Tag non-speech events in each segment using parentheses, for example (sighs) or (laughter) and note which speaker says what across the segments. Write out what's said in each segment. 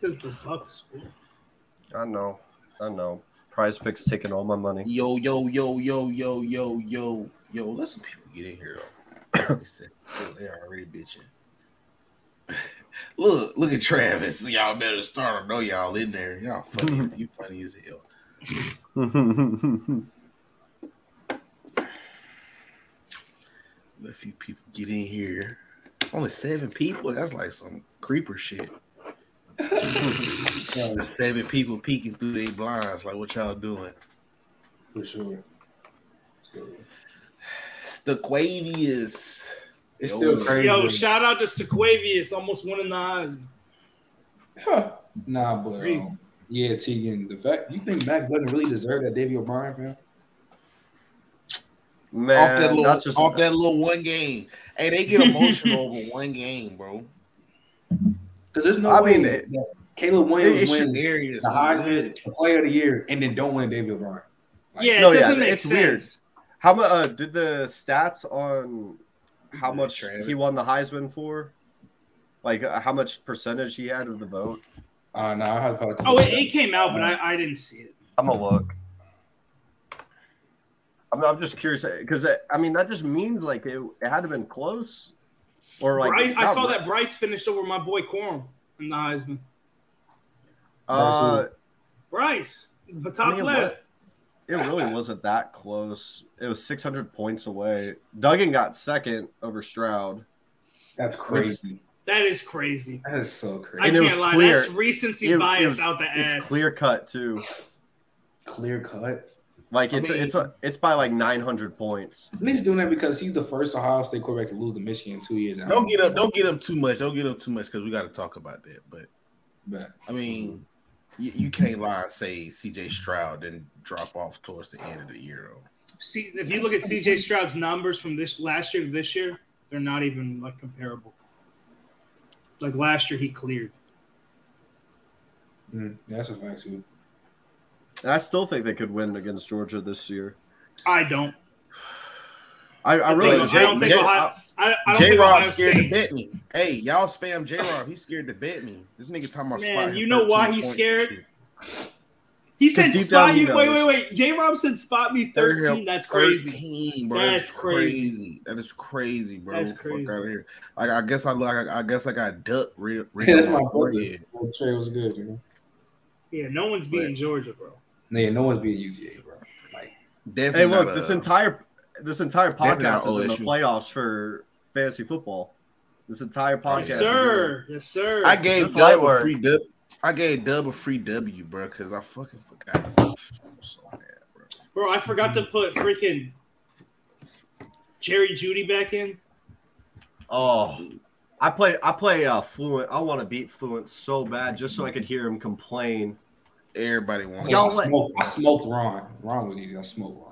Speaker 1: because the Bucks. won.
Speaker 2: I know. I know. Prize Picks taking all my (laughs) money.
Speaker 3: Yo, yo, yo, yo, yo, yo, yo, yo. Let some people get in here though. (coughs) They said- They're already bitching. (laughs) look, look at Travis. Y'all better start. I know y'all in there. Y'all funny. you funny as hell.
Speaker 2: Who
Speaker 3: Let a few people get in here. Only seven people. That's like some creeper shit. Only seven people peeking through their blinds. Like what y'all doing?
Speaker 4: For sure. So,
Speaker 3: Stuquavius.
Speaker 4: it's
Speaker 3: Yo,
Speaker 4: still
Speaker 3: yo,
Speaker 4: crazy.
Speaker 1: Yo, shout out to Staquavius, almost winning the Heisman.
Speaker 4: Huh. Nah, but
Speaker 1: Crazy.
Speaker 4: um, yeah, Tegan. The fact you think Max doesn't really deserve that Davy O'Brien, fam?
Speaker 2: Man,
Speaker 3: off that little,
Speaker 2: that's just
Speaker 3: off that little one game. Hey, they get emotional over (laughs) one game, bro.
Speaker 4: Because there's no
Speaker 2: I
Speaker 4: way
Speaker 2: mean,
Speaker 4: that
Speaker 2: it-
Speaker 4: Caleb
Speaker 3: They
Speaker 4: Williams
Speaker 3: issue
Speaker 4: wins
Speaker 3: areas.
Speaker 4: the Heisman the Player of the Year and then don't win Davy O'Brien. Like,
Speaker 1: Yeah,
Speaker 2: No,
Speaker 1: it
Speaker 2: yeah,
Speaker 1: doesn't make
Speaker 2: it's weird.
Speaker 1: sense.
Speaker 2: How much uh, did the stats on how much
Speaker 3: Travis.
Speaker 2: he won the Heisman for? Like uh, how much percentage he had of the vote?
Speaker 4: Uh, no, I had probably.
Speaker 1: Oh, it, it came out, but I, I didn't see it.
Speaker 2: I'm gonna look. I'm, I'm just curious because I mean that just means like it, it had to been close, or like
Speaker 1: Bryce, I
Speaker 2: not
Speaker 1: saw
Speaker 2: right.
Speaker 1: that Bryce finished over my boy Quorum in the Heisman.
Speaker 2: Uh,
Speaker 1: Bryce, the top
Speaker 2: I mean,
Speaker 1: left.
Speaker 2: it really wasn't that close. It was 600 points away. Duggan got second over Stroud.
Speaker 4: That's crazy.
Speaker 1: That is crazy.
Speaker 4: That is so
Speaker 1: I
Speaker 4: crazy.
Speaker 2: And it was
Speaker 1: can't lie.
Speaker 2: clear.
Speaker 1: That's recency
Speaker 2: It-
Speaker 1: bias
Speaker 2: it's-
Speaker 1: out the ass.
Speaker 2: It's clear cut too.
Speaker 4: Clear cut.
Speaker 2: Like
Speaker 3: I
Speaker 2: it's
Speaker 3: mean-
Speaker 2: it's it's by like 900 points.
Speaker 4: And he's doing that because he's the first Ohio State quarterback to lose to Michigan in two years. now.
Speaker 3: Don't get up. Don't get up too much. Don't get up too much because we got to talk about that. But
Speaker 4: But
Speaker 3: I mean,
Speaker 2: Mm-hmm.
Speaker 3: you, you can't lie and say C.J. Stroud didn't drop off towards the end of the year. Though.
Speaker 1: See, if you look at CJ Stroud's numbers from this last year to this year, they're not even like comparable. Like last year, he cleared.
Speaker 4: mm, that's a fact too.
Speaker 2: And I still think they could win against Georgia this year.
Speaker 1: I don't.
Speaker 2: I, I
Speaker 1: I
Speaker 2: really
Speaker 1: think-
Speaker 2: Jay-
Speaker 1: I don't think
Speaker 2: Jay-
Speaker 1: Ohio- I, I don't
Speaker 3: J.
Speaker 1: think Ohio
Speaker 3: Rob scared to
Speaker 1: State.
Speaker 3: bet me. Hey, y'all spam J. Rob. He's scared to bet me. This nigga talking about
Speaker 1: Man,
Speaker 3: spot him
Speaker 1: you know why
Speaker 3: 13
Speaker 1: he's
Speaker 3: points.
Speaker 1: scared? He said
Speaker 2: deep down
Speaker 1: spot
Speaker 2: he
Speaker 1: you. Wait, wait,
Speaker 2: knows.
Speaker 1: wait. J. Rob said spot me
Speaker 3: They're here
Speaker 1: thirteen. That's crazy.
Speaker 3: 13, bro.
Speaker 1: That's
Speaker 3: That's crazy. That is crazy, bro.
Speaker 1: That's
Speaker 3: Fuck
Speaker 1: crazy.
Speaker 3: outta here. Like I guess I like I guess I got duck.
Speaker 2: (laughs)
Speaker 3: Re- re-
Speaker 4: Yeah, that's my brother.
Speaker 3: forehead.
Speaker 4: Well, Trey was good, man.
Speaker 1: Yeah, no one's beating Georgia, bro.
Speaker 4: Yeah, no one's beating UGA, bro. Like,
Speaker 3: Definitely
Speaker 2: Hey, look,
Speaker 3: not
Speaker 2: this
Speaker 3: a-
Speaker 2: entire this entire
Speaker 3: Definitely
Speaker 2: podcast
Speaker 3: not
Speaker 2: is in the
Speaker 3: OSU.
Speaker 2: playoffs for fantasy football. This entire podcast,
Speaker 1: Yes,
Speaker 2: is in-
Speaker 1: sir. Yes, sir.
Speaker 3: I gave
Speaker 2: This light
Speaker 3: Dub a
Speaker 2: work.
Speaker 3: free dub. I gave Dub a free W, bro, because I fucking forgot. I'm so mad, bro.
Speaker 1: Bro, I forgot to put freaking Jerry Judy back in.
Speaker 2: Oh, I play I play uh, fluent. I want to beat fluent so bad just so I could hear him complain.
Speaker 3: Everybody wants.
Speaker 2: Y'all
Speaker 4: I,
Speaker 2: let-
Speaker 4: smoked, I smoked Ron. Ron was easy. I smoked Ron.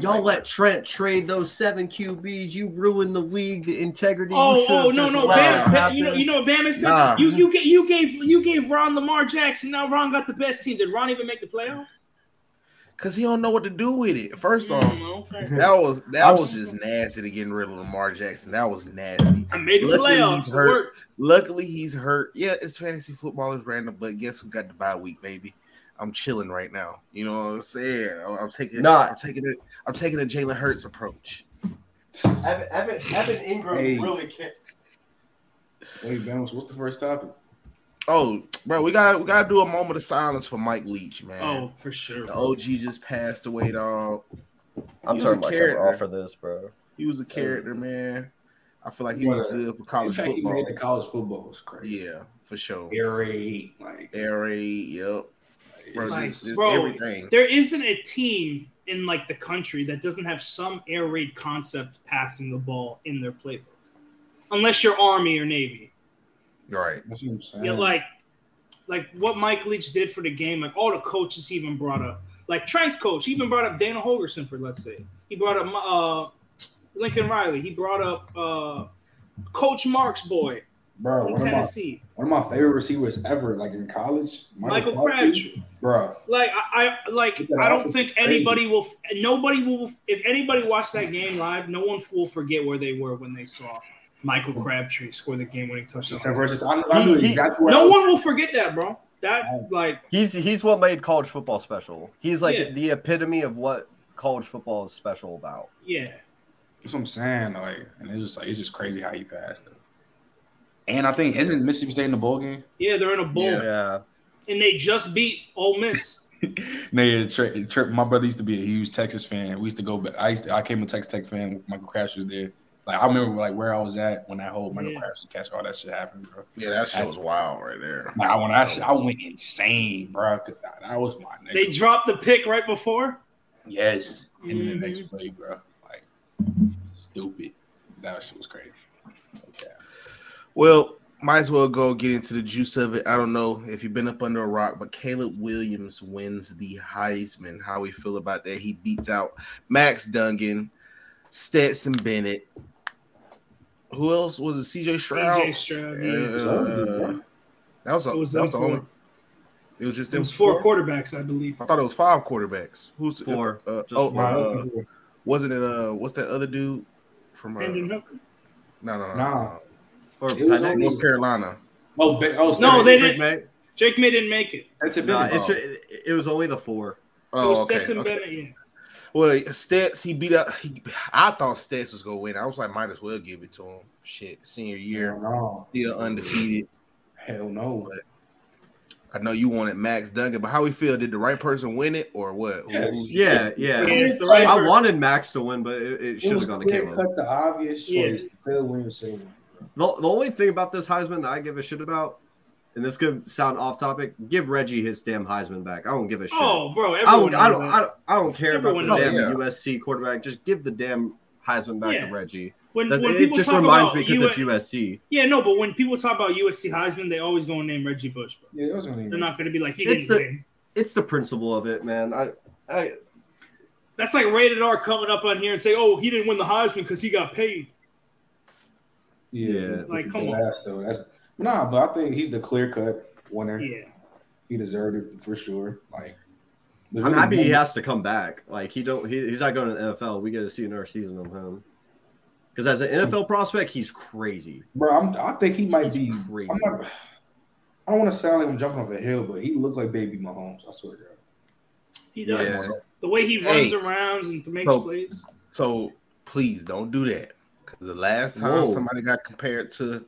Speaker 2: Y'all let Trent trade those seven QBs. You ruined the league. The integrity. You
Speaker 1: Oh,
Speaker 2: should've
Speaker 1: oh no,
Speaker 2: just
Speaker 1: no,
Speaker 2: let it
Speaker 1: Bama,
Speaker 3: Bam's-
Speaker 1: said-
Speaker 2: happen.
Speaker 1: you know, you know what Bama said?
Speaker 3: Nah.
Speaker 1: You you gave you gave you gave Ron Lamar Jackson. Now Ron got the best team. Did Ron even make the playoffs?
Speaker 3: because he don't know what to do with it. First off,
Speaker 1: Mm, okay.
Speaker 3: that was that
Speaker 2: I'm
Speaker 3: was
Speaker 2: s-
Speaker 3: just nasty to getting rid of Lamar Jackson. That was nasty.
Speaker 1: I made the
Speaker 3: Luckily,
Speaker 1: playoffs.
Speaker 3: he's
Speaker 1: It
Speaker 3: hurt.
Speaker 1: worked.
Speaker 3: Luckily, he's hurt. Yeah, it's fantasy football is random, but guess who got the bye week, baby? I'm chilling right now. You know what I'm saying? I'm, I'm taking.
Speaker 2: Nah.
Speaker 3: I'm taking it. I'm taking a Jalen Hurts approach.
Speaker 2: Evan, Evan, Evan Ingram
Speaker 4: Hey.
Speaker 2: really can't.
Speaker 4: Wait, Bounce, what's the first topic?
Speaker 3: Oh, bro, we got to we got to do a moment of silence for Mike Leach, man.
Speaker 1: Oh, for sure.
Speaker 3: The OG just passed away, dog.
Speaker 2: I'm
Speaker 3: He's
Speaker 2: turning
Speaker 3: a
Speaker 2: my
Speaker 3: character.
Speaker 2: camera off for this, bro.
Speaker 3: He
Speaker 1: Oh.
Speaker 3: was a character, man. I feel like he was
Speaker 4: Yeah.
Speaker 3: good for college
Speaker 4: The fact he
Speaker 3: football.
Speaker 4: made the college football was crazy.
Speaker 3: Yeah, for sure.
Speaker 4: Air raid, like,
Speaker 3: Air raid, yep. Bro,
Speaker 1: Like,
Speaker 3: just, just
Speaker 1: bro,
Speaker 3: everything.
Speaker 1: There isn't a team in like the country that doesn't have some air raid concept passing the ball in their playbook, unless you're Army or Navy.
Speaker 3: Right.
Speaker 4: that's what I'm saying.
Speaker 1: Yeah, like like what Mike Leach did for the game, like all the coaches he even brought up. Like Trent's coach, he even brought up Dana Holgerson for let's say. He brought up uh Lincoln Riley, he brought up uh Coach Mark's boy
Speaker 4: bro,
Speaker 1: from
Speaker 4: one of, my,
Speaker 1: Tennessee,
Speaker 4: one of my favorite receivers ever, like in college,
Speaker 1: Michael Crabtree.
Speaker 4: Bro,
Speaker 1: Like I, I like
Speaker 4: Look at
Speaker 1: I
Speaker 4: that
Speaker 1: don't
Speaker 4: offense.
Speaker 1: think anybody will nobody will if anybody watched that game live, no one will forget where they were when they saw Michael Crabtree scored the game-winning touchdown.
Speaker 4: Except versus, I, I knew
Speaker 2: He- he-
Speaker 4: exactly where I
Speaker 1: No
Speaker 4: was-
Speaker 1: one will forget that, bro. That like
Speaker 2: He's he's what made college football special. He's like
Speaker 1: Yeah.
Speaker 2: the epitome of what college football is special about.
Speaker 1: yeah.
Speaker 4: That's what I'm saying. Like, and it's just like it's just crazy how he passed it. And I think isn't Mississippi State in the bowl game?
Speaker 1: Yeah, they're in a bowl
Speaker 3: Yeah.
Speaker 2: Yeah.
Speaker 1: and they just beat Ole Miss.
Speaker 4: Nigga, Tri- Tri- my brother used to be a huge Texas fan. We used to go back. I used to, I came a Texas Tech fan. when Michael Crabtree was there. Like I remember like where I was at when that whole Michael
Speaker 1: Yeah.
Speaker 4: Crabtree catch all that shit happened, bro.
Speaker 3: Yeah, that shit was wild right there.
Speaker 4: Like I went, I, I went insane, bro, because that, that was my nigga.
Speaker 1: they dropped the pick right before.
Speaker 4: yes, and then the next
Speaker 1: Mhm.
Speaker 4: play, bro, like stupid. That shit was crazy. Okay.
Speaker 3: Well, might as well go get into the juice of it. I don't know if you've been up under a rock, but Caleb Williams wins the Heisman. How we feel about that? He beats out Max Dungan, Stetson Bennett. Who else was it? CJ Stroud.
Speaker 1: CJ Stroud. yeah.
Speaker 3: Uh, that was, a,
Speaker 1: It was
Speaker 3: that was the
Speaker 1: them
Speaker 3: only.
Speaker 1: four.
Speaker 3: It was just
Speaker 1: It
Speaker 3: them
Speaker 1: was four quarterbacks, I believe.
Speaker 3: I thought it was five quarterbacks. Who's
Speaker 2: Four.
Speaker 3: Uh,
Speaker 2: Just
Speaker 3: oh,
Speaker 2: four.
Speaker 3: uh, wasn't it? Uh, what's that other dude from? Uh,
Speaker 1: Hendon
Speaker 3: no,
Speaker 1: Hooker.
Speaker 3: no, no,
Speaker 4: Nah.
Speaker 3: no.
Speaker 2: Or
Speaker 4: It was
Speaker 2: Penix.
Speaker 4: only-
Speaker 3: North Carolina.
Speaker 4: oh, ba- oh,
Speaker 1: No, they
Speaker 2: Drake
Speaker 1: didn't.
Speaker 2: May-
Speaker 1: Jake May didn't make it.
Speaker 4: That's a
Speaker 2: Nah,
Speaker 4: bit.
Speaker 2: it's it, it was only the four.
Speaker 1: it was
Speaker 3: Oh, okay.
Speaker 1: Stetson
Speaker 3: okay.
Speaker 1: Bennett. Yeah.
Speaker 3: Well, Stets, he beat up. He, I thought Stets was gonna win. I was like, might as well give it to him. Shit, senior year,
Speaker 4: no,
Speaker 3: still undefeated.
Speaker 4: hell no.
Speaker 3: I know you wanted Max Duncan, but how we feel? Did the right person win it or what? Who-
Speaker 4: Yes.
Speaker 3: who-
Speaker 2: Yeah, yeah.
Speaker 1: Yeah, it's the right
Speaker 2: I
Speaker 1: person.
Speaker 2: wanted Max to win, but it, it
Speaker 4: It
Speaker 2: should have
Speaker 4: was
Speaker 2: gone to
Speaker 4: clear
Speaker 2: Caleb.
Speaker 4: cut the obvious
Speaker 1: Yeah.
Speaker 4: choice. Caleb Williams said one.
Speaker 2: The, the only thing about this Heisman that I give a shit about, and this could sound off topic, give Reggie his damn Heisman back. I don't give a shit.
Speaker 1: Oh, bro.
Speaker 2: I don't.
Speaker 1: Everyone
Speaker 2: I don't.
Speaker 1: knows
Speaker 2: I
Speaker 1: that.
Speaker 2: don't, I don't care
Speaker 1: Everyone
Speaker 2: about the
Speaker 3: knows
Speaker 2: damn
Speaker 3: that.
Speaker 2: USC quarterback. Just give the damn Heisman back
Speaker 1: Yeah.
Speaker 2: to Reggie.
Speaker 1: When,
Speaker 2: That,
Speaker 1: when
Speaker 2: it
Speaker 1: people
Speaker 2: just
Speaker 1: talk
Speaker 2: reminds
Speaker 1: about
Speaker 2: me because
Speaker 1: U-
Speaker 2: it's USC.
Speaker 1: Yeah, no, but when people talk about USC Heisman, they always gonna name Reggie Bush. Bro.
Speaker 4: Yeah, that was gonna
Speaker 1: They're not gonna be like he
Speaker 2: It's
Speaker 1: didn't
Speaker 2: the-
Speaker 1: win.
Speaker 2: It's the principle of it, man. I, I
Speaker 1: That's like rated R coming up on here and say, "Oh, he didn't win the Heisman because he got paid."
Speaker 2: Yeah.
Speaker 1: Like, come on.
Speaker 4: That's, though. That's, nah, but I think he's the clear cut winner.
Speaker 1: Yeah,
Speaker 4: He deserved it for sure. Like,
Speaker 2: I'm happy he has to come back. Like he don't. He, he's not going to the NFL. We get to see another season of him. Because as an NFL prospect, he's crazy.
Speaker 4: Bro, I'm, I think he might
Speaker 2: He's
Speaker 4: be.
Speaker 2: crazy.
Speaker 4: I'm not, I don't want to sound like I'm jumping off a hill, but he looked like baby Mahomes. I swear to God.
Speaker 1: he does.
Speaker 2: Yeah.
Speaker 1: The way he runs
Speaker 3: Hey.
Speaker 1: around and makes
Speaker 2: So-
Speaker 1: plays.
Speaker 3: So please don't do that. Because the last time
Speaker 2: Whoa.
Speaker 3: somebody got compared to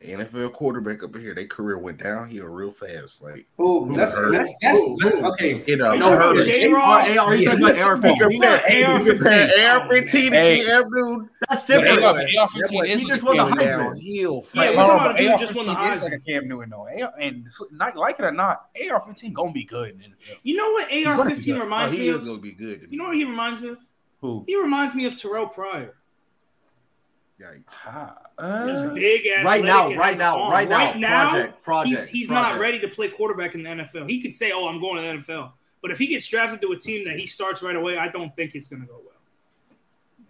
Speaker 3: an NFL quarterback up here, their career went downhill real fast. Like uh,
Speaker 4: Oh,
Speaker 3: Who
Speaker 4: that's
Speaker 3: hurt?
Speaker 4: that's that's,
Speaker 3: Who-
Speaker 4: that's
Speaker 3: who-
Speaker 4: okay.
Speaker 3: you know,
Speaker 1: You
Speaker 2: No,
Speaker 1: talking
Speaker 2: Herbert.
Speaker 1: about J-Rod?
Speaker 2: AR, he's talking about AR
Speaker 3: you
Speaker 2: 15.
Speaker 3: compare, you compare Aaron Fifteen to
Speaker 4: Hey.
Speaker 3: Cam Newton.
Speaker 2: That's
Speaker 4: But
Speaker 2: different.
Speaker 4: AR-15
Speaker 3: That boy-
Speaker 4: is
Speaker 2: he just
Speaker 4: like
Speaker 2: won the
Speaker 4: Cam
Speaker 2: Heisman.
Speaker 4: Newton.
Speaker 3: downhill
Speaker 1: Yeah,
Speaker 3: fast. Oh,
Speaker 1: we're talking about a dude
Speaker 4: AR-15
Speaker 1: who just won the
Speaker 4: is
Speaker 1: Heisman.
Speaker 4: like a Cam Newton, though. AR- And not like it or not, AR-15 gonna be good in the NFL.
Speaker 1: You know what AR
Speaker 4: He's gonna
Speaker 1: fifteen
Speaker 4: be
Speaker 3: Oh,
Speaker 1: reminds
Speaker 3: he
Speaker 1: me
Speaker 3: is
Speaker 1: of?
Speaker 3: gonna be good. to
Speaker 1: You know
Speaker 3: me.
Speaker 1: what he reminds me of?
Speaker 4: Who?
Speaker 1: He reminds me of Terrell Pryor.
Speaker 3: Yikes.
Speaker 4: Ah,
Speaker 1: He's
Speaker 4: uh,
Speaker 1: big ass.
Speaker 2: Right now, right now, right now,
Speaker 1: right now.
Speaker 2: project, project.
Speaker 1: he's he's
Speaker 2: project.
Speaker 1: not ready to play quarterback in the NFL. He could say, "Oh, I'm going to the NFL," but if he gets drafted to a team that he starts right away, I don't think it's going to go well.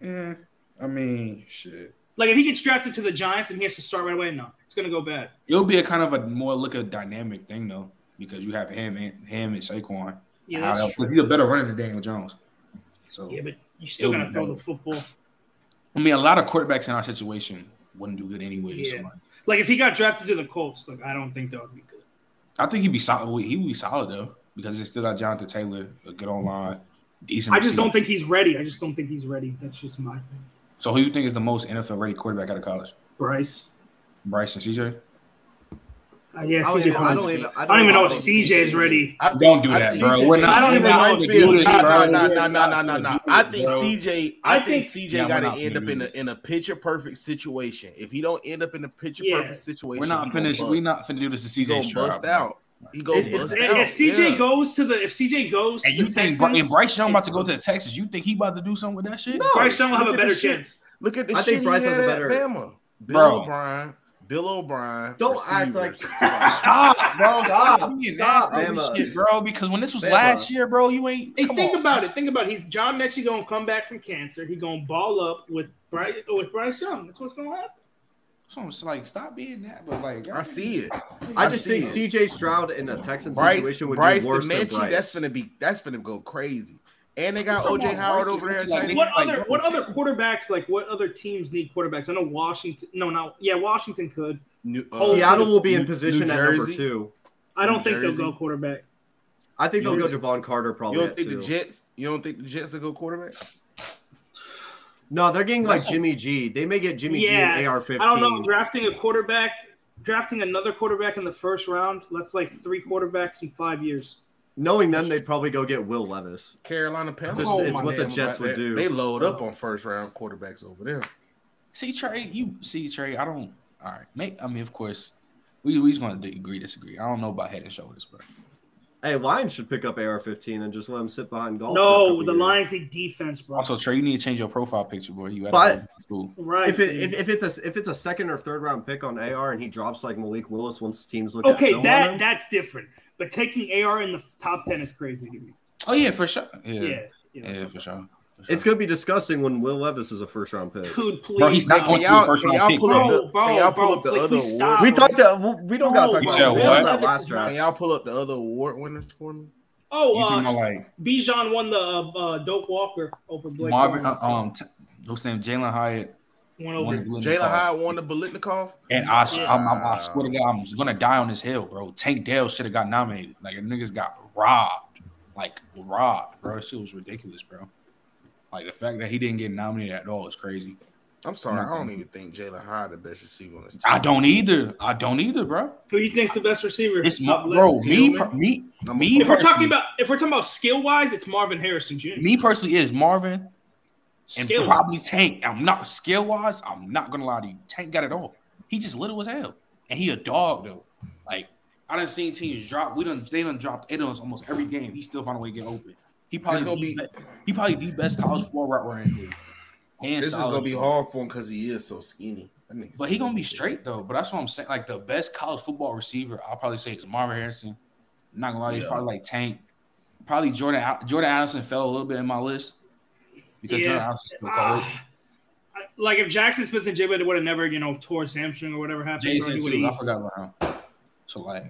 Speaker 4: eh, I mean, shit.
Speaker 1: Like if he gets drafted to the Giants and he has to start right away, no, it's going to go bad.
Speaker 4: It'll be a kind of a more look a dynamic thing though, because you have him and him and Saquon.
Speaker 1: Yeah,
Speaker 4: How-
Speaker 1: that's true.
Speaker 4: He's a better runner than Daniel Jones. So
Speaker 1: Yeah, but you still
Speaker 4: It'll
Speaker 1: got to
Speaker 4: be
Speaker 1: throw
Speaker 4: bad.
Speaker 1: the football.
Speaker 4: I mean, a lot of quarterbacks in our situation wouldn't do good anyway. So
Speaker 1: Yeah.
Speaker 4: like,
Speaker 1: Like if he got drafted to the Colts, like I don't think that would be good.
Speaker 4: I think he'd be solid. He would be solid though, because they still got Jonathan Taylor, a good online, decent.
Speaker 1: I just
Speaker 4: receiver.
Speaker 1: don't think he's ready. I just don't think he's ready. That's just my opinion.
Speaker 4: So who you think is the most NFL ready quarterback out of college?
Speaker 1: Bryce.
Speaker 4: Bryce and CJ.
Speaker 1: Uh, yeah,
Speaker 2: I
Speaker 1: CJ
Speaker 2: don't even, I
Speaker 1: Bryson.
Speaker 2: don't even,
Speaker 1: I don't even know if
Speaker 2: think-
Speaker 1: CJ is ready.
Speaker 3: I
Speaker 4: Don't do
Speaker 3: I
Speaker 4: that,
Speaker 3: think
Speaker 4: bro.
Speaker 3: CJ
Speaker 4: We're not.
Speaker 1: I don't even
Speaker 4: we're not
Speaker 1: know if
Speaker 4: gonna do
Speaker 1: CJ
Speaker 4: this,
Speaker 3: No,
Speaker 4: bro.
Speaker 3: no, no,
Speaker 4: We're
Speaker 3: no, no,
Speaker 4: not
Speaker 3: no, no,
Speaker 4: gonna
Speaker 3: no.
Speaker 4: do
Speaker 3: I
Speaker 4: this,
Speaker 3: think
Speaker 4: bro.
Speaker 3: CJ. I
Speaker 1: I think-
Speaker 3: think CJ
Speaker 4: Yeah, we're
Speaker 3: got
Speaker 4: not
Speaker 3: to end up
Speaker 4: gonna
Speaker 3: in a
Speaker 4: do this.
Speaker 3: in a picture perfect situation. If he don't end up in a picture
Speaker 1: Yeah.
Speaker 3: perfect situation,
Speaker 4: We're not
Speaker 3: he gonna
Speaker 4: finished.
Speaker 3: bust.
Speaker 4: We're not finna do this to
Speaker 3: He gonna
Speaker 4: CJ.
Speaker 3: bust out. He go
Speaker 2: It- it's-
Speaker 3: bust
Speaker 1: If,
Speaker 3: out.
Speaker 1: if CJ
Speaker 3: yeah.
Speaker 1: goes to the if CJ goes
Speaker 4: And
Speaker 1: to
Speaker 4: you
Speaker 1: the
Speaker 4: think
Speaker 1: Texans,
Speaker 4: and Bryce Young about to
Speaker 1: it's-
Speaker 4: go to Texas? You think he about to do something with that shit?
Speaker 2: No.
Speaker 1: Bryce Young will have
Speaker 3: Look
Speaker 1: a
Speaker 3: at
Speaker 1: better
Speaker 3: the shit.
Speaker 1: chance.
Speaker 3: Look at the
Speaker 2: I
Speaker 3: shit
Speaker 2: think
Speaker 3: he
Speaker 2: Bryce
Speaker 3: had
Speaker 2: has a
Speaker 3: at
Speaker 2: better-
Speaker 3: Bama. Bill
Speaker 4: Bro.
Speaker 3: O'Brien. Bill O'Brien.
Speaker 2: Don't act like-
Speaker 1: (laughs)
Speaker 3: (laughs)
Speaker 4: Stop, bro. Stop,
Speaker 2: Stop,
Speaker 4: being
Speaker 2: stop,
Speaker 4: nasty with
Speaker 2: Bama.
Speaker 4: shit, bro. Because when this was
Speaker 2: Bama.
Speaker 4: last year, bro, you ain't.
Speaker 1: Hey,
Speaker 4: come
Speaker 1: think
Speaker 4: on.
Speaker 1: about it. Think about it. He's John Mechie gonna come back from cancer. He gonna ball up with Bryce with Bryce Young. That's what's gonna happen.
Speaker 4: So I'm just like, stop being that. But like,
Speaker 3: I see it.
Speaker 2: I just think
Speaker 3: see
Speaker 2: CJ Stroud in a Texan
Speaker 3: Bryce,
Speaker 2: situation would
Speaker 3: Bryce
Speaker 2: do worse than
Speaker 3: Dimensi,
Speaker 2: Bryce.
Speaker 3: That's gonna be. That's gonna go crazy. And they got OJ Howard over there.
Speaker 4: Like,
Speaker 3: trying
Speaker 1: What
Speaker 4: Like,
Speaker 1: other
Speaker 4: yo,
Speaker 1: what other quarterbacks like what other teams need quarterbacks? I know Washington. No, not yeah, Washington could.
Speaker 3: New, uh,
Speaker 1: Oh,
Speaker 2: Seattle will be in
Speaker 3: New-
Speaker 2: position
Speaker 3: New
Speaker 2: at number
Speaker 3: Jersey?
Speaker 2: two.
Speaker 1: I don't
Speaker 3: New
Speaker 1: think
Speaker 3: Jersey.
Speaker 1: they'll go quarterback.
Speaker 2: I think they'll
Speaker 3: You-
Speaker 2: go Javon Carter
Speaker 3: you
Speaker 2: probably.
Speaker 3: don't
Speaker 2: at
Speaker 3: think the
Speaker 2: two.
Speaker 3: Jets? You don't think the Jets will go quarterback?
Speaker 2: no, they're getting like
Speaker 4: That's a-
Speaker 2: Jimmy G. They may get Jimmy
Speaker 1: Yeah,
Speaker 2: G and AR
Speaker 1: I don't know.
Speaker 2: fifteen.
Speaker 1: Drafting a quarterback, drafting another quarterback in the first round. That's like three quarterbacks in five years.
Speaker 2: Knowing them, they'd probably go get Will Levis.
Speaker 3: Carolina Panthers.
Speaker 4: It's- it's
Speaker 3: my
Speaker 2: what the
Speaker 3: damn
Speaker 2: Jets
Speaker 3: about
Speaker 2: would
Speaker 3: that.
Speaker 2: do.
Speaker 3: They load up on first round quarterbacks over there.
Speaker 4: See Trey, you see Trey. I don't. All right, mate. I mean, of course, we we just going to agree disagree. I don't know about head and shoulders, bro.
Speaker 2: Hey, Lions should pick up AR fifteen and just let him sit behind golf. for a
Speaker 1: No,
Speaker 2: couple
Speaker 1: the
Speaker 2: years.
Speaker 1: Lions need defense, bro.
Speaker 4: Also, Trey, you need to change your profile picture, boy. You
Speaker 2: But-
Speaker 4: out of school.
Speaker 1: right.
Speaker 2: If, it,
Speaker 1: dude.
Speaker 2: if, if it's a if it's a second or third round pick on AR and he drops like Malik Willis once teams look at film
Speaker 1: okay,
Speaker 2: on
Speaker 1: that
Speaker 2: him,
Speaker 1: that's different. But taking AR in the f- top ten is crazy to me.
Speaker 4: Oh yeah, for sure. Yeah,
Speaker 1: Yeah.
Speaker 4: yeah,
Speaker 1: you know,
Speaker 4: for sure.
Speaker 2: it's gonna be disgusting when Will Levis is a first round pick.
Speaker 1: Dude, please.
Speaker 4: Bro, he's not
Speaker 1: no.
Speaker 4: going to
Speaker 3: y'all-
Speaker 4: be first
Speaker 3: can
Speaker 4: round
Speaker 3: y'all
Speaker 4: pick.
Speaker 3: pull
Speaker 4: bro.
Speaker 3: up-
Speaker 1: Bro,
Speaker 3: Can
Speaker 1: bro,
Speaker 3: y'all pull
Speaker 1: bro,
Speaker 3: up the
Speaker 1: please
Speaker 3: other
Speaker 1: stop.
Speaker 2: We
Speaker 3: award?
Speaker 2: talked to we don't
Speaker 1: No,
Speaker 2: gotta talk
Speaker 4: you
Speaker 2: about
Speaker 4: said
Speaker 2: Will
Speaker 4: what?
Speaker 2: in that
Speaker 1: This
Speaker 2: last
Speaker 1: is
Speaker 3: Can
Speaker 2: draft.
Speaker 3: y'all pull up the other award winners for me?
Speaker 1: Oh,
Speaker 4: You talking
Speaker 1: uh,
Speaker 4: about like
Speaker 1: Bijan won the uh, uh, Dope Walker over Blake.
Speaker 4: Marvin? uh,
Speaker 1: Bortles.
Speaker 4: Um, t- what's his name? Jalen Hyatt.
Speaker 1: Won
Speaker 4: won
Speaker 1: over.
Speaker 4: the Golden
Speaker 3: Jalen
Speaker 4: Glove.
Speaker 3: Hyde won the Bolitnikov.
Speaker 4: And I, I'm, I'm, I swear to God, I'm gonna die on this hill, bro. Tank Dell should have got nominated. Like niggas got robbed, like robbed, bro. That shit was ridiculous, bro. Like the fact that he didn't get nominated at all is crazy.
Speaker 3: I'm sorry, I don't even think Jalen Hyde the best receiver on this team.
Speaker 4: I don't either. I don't either, bro.
Speaker 1: Who you think's the best receiver? Uh,
Speaker 4: It's my,
Speaker 1: Top left.
Speaker 4: bro. Me,
Speaker 3: Tillman?
Speaker 4: me,
Speaker 3: Number
Speaker 4: me.
Speaker 1: If we're talking
Speaker 4: personally-
Speaker 1: about if we're talking about skill wise, it's Marvin Harrison Jr.
Speaker 4: me personally, is Marvin and
Speaker 1: Skill
Speaker 4: probably Tank. I'm not skill wise. I'm not gonna lie to you. Tank got it all. He just little as hell, and he a dog though. Like I done seen teams drop. We done they done dropped it on almost every game. He still found a way to get open. He probably
Speaker 3: It's gonna
Speaker 4: the
Speaker 3: be-
Speaker 4: best- he probably the best college football route runner in the league. Hands
Speaker 3: This is
Speaker 4: solid.
Speaker 3: gonna be hard for him because he is so skinny. That nigga's
Speaker 4: But he gonna be
Speaker 3: skinny.
Speaker 4: straight though. But that's what I'm saying. Like the best college football receiver, I'll probably say is Marvin Harrison. I'm not gonna lie, he's
Speaker 3: Yeah.
Speaker 4: probably like Tank. Probably Jordan Al- Jordan Addison fell a little bit in my list because
Speaker 1: Yeah.
Speaker 4: Jordan Addison still
Speaker 1: Ah.
Speaker 4: college.
Speaker 1: I- like if Jackson Smith and J. Bud would have never, you know, tore his hamstring or whatever happened, bro,
Speaker 4: Jason
Speaker 1: he would've
Speaker 4: too. I
Speaker 1: eased-
Speaker 4: forgot about him. So like,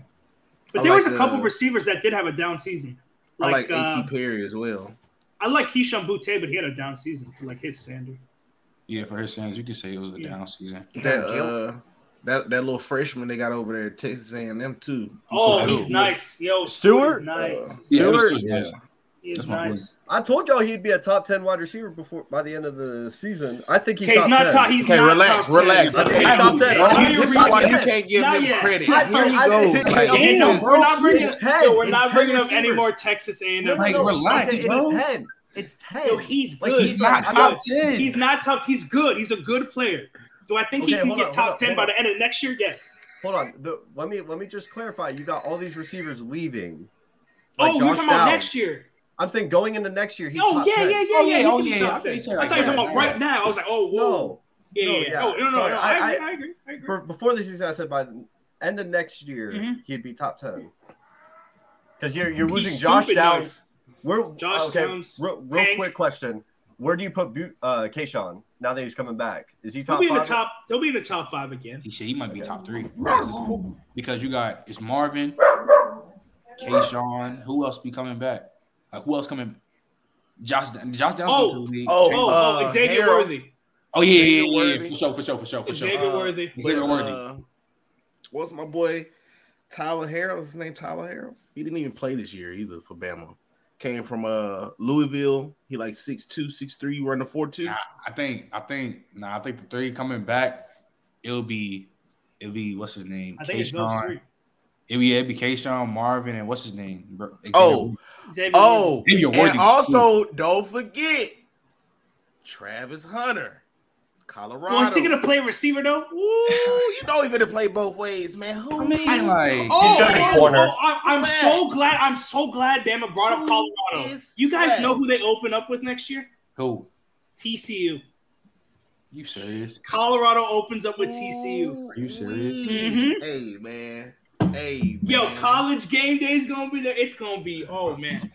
Speaker 1: but
Speaker 3: I
Speaker 1: there was
Speaker 3: like
Speaker 1: a couple
Speaker 3: the-
Speaker 1: receivers that did have a down season.
Speaker 3: I
Speaker 1: Like,
Speaker 3: like
Speaker 1: uh,
Speaker 3: At Perry as well.
Speaker 1: I like Keyshawn Butte, but he had a down season for like his standard.
Speaker 4: yeah, for his sins, you could say it was a
Speaker 1: Yeah.
Speaker 4: down season.
Speaker 3: That
Speaker 2: Jalen-
Speaker 3: uh, that that little freshman they got over there at Texas A&M too.
Speaker 1: Oh,
Speaker 4: Stewart.
Speaker 1: he's nice, yo.
Speaker 2: Stewart?
Speaker 1: Stewart's nice.
Speaker 3: Uh,
Speaker 4: Yeah, it was
Speaker 2: Stewart,
Speaker 4: still nice.
Speaker 1: He's
Speaker 4: That's my boy.
Speaker 1: nice.
Speaker 2: I told y'all he'd be a top ten wide receiver before by the end of the season. I think he's
Speaker 1: Okay, he's
Speaker 2: top
Speaker 1: not
Speaker 2: 10.
Speaker 1: top. He's
Speaker 3: Okay,
Speaker 1: not
Speaker 3: relax,
Speaker 1: top 10.
Speaker 3: relax.
Speaker 1: Okay,
Speaker 2: Okay, top 10.
Speaker 1: Why
Speaker 2: Why
Speaker 1: do you
Speaker 3: this is
Speaker 1: read
Speaker 3: why
Speaker 1: that?
Speaker 3: you can't give
Speaker 1: Not
Speaker 3: him
Speaker 1: yet.
Speaker 3: credit.
Speaker 1: Not
Speaker 3: Here he
Speaker 2: yet.
Speaker 3: goes.
Speaker 2: Okay,
Speaker 3: Like,
Speaker 2: okay,
Speaker 3: he
Speaker 1: Hey, no,
Speaker 3: is-
Speaker 1: we're not bringing,
Speaker 2: It's ten.
Speaker 1: yo, we're
Speaker 2: It's
Speaker 1: not
Speaker 2: ten
Speaker 1: bringing up any
Speaker 2: receivers.
Speaker 1: more Texas A&M.
Speaker 2: No, no,
Speaker 4: Like,
Speaker 2: no.
Speaker 4: relax,
Speaker 2: Okay,
Speaker 4: bro.
Speaker 2: It's ten. It's ten.
Speaker 1: Yo, he's
Speaker 2: Like,
Speaker 1: good.
Speaker 4: He's not
Speaker 1: I'm
Speaker 4: top
Speaker 1: good.
Speaker 4: ten.
Speaker 1: He's not top. He's good. He's a good player. Do I think he
Speaker 2: Okay,
Speaker 1: can
Speaker 2: hold
Speaker 1: get
Speaker 2: on,
Speaker 1: top
Speaker 2: hold on,
Speaker 1: ten
Speaker 2: hold
Speaker 1: by
Speaker 2: on.
Speaker 1: the end of next year? Yes.
Speaker 2: Hold on. The, let me let me just clarify. You got all these receivers leaving.
Speaker 1: oh, you're talking about next year.
Speaker 2: I'm saying going into next year. He's
Speaker 1: oh
Speaker 2: top
Speaker 1: yeah,
Speaker 2: 10.
Speaker 1: yeah, yeah,
Speaker 4: Oh,
Speaker 1: yeah.
Speaker 4: yeah,
Speaker 1: He
Speaker 4: oh,
Speaker 1: can be
Speaker 4: yeah,
Speaker 1: top
Speaker 4: I thought
Speaker 1: 10.
Speaker 4: you said
Speaker 1: I
Speaker 4: like
Speaker 1: thought you were
Speaker 4: that.
Speaker 1: talking about right now. I was like, oh, whoa.
Speaker 2: No.
Speaker 1: yeah,
Speaker 2: no,
Speaker 1: yeah.
Speaker 2: yeah.
Speaker 1: Oh, no, no,
Speaker 2: Sorry,
Speaker 1: no.
Speaker 2: I-
Speaker 1: I,
Speaker 2: I-
Speaker 1: agree. I agree. I agree.
Speaker 2: For, before the season, I said by the end of next year
Speaker 1: Mhm.
Speaker 2: he'd be top ten. Because you're you're
Speaker 1: He's
Speaker 2: losing Josh
Speaker 1: stupid
Speaker 2: Downs.
Speaker 1: nice.
Speaker 2: We're
Speaker 1: Josh
Speaker 2: okay,
Speaker 1: Downs,
Speaker 2: Real, real
Speaker 1: Tank.
Speaker 2: quick question: Where do you put Bu- uh, Kayshawn now that he's coming back? Is he
Speaker 1: He'll
Speaker 2: top
Speaker 1: be in the
Speaker 2: five?
Speaker 1: top. He'll be in the top five again.
Speaker 4: He should, he might be top three because it's- because you got it's Marvin, Kayshawn. Who else be coming back? Like who else coming? Josh, Josh Downs.
Speaker 1: Oh,
Speaker 4: going to the league.
Speaker 3: oh,
Speaker 4: Tank-
Speaker 1: Oh, oh,
Speaker 3: Uh,
Speaker 1: Xavier
Speaker 3: Harold.
Speaker 1: Worthy.
Speaker 4: oh yeah, yeah, yeah, yeah,
Speaker 3: Xavier
Speaker 4: for sure, for sure, for sure, for sure.
Speaker 1: Xavier
Speaker 3: Uh,
Speaker 1: Worthy.
Speaker 4: He's Xavier
Speaker 3: But,
Speaker 4: Worthy.
Speaker 3: uh, What's my boy Tyler Harrell? Is his name Tyler Harrell? He didn't even play this year either for Bama. Came from uh Louisville. He like 6'2, 6'3, running 4'2.
Speaker 4: Nah, I think, I think, nah, I think the three coming back, it'll be, it'll be what's his name?
Speaker 1: I think it's those
Speaker 4: Kayshawn.
Speaker 1: three.
Speaker 4: It'll be, it'll be Kayshawn, Marvin, and what's his name? bro?
Speaker 3: Oh.
Speaker 1: Xavier Worthy.
Speaker 3: Oh,
Speaker 4: Maybe a worthy-
Speaker 3: and also don't forget Travis Hunter, Colorado.
Speaker 1: Well, is he gonna play receiver though?
Speaker 3: Ooh, you know he's gonna play both ways, man. Who
Speaker 4: I mean, like,
Speaker 1: Oh,
Speaker 2: He's gonna be
Speaker 1: oh,
Speaker 2: corner.
Speaker 1: oh, I, I'm so glad. I'm so glad Bama brought up Colorado.
Speaker 3: Yes,
Speaker 1: You guys
Speaker 3: sir.
Speaker 1: know who they open up with next year?
Speaker 4: who?
Speaker 1: TCU.
Speaker 4: You serious?
Speaker 1: Colorado opens up with TCU.
Speaker 3: Ooh,
Speaker 4: Are you serious?
Speaker 3: wee. Hey, man. Hey,
Speaker 1: Yo,
Speaker 3: man.
Speaker 1: college game day is gonna be there. It's gonna be. Oh man,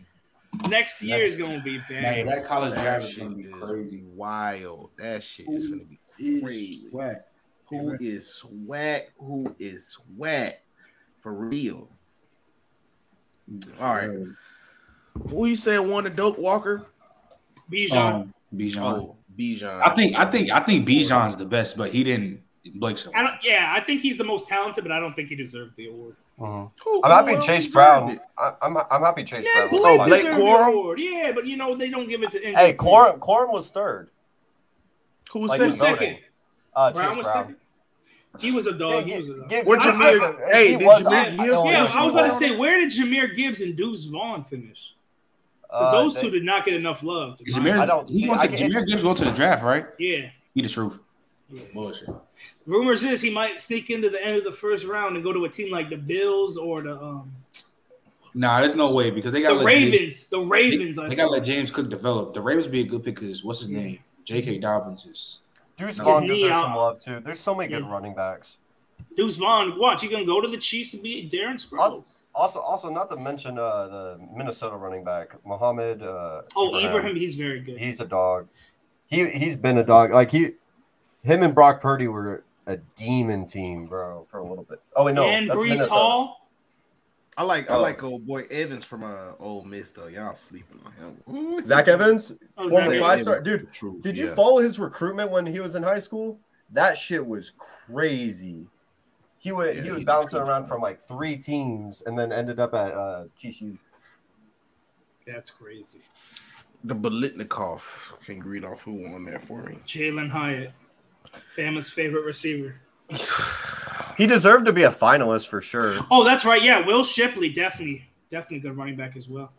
Speaker 1: next year is gonna be
Speaker 4: Hey,
Speaker 1: bad.
Speaker 4: that college
Speaker 3: That
Speaker 4: draft is
Speaker 3: shit
Speaker 4: gonna be
Speaker 3: is
Speaker 4: crazy.
Speaker 3: wild. That shit is gonna be crazy.
Speaker 4: Is whack.
Speaker 3: Who is swag? Who is swag? For real. All right. Who you say won the Dope Walker?
Speaker 1: Bijan.
Speaker 4: Um, Bijan.
Speaker 3: Oh, Bijan.
Speaker 4: I think I think I think Bijan's the best, but he didn't Blake's.
Speaker 1: I don't, yeah, I think he's the most talented, but I don't think he deserved the award.
Speaker 2: Mm-hmm.
Speaker 4: Uh-huh.
Speaker 3: Who-
Speaker 2: I'm
Speaker 3: who
Speaker 2: happy
Speaker 3: else
Speaker 2: Chase
Speaker 3: deserved
Speaker 2: Brown.
Speaker 3: it?
Speaker 2: I- I'm I'm happy Chase
Speaker 1: Yeah,
Speaker 2: Brown.
Speaker 1: Blake,
Speaker 2: Oh,
Speaker 3: Blake
Speaker 1: deserved
Speaker 3: Corum?
Speaker 1: the award. Yeah, but you know they don't give it to.
Speaker 2: Hey, Quorum Quorum was third.
Speaker 3: Who
Speaker 1: Who
Speaker 2: Like,
Speaker 3: said
Speaker 1: was
Speaker 2: you know
Speaker 3: so?
Speaker 2: that.
Speaker 1: second?
Speaker 2: Uh,
Speaker 1: Brown
Speaker 2: Chase
Speaker 1: was
Speaker 2: Brown.
Speaker 1: second. He was a
Speaker 2: Yeah,
Speaker 1: dog. He
Speaker 2: give-
Speaker 1: was a dog.
Speaker 2: give
Speaker 3: What
Speaker 2: Chase
Speaker 3: Jameer-
Speaker 2: Brown-
Speaker 3: hey,
Speaker 2: he
Speaker 3: did
Speaker 2: was
Speaker 3: Jameer
Speaker 2: on-
Speaker 3: Gibbs-
Speaker 2: on
Speaker 1: Yeah,
Speaker 2: this
Speaker 1: I was about to
Speaker 2: one.
Speaker 1: say, where did Jameer Gibbs and Deuce Vaughn finish? Because
Speaker 2: Uh,
Speaker 1: those
Speaker 2: they-
Speaker 1: two did not get enough love. to
Speaker 4: Is
Speaker 1: my-
Speaker 4: Jameer,
Speaker 2: I don't
Speaker 4: he
Speaker 2: see-
Speaker 4: wants
Speaker 2: I
Speaker 4: to,
Speaker 2: can-
Speaker 4: Jameer Gibbs go to the draft, right?
Speaker 1: Yeah.
Speaker 4: He the truth.
Speaker 1: yeah.
Speaker 4: Bullshit.
Speaker 1: Rumors is he might sneak into the end of the first round and go to a team like the Bills or the um,
Speaker 4: Nah, there's no way because they got
Speaker 1: the Ravens. The Ravens.
Speaker 4: They,
Speaker 1: I
Speaker 4: they
Speaker 1: saw.
Speaker 4: gotta let James Cook develop. The Ravens be a good pick because what's his name? J.K. Dobbins is
Speaker 2: Deuce
Speaker 4: His
Speaker 2: Vaughn
Speaker 1: knee
Speaker 2: deserves
Speaker 1: out.
Speaker 2: some love too. There's so many good
Speaker 1: Yeah.
Speaker 2: running backs.
Speaker 1: Deuce Vaughn. Watch, you gonna go to the Chiefs and beat Darren Sproles.
Speaker 2: Awesome. Also, also not to mention uh, the Minnesota running back Muhammad. Uh,
Speaker 1: Oh, Ibrahim. he's very good.
Speaker 2: He's a dog. He he's been a dog. Like he, him and Brock Purdy were a demon team, bro, for a little bit. Oh wait, no,
Speaker 1: and
Speaker 2: that's
Speaker 1: Brees
Speaker 2: Minnesota.
Speaker 1: Hall.
Speaker 3: I like I
Speaker 2: Oh.
Speaker 3: like old boy Evans from uh old Miss though. Y'all sleeping on him. Ooh.
Speaker 2: Zach Evans,
Speaker 1: Oh,
Speaker 2: Former
Speaker 1: Zach-
Speaker 2: five star dude.
Speaker 3: True,
Speaker 2: Did you
Speaker 3: yeah.
Speaker 2: follow his recruitment when he was in high school? That shit was crazy. He would
Speaker 3: Yeah,
Speaker 2: he
Speaker 3: he
Speaker 2: was bouncing
Speaker 3: was
Speaker 2: around
Speaker 3: good.
Speaker 2: from like three teams and then ended up at uh, TCU.
Speaker 1: That's crazy.
Speaker 3: the Belitnikov? Can you read off who won that for me?
Speaker 1: Jalen Hyatt, Bama's favorite receiver.
Speaker 2: He deserved to be a finalist for sure.
Speaker 1: Oh, that's right. Yeah, Will Shipley definitely, definitely good running back as well.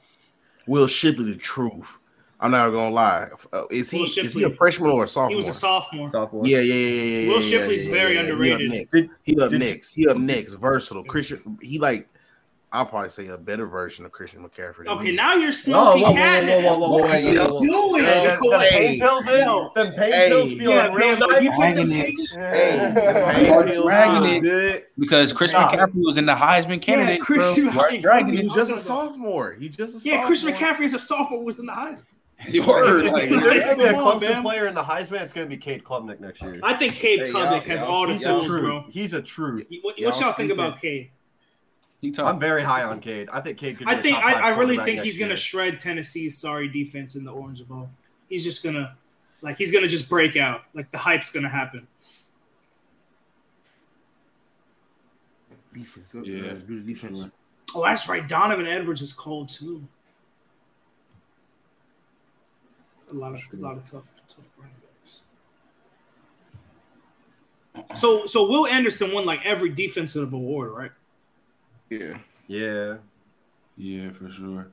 Speaker 3: Will Shipley, the truth. I'm not gonna lie. Uh, is he
Speaker 1: Will
Speaker 3: is he
Speaker 1: Shipley-
Speaker 3: a freshman or a sophomore?
Speaker 1: He was a sophomore.
Speaker 2: Sophomore.
Speaker 3: Yeah, yeah, yeah, yeah, yeah.
Speaker 1: Will
Speaker 3: yeah,
Speaker 1: Shipley's
Speaker 3: yeah,
Speaker 1: very
Speaker 3: yeah, yeah.
Speaker 1: underrated.
Speaker 3: He up next.
Speaker 2: Did-
Speaker 3: He up
Speaker 2: did-
Speaker 3: next. He up next. Versatile. Christian. He like. I'll probably say a better version of Christian McCaffrey. than
Speaker 1: Okay,
Speaker 3: me.
Speaker 1: now you're
Speaker 2: Oh, Whoa,
Speaker 1: snoopy
Speaker 2: whoa, whoa,
Speaker 1: cat.
Speaker 2: whoa, whoa, whoa, whoa,
Speaker 1: What are
Speaker 3: whoa,
Speaker 1: you
Speaker 3: whoa, whoa.
Speaker 1: doing?
Speaker 3: Hey,
Speaker 2: Hey, the, the pain pills in.
Speaker 1: No.
Speaker 2: The pain
Speaker 3: Hey.
Speaker 2: pills feeling
Speaker 1: Yeah,
Speaker 2: real
Speaker 1: man, but you
Speaker 2: nice.
Speaker 1: said the
Speaker 4: Dragon
Speaker 1: pain-
Speaker 4: is-
Speaker 3: Hey,
Speaker 2: (laughs) Hey,
Speaker 3: Hayden Hill's
Speaker 4: dragging
Speaker 3: doing
Speaker 4: it.
Speaker 3: good.
Speaker 4: because Chris
Speaker 2: Stop.
Speaker 4: McCaffrey was in the Heisman candidate.
Speaker 1: Yeah, Christian
Speaker 4: bro. Why
Speaker 1: McCaffrey.
Speaker 4: dragging it?
Speaker 3: He's just a sophomore. He just a
Speaker 1: Yeah,
Speaker 3: sophomore.
Speaker 1: Chris McCaffrey is a sophomore. Was in the Heisman.
Speaker 4: (laughs) You heard,
Speaker 1: (laughs)
Speaker 2: If
Speaker 4: like,
Speaker 2: There's gonna be a
Speaker 1: Come on,
Speaker 2: Clemson
Speaker 1: man.
Speaker 2: player in the Heisman. It's gonna be Cade Klubnik next year.
Speaker 1: I think Cade
Speaker 3: Hey,
Speaker 1: Klubnik
Speaker 3: y'all-
Speaker 1: has
Speaker 3: y'all
Speaker 1: all the
Speaker 2: He's
Speaker 3: see- y'all
Speaker 2: a
Speaker 1: tools,
Speaker 3: true.
Speaker 1: bro.
Speaker 2: truth. He's a truth.
Speaker 1: What, what
Speaker 3: Y'all
Speaker 1: y'all, think
Speaker 3: sleeping.
Speaker 1: about Cade?
Speaker 4: he tough.
Speaker 2: I'm very high on Cade. I think Cade could. Be
Speaker 1: I
Speaker 2: a
Speaker 1: think
Speaker 2: top
Speaker 1: I,
Speaker 2: five
Speaker 1: I really
Speaker 2: quarterback
Speaker 1: think
Speaker 2: next
Speaker 1: he's gonna
Speaker 2: year.
Speaker 1: shred Tennessee's sorry defense in the Orange Bowl. He's just gonna like he's gonna just break out. Like the hype's gonna happen.
Speaker 3: Defense.
Speaker 4: Yeah.
Speaker 3: Yeah, good defense.
Speaker 1: Oh, that's right. Donovan Edwards is cold too. A lot of a lot of tough tough running backs. So so Will Anderson won like every defensive award, right?
Speaker 3: Yeah.
Speaker 2: Yeah.
Speaker 4: Yeah, for sure.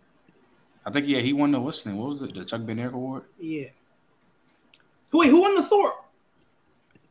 Speaker 4: I think yeah, he won the what's his name? What was the, the Chuck Benair Award?
Speaker 1: Yeah. Wait, who won the Thor?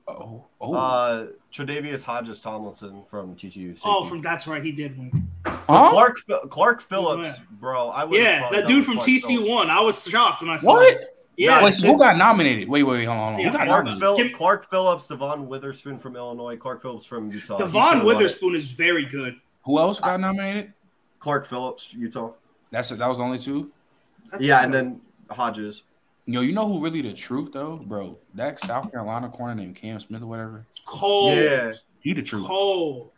Speaker 4: Oh, oh,
Speaker 2: Uh, Tre'Davious Hodges Tomlinson from TCU. safety.
Speaker 1: Oh, from that's right, he did win.
Speaker 4: huh?
Speaker 2: Clark Phil- Clark Phillips, bro. I would.
Speaker 1: Yeah, that dude from TC one. I was shocked when I saw
Speaker 4: What?
Speaker 1: it. Yeah,
Speaker 4: Wait, so who got nominated? Wait, wait, wait, hold on, hold on.
Speaker 1: Yeah,
Speaker 4: Who got
Speaker 2: Clark,
Speaker 4: nominated?
Speaker 2: Phil-
Speaker 1: Give-
Speaker 2: Clark Phillips, Devon Witherspoon from Illinois, Clark Phillips from Utah. He should've
Speaker 1: Devon
Speaker 2: won it.
Speaker 1: Witherspoon is very good.
Speaker 4: Who else got nominated?
Speaker 2: Clark Phillips, Utah.
Speaker 4: That's it. That was the only two.
Speaker 1: That's
Speaker 2: Yeah,
Speaker 1: good.
Speaker 2: and then Hodges.
Speaker 4: Yo, you know who really the truth though, bro? That South Carolina corner named Cam Smith or whatever.
Speaker 1: cold,
Speaker 2: Yeah.
Speaker 4: He the truth.
Speaker 1: cold,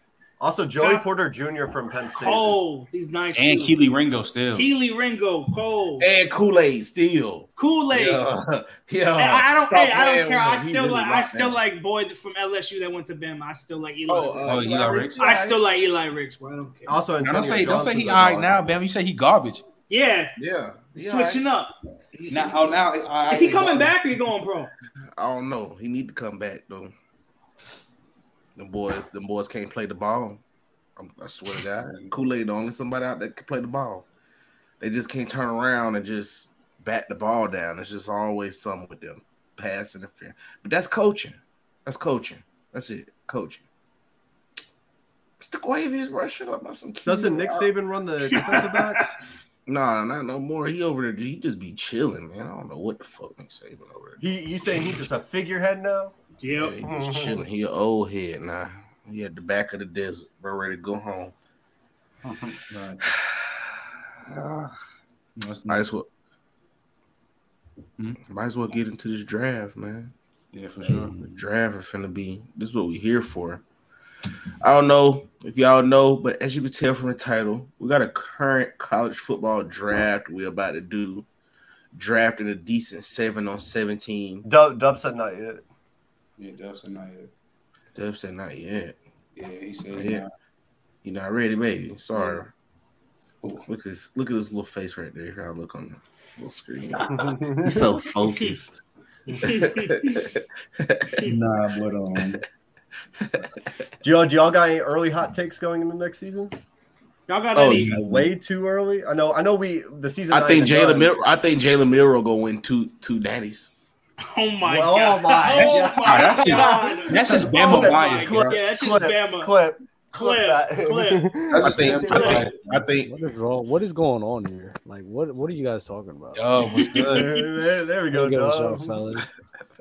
Speaker 2: Also, Joey
Speaker 1: South-
Speaker 2: Porter Jr. from Penn State. is-
Speaker 1: cold. He's nice.
Speaker 4: and
Speaker 1: too.
Speaker 4: Keely Ringo still.
Speaker 1: Keely Ringo, cold,
Speaker 3: And Kool Aid still.
Speaker 1: Kool Aid.
Speaker 3: Yeah. (laughs) yeah.
Speaker 1: I, I don't.
Speaker 3: Stop
Speaker 1: Hey, I
Speaker 3: playing
Speaker 1: don't
Speaker 3: with
Speaker 1: care. I
Speaker 3: him. He
Speaker 1: still
Speaker 3: really
Speaker 1: like. I
Speaker 3: rocked
Speaker 1: still
Speaker 3: that.
Speaker 1: like boy from LSU that went to Bama. I still like Eli.
Speaker 3: Oh,
Speaker 1: Ricks.
Speaker 3: uh,
Speaker 4: Oh, Eli Ricks?
Speaker 1: I still like Eli Ricks, bro. I don't care.
Speaker 2: Also,
Speaker 4: Now,
Speaker 2: Antonio
Speaker 4: don't say don't say
Speaker 2: Johnson's
Speaker 4: he
Speaker 2: a
Speaker 4: all right
Speaker 2: dog.
Speaker 4: now, man. You say he garbage.
Speaker 1: Yeah,
Speaker 3: Yeah. Yeah,
Speaker 1: switching up.
Speaker 3: I-
Speaker 4: Now, oh, now it's all
Speaker 1: Is he
Speaker 4: right.
Speaker 1: coming back or you going pro?
Speaker 3: I don't know. He need to come back though. The boys, the boys can't play the ball. I'm, I swear
Speaker 5: (laughs)
Speaker 3: to God, Kool Aid the only somebody out that can play the ball. They just can't turn around and just bat the ball down. It's just always something with them pass interference. But that's coaching. That's coaching. That's it. Coaching. Mr. Quavius, bro, shut up. about some kid.
Speaker 5: Doesn't Nick Saban run
Speaker 1: (laughs)
Speaker 5: the defensive backs?
Speaker 3: Nah, not no more. He over there. He just be chilling, man. I don't know what the fuck Nick Saban over there.
Speaker 2: He, you saying he's just a figurehead now?
Speaker 1: Yep.
Speaker 3: Yeah,
Speaker 4: Mm-hmm.
Speaker 3: he was chilling. He an old head now. He at the back of the desert, bro, ready to go home.
Speaker 4: (laughs) Right. (sighs) No, it's
Speaker 3: Might
Speaker 4: not.
Speaker 3: as well.
Speaker 4: Hmm?
Speaker 3: Might as well get into this draft, man.
Speaker 4: Yeah, for sure.
Speaker 3: The draft is finna be. This is what we here for. I don't know if y'all know, but as you can tell from the title, we got a current college football draft we're about to do. drafting a decent seven on seventeen.
Speaker 2: Dub, Dub said not yet. (laughs)
Speaker 4: Yeah, Dubs said not yet.
Speaker 3: Dub said not yet.
Speaker 4: Yeah, he said
Speaker 3: Yeah.
Speaker 4: yeah.
Speaker 3: You're not ready, baby. Sorry.
Speaker 4: Ooh.
Speaker 3: Look at this. Look at this little face right there. If I look on the little screen, he's so focused.
Speaker 4: Nah, but um,
Speaker 2: Do y'all, do y'all got any early hot takes going into next season?
Speaker 1: (laughs) Y'all got
Speaker 3: Oh,
Speaker 1: any?
Speaker 2: Way too early. I know. I know. We the season.
Speaker 3: (laughs) I
Speaker 2: not
Speaker 3: think
Speaker 2: even
Speaker 3: Jalen.
Speaker 2: done.
Speaker 3: Mil- I think Jalen Milrow gonna win two two daddies.
Speaker 1: Oh my
Speaker 2: Well,
Speaker 1: god!
Speaker 2: oh my
Speaker 1: Oh
Speaker 2: God.
Speaker 1: my
Speaker 4: That's just-
Speaker 1: God.
Speaker 4: that's just Bama
Speaker 1: Oh my
Speaker 4: bias,
Speaker 1: God.
Speaker 4: bro.
Speaker 1: Yeah, that's just
Speaker 2: clip,
Speaker 1: Bama.
Speaker 2: clip,
Speaker 1: Clip,
Speaker 2: that.
Speaker 1: clip.
Speaker 2: (laughs)
Speaker 3: I think. I think. I think.
Speaker 6: What is wrong? What is going on here? Like, what what are you guys talking about?
Speaker 4: Dub was Oh, good.
Speaker 2: (laughs) there, there we go,
Speaker 6: Give it a
Speaker 2: Dub.
Speaker 6: shot, fellas.
Speaker 2: (laughs)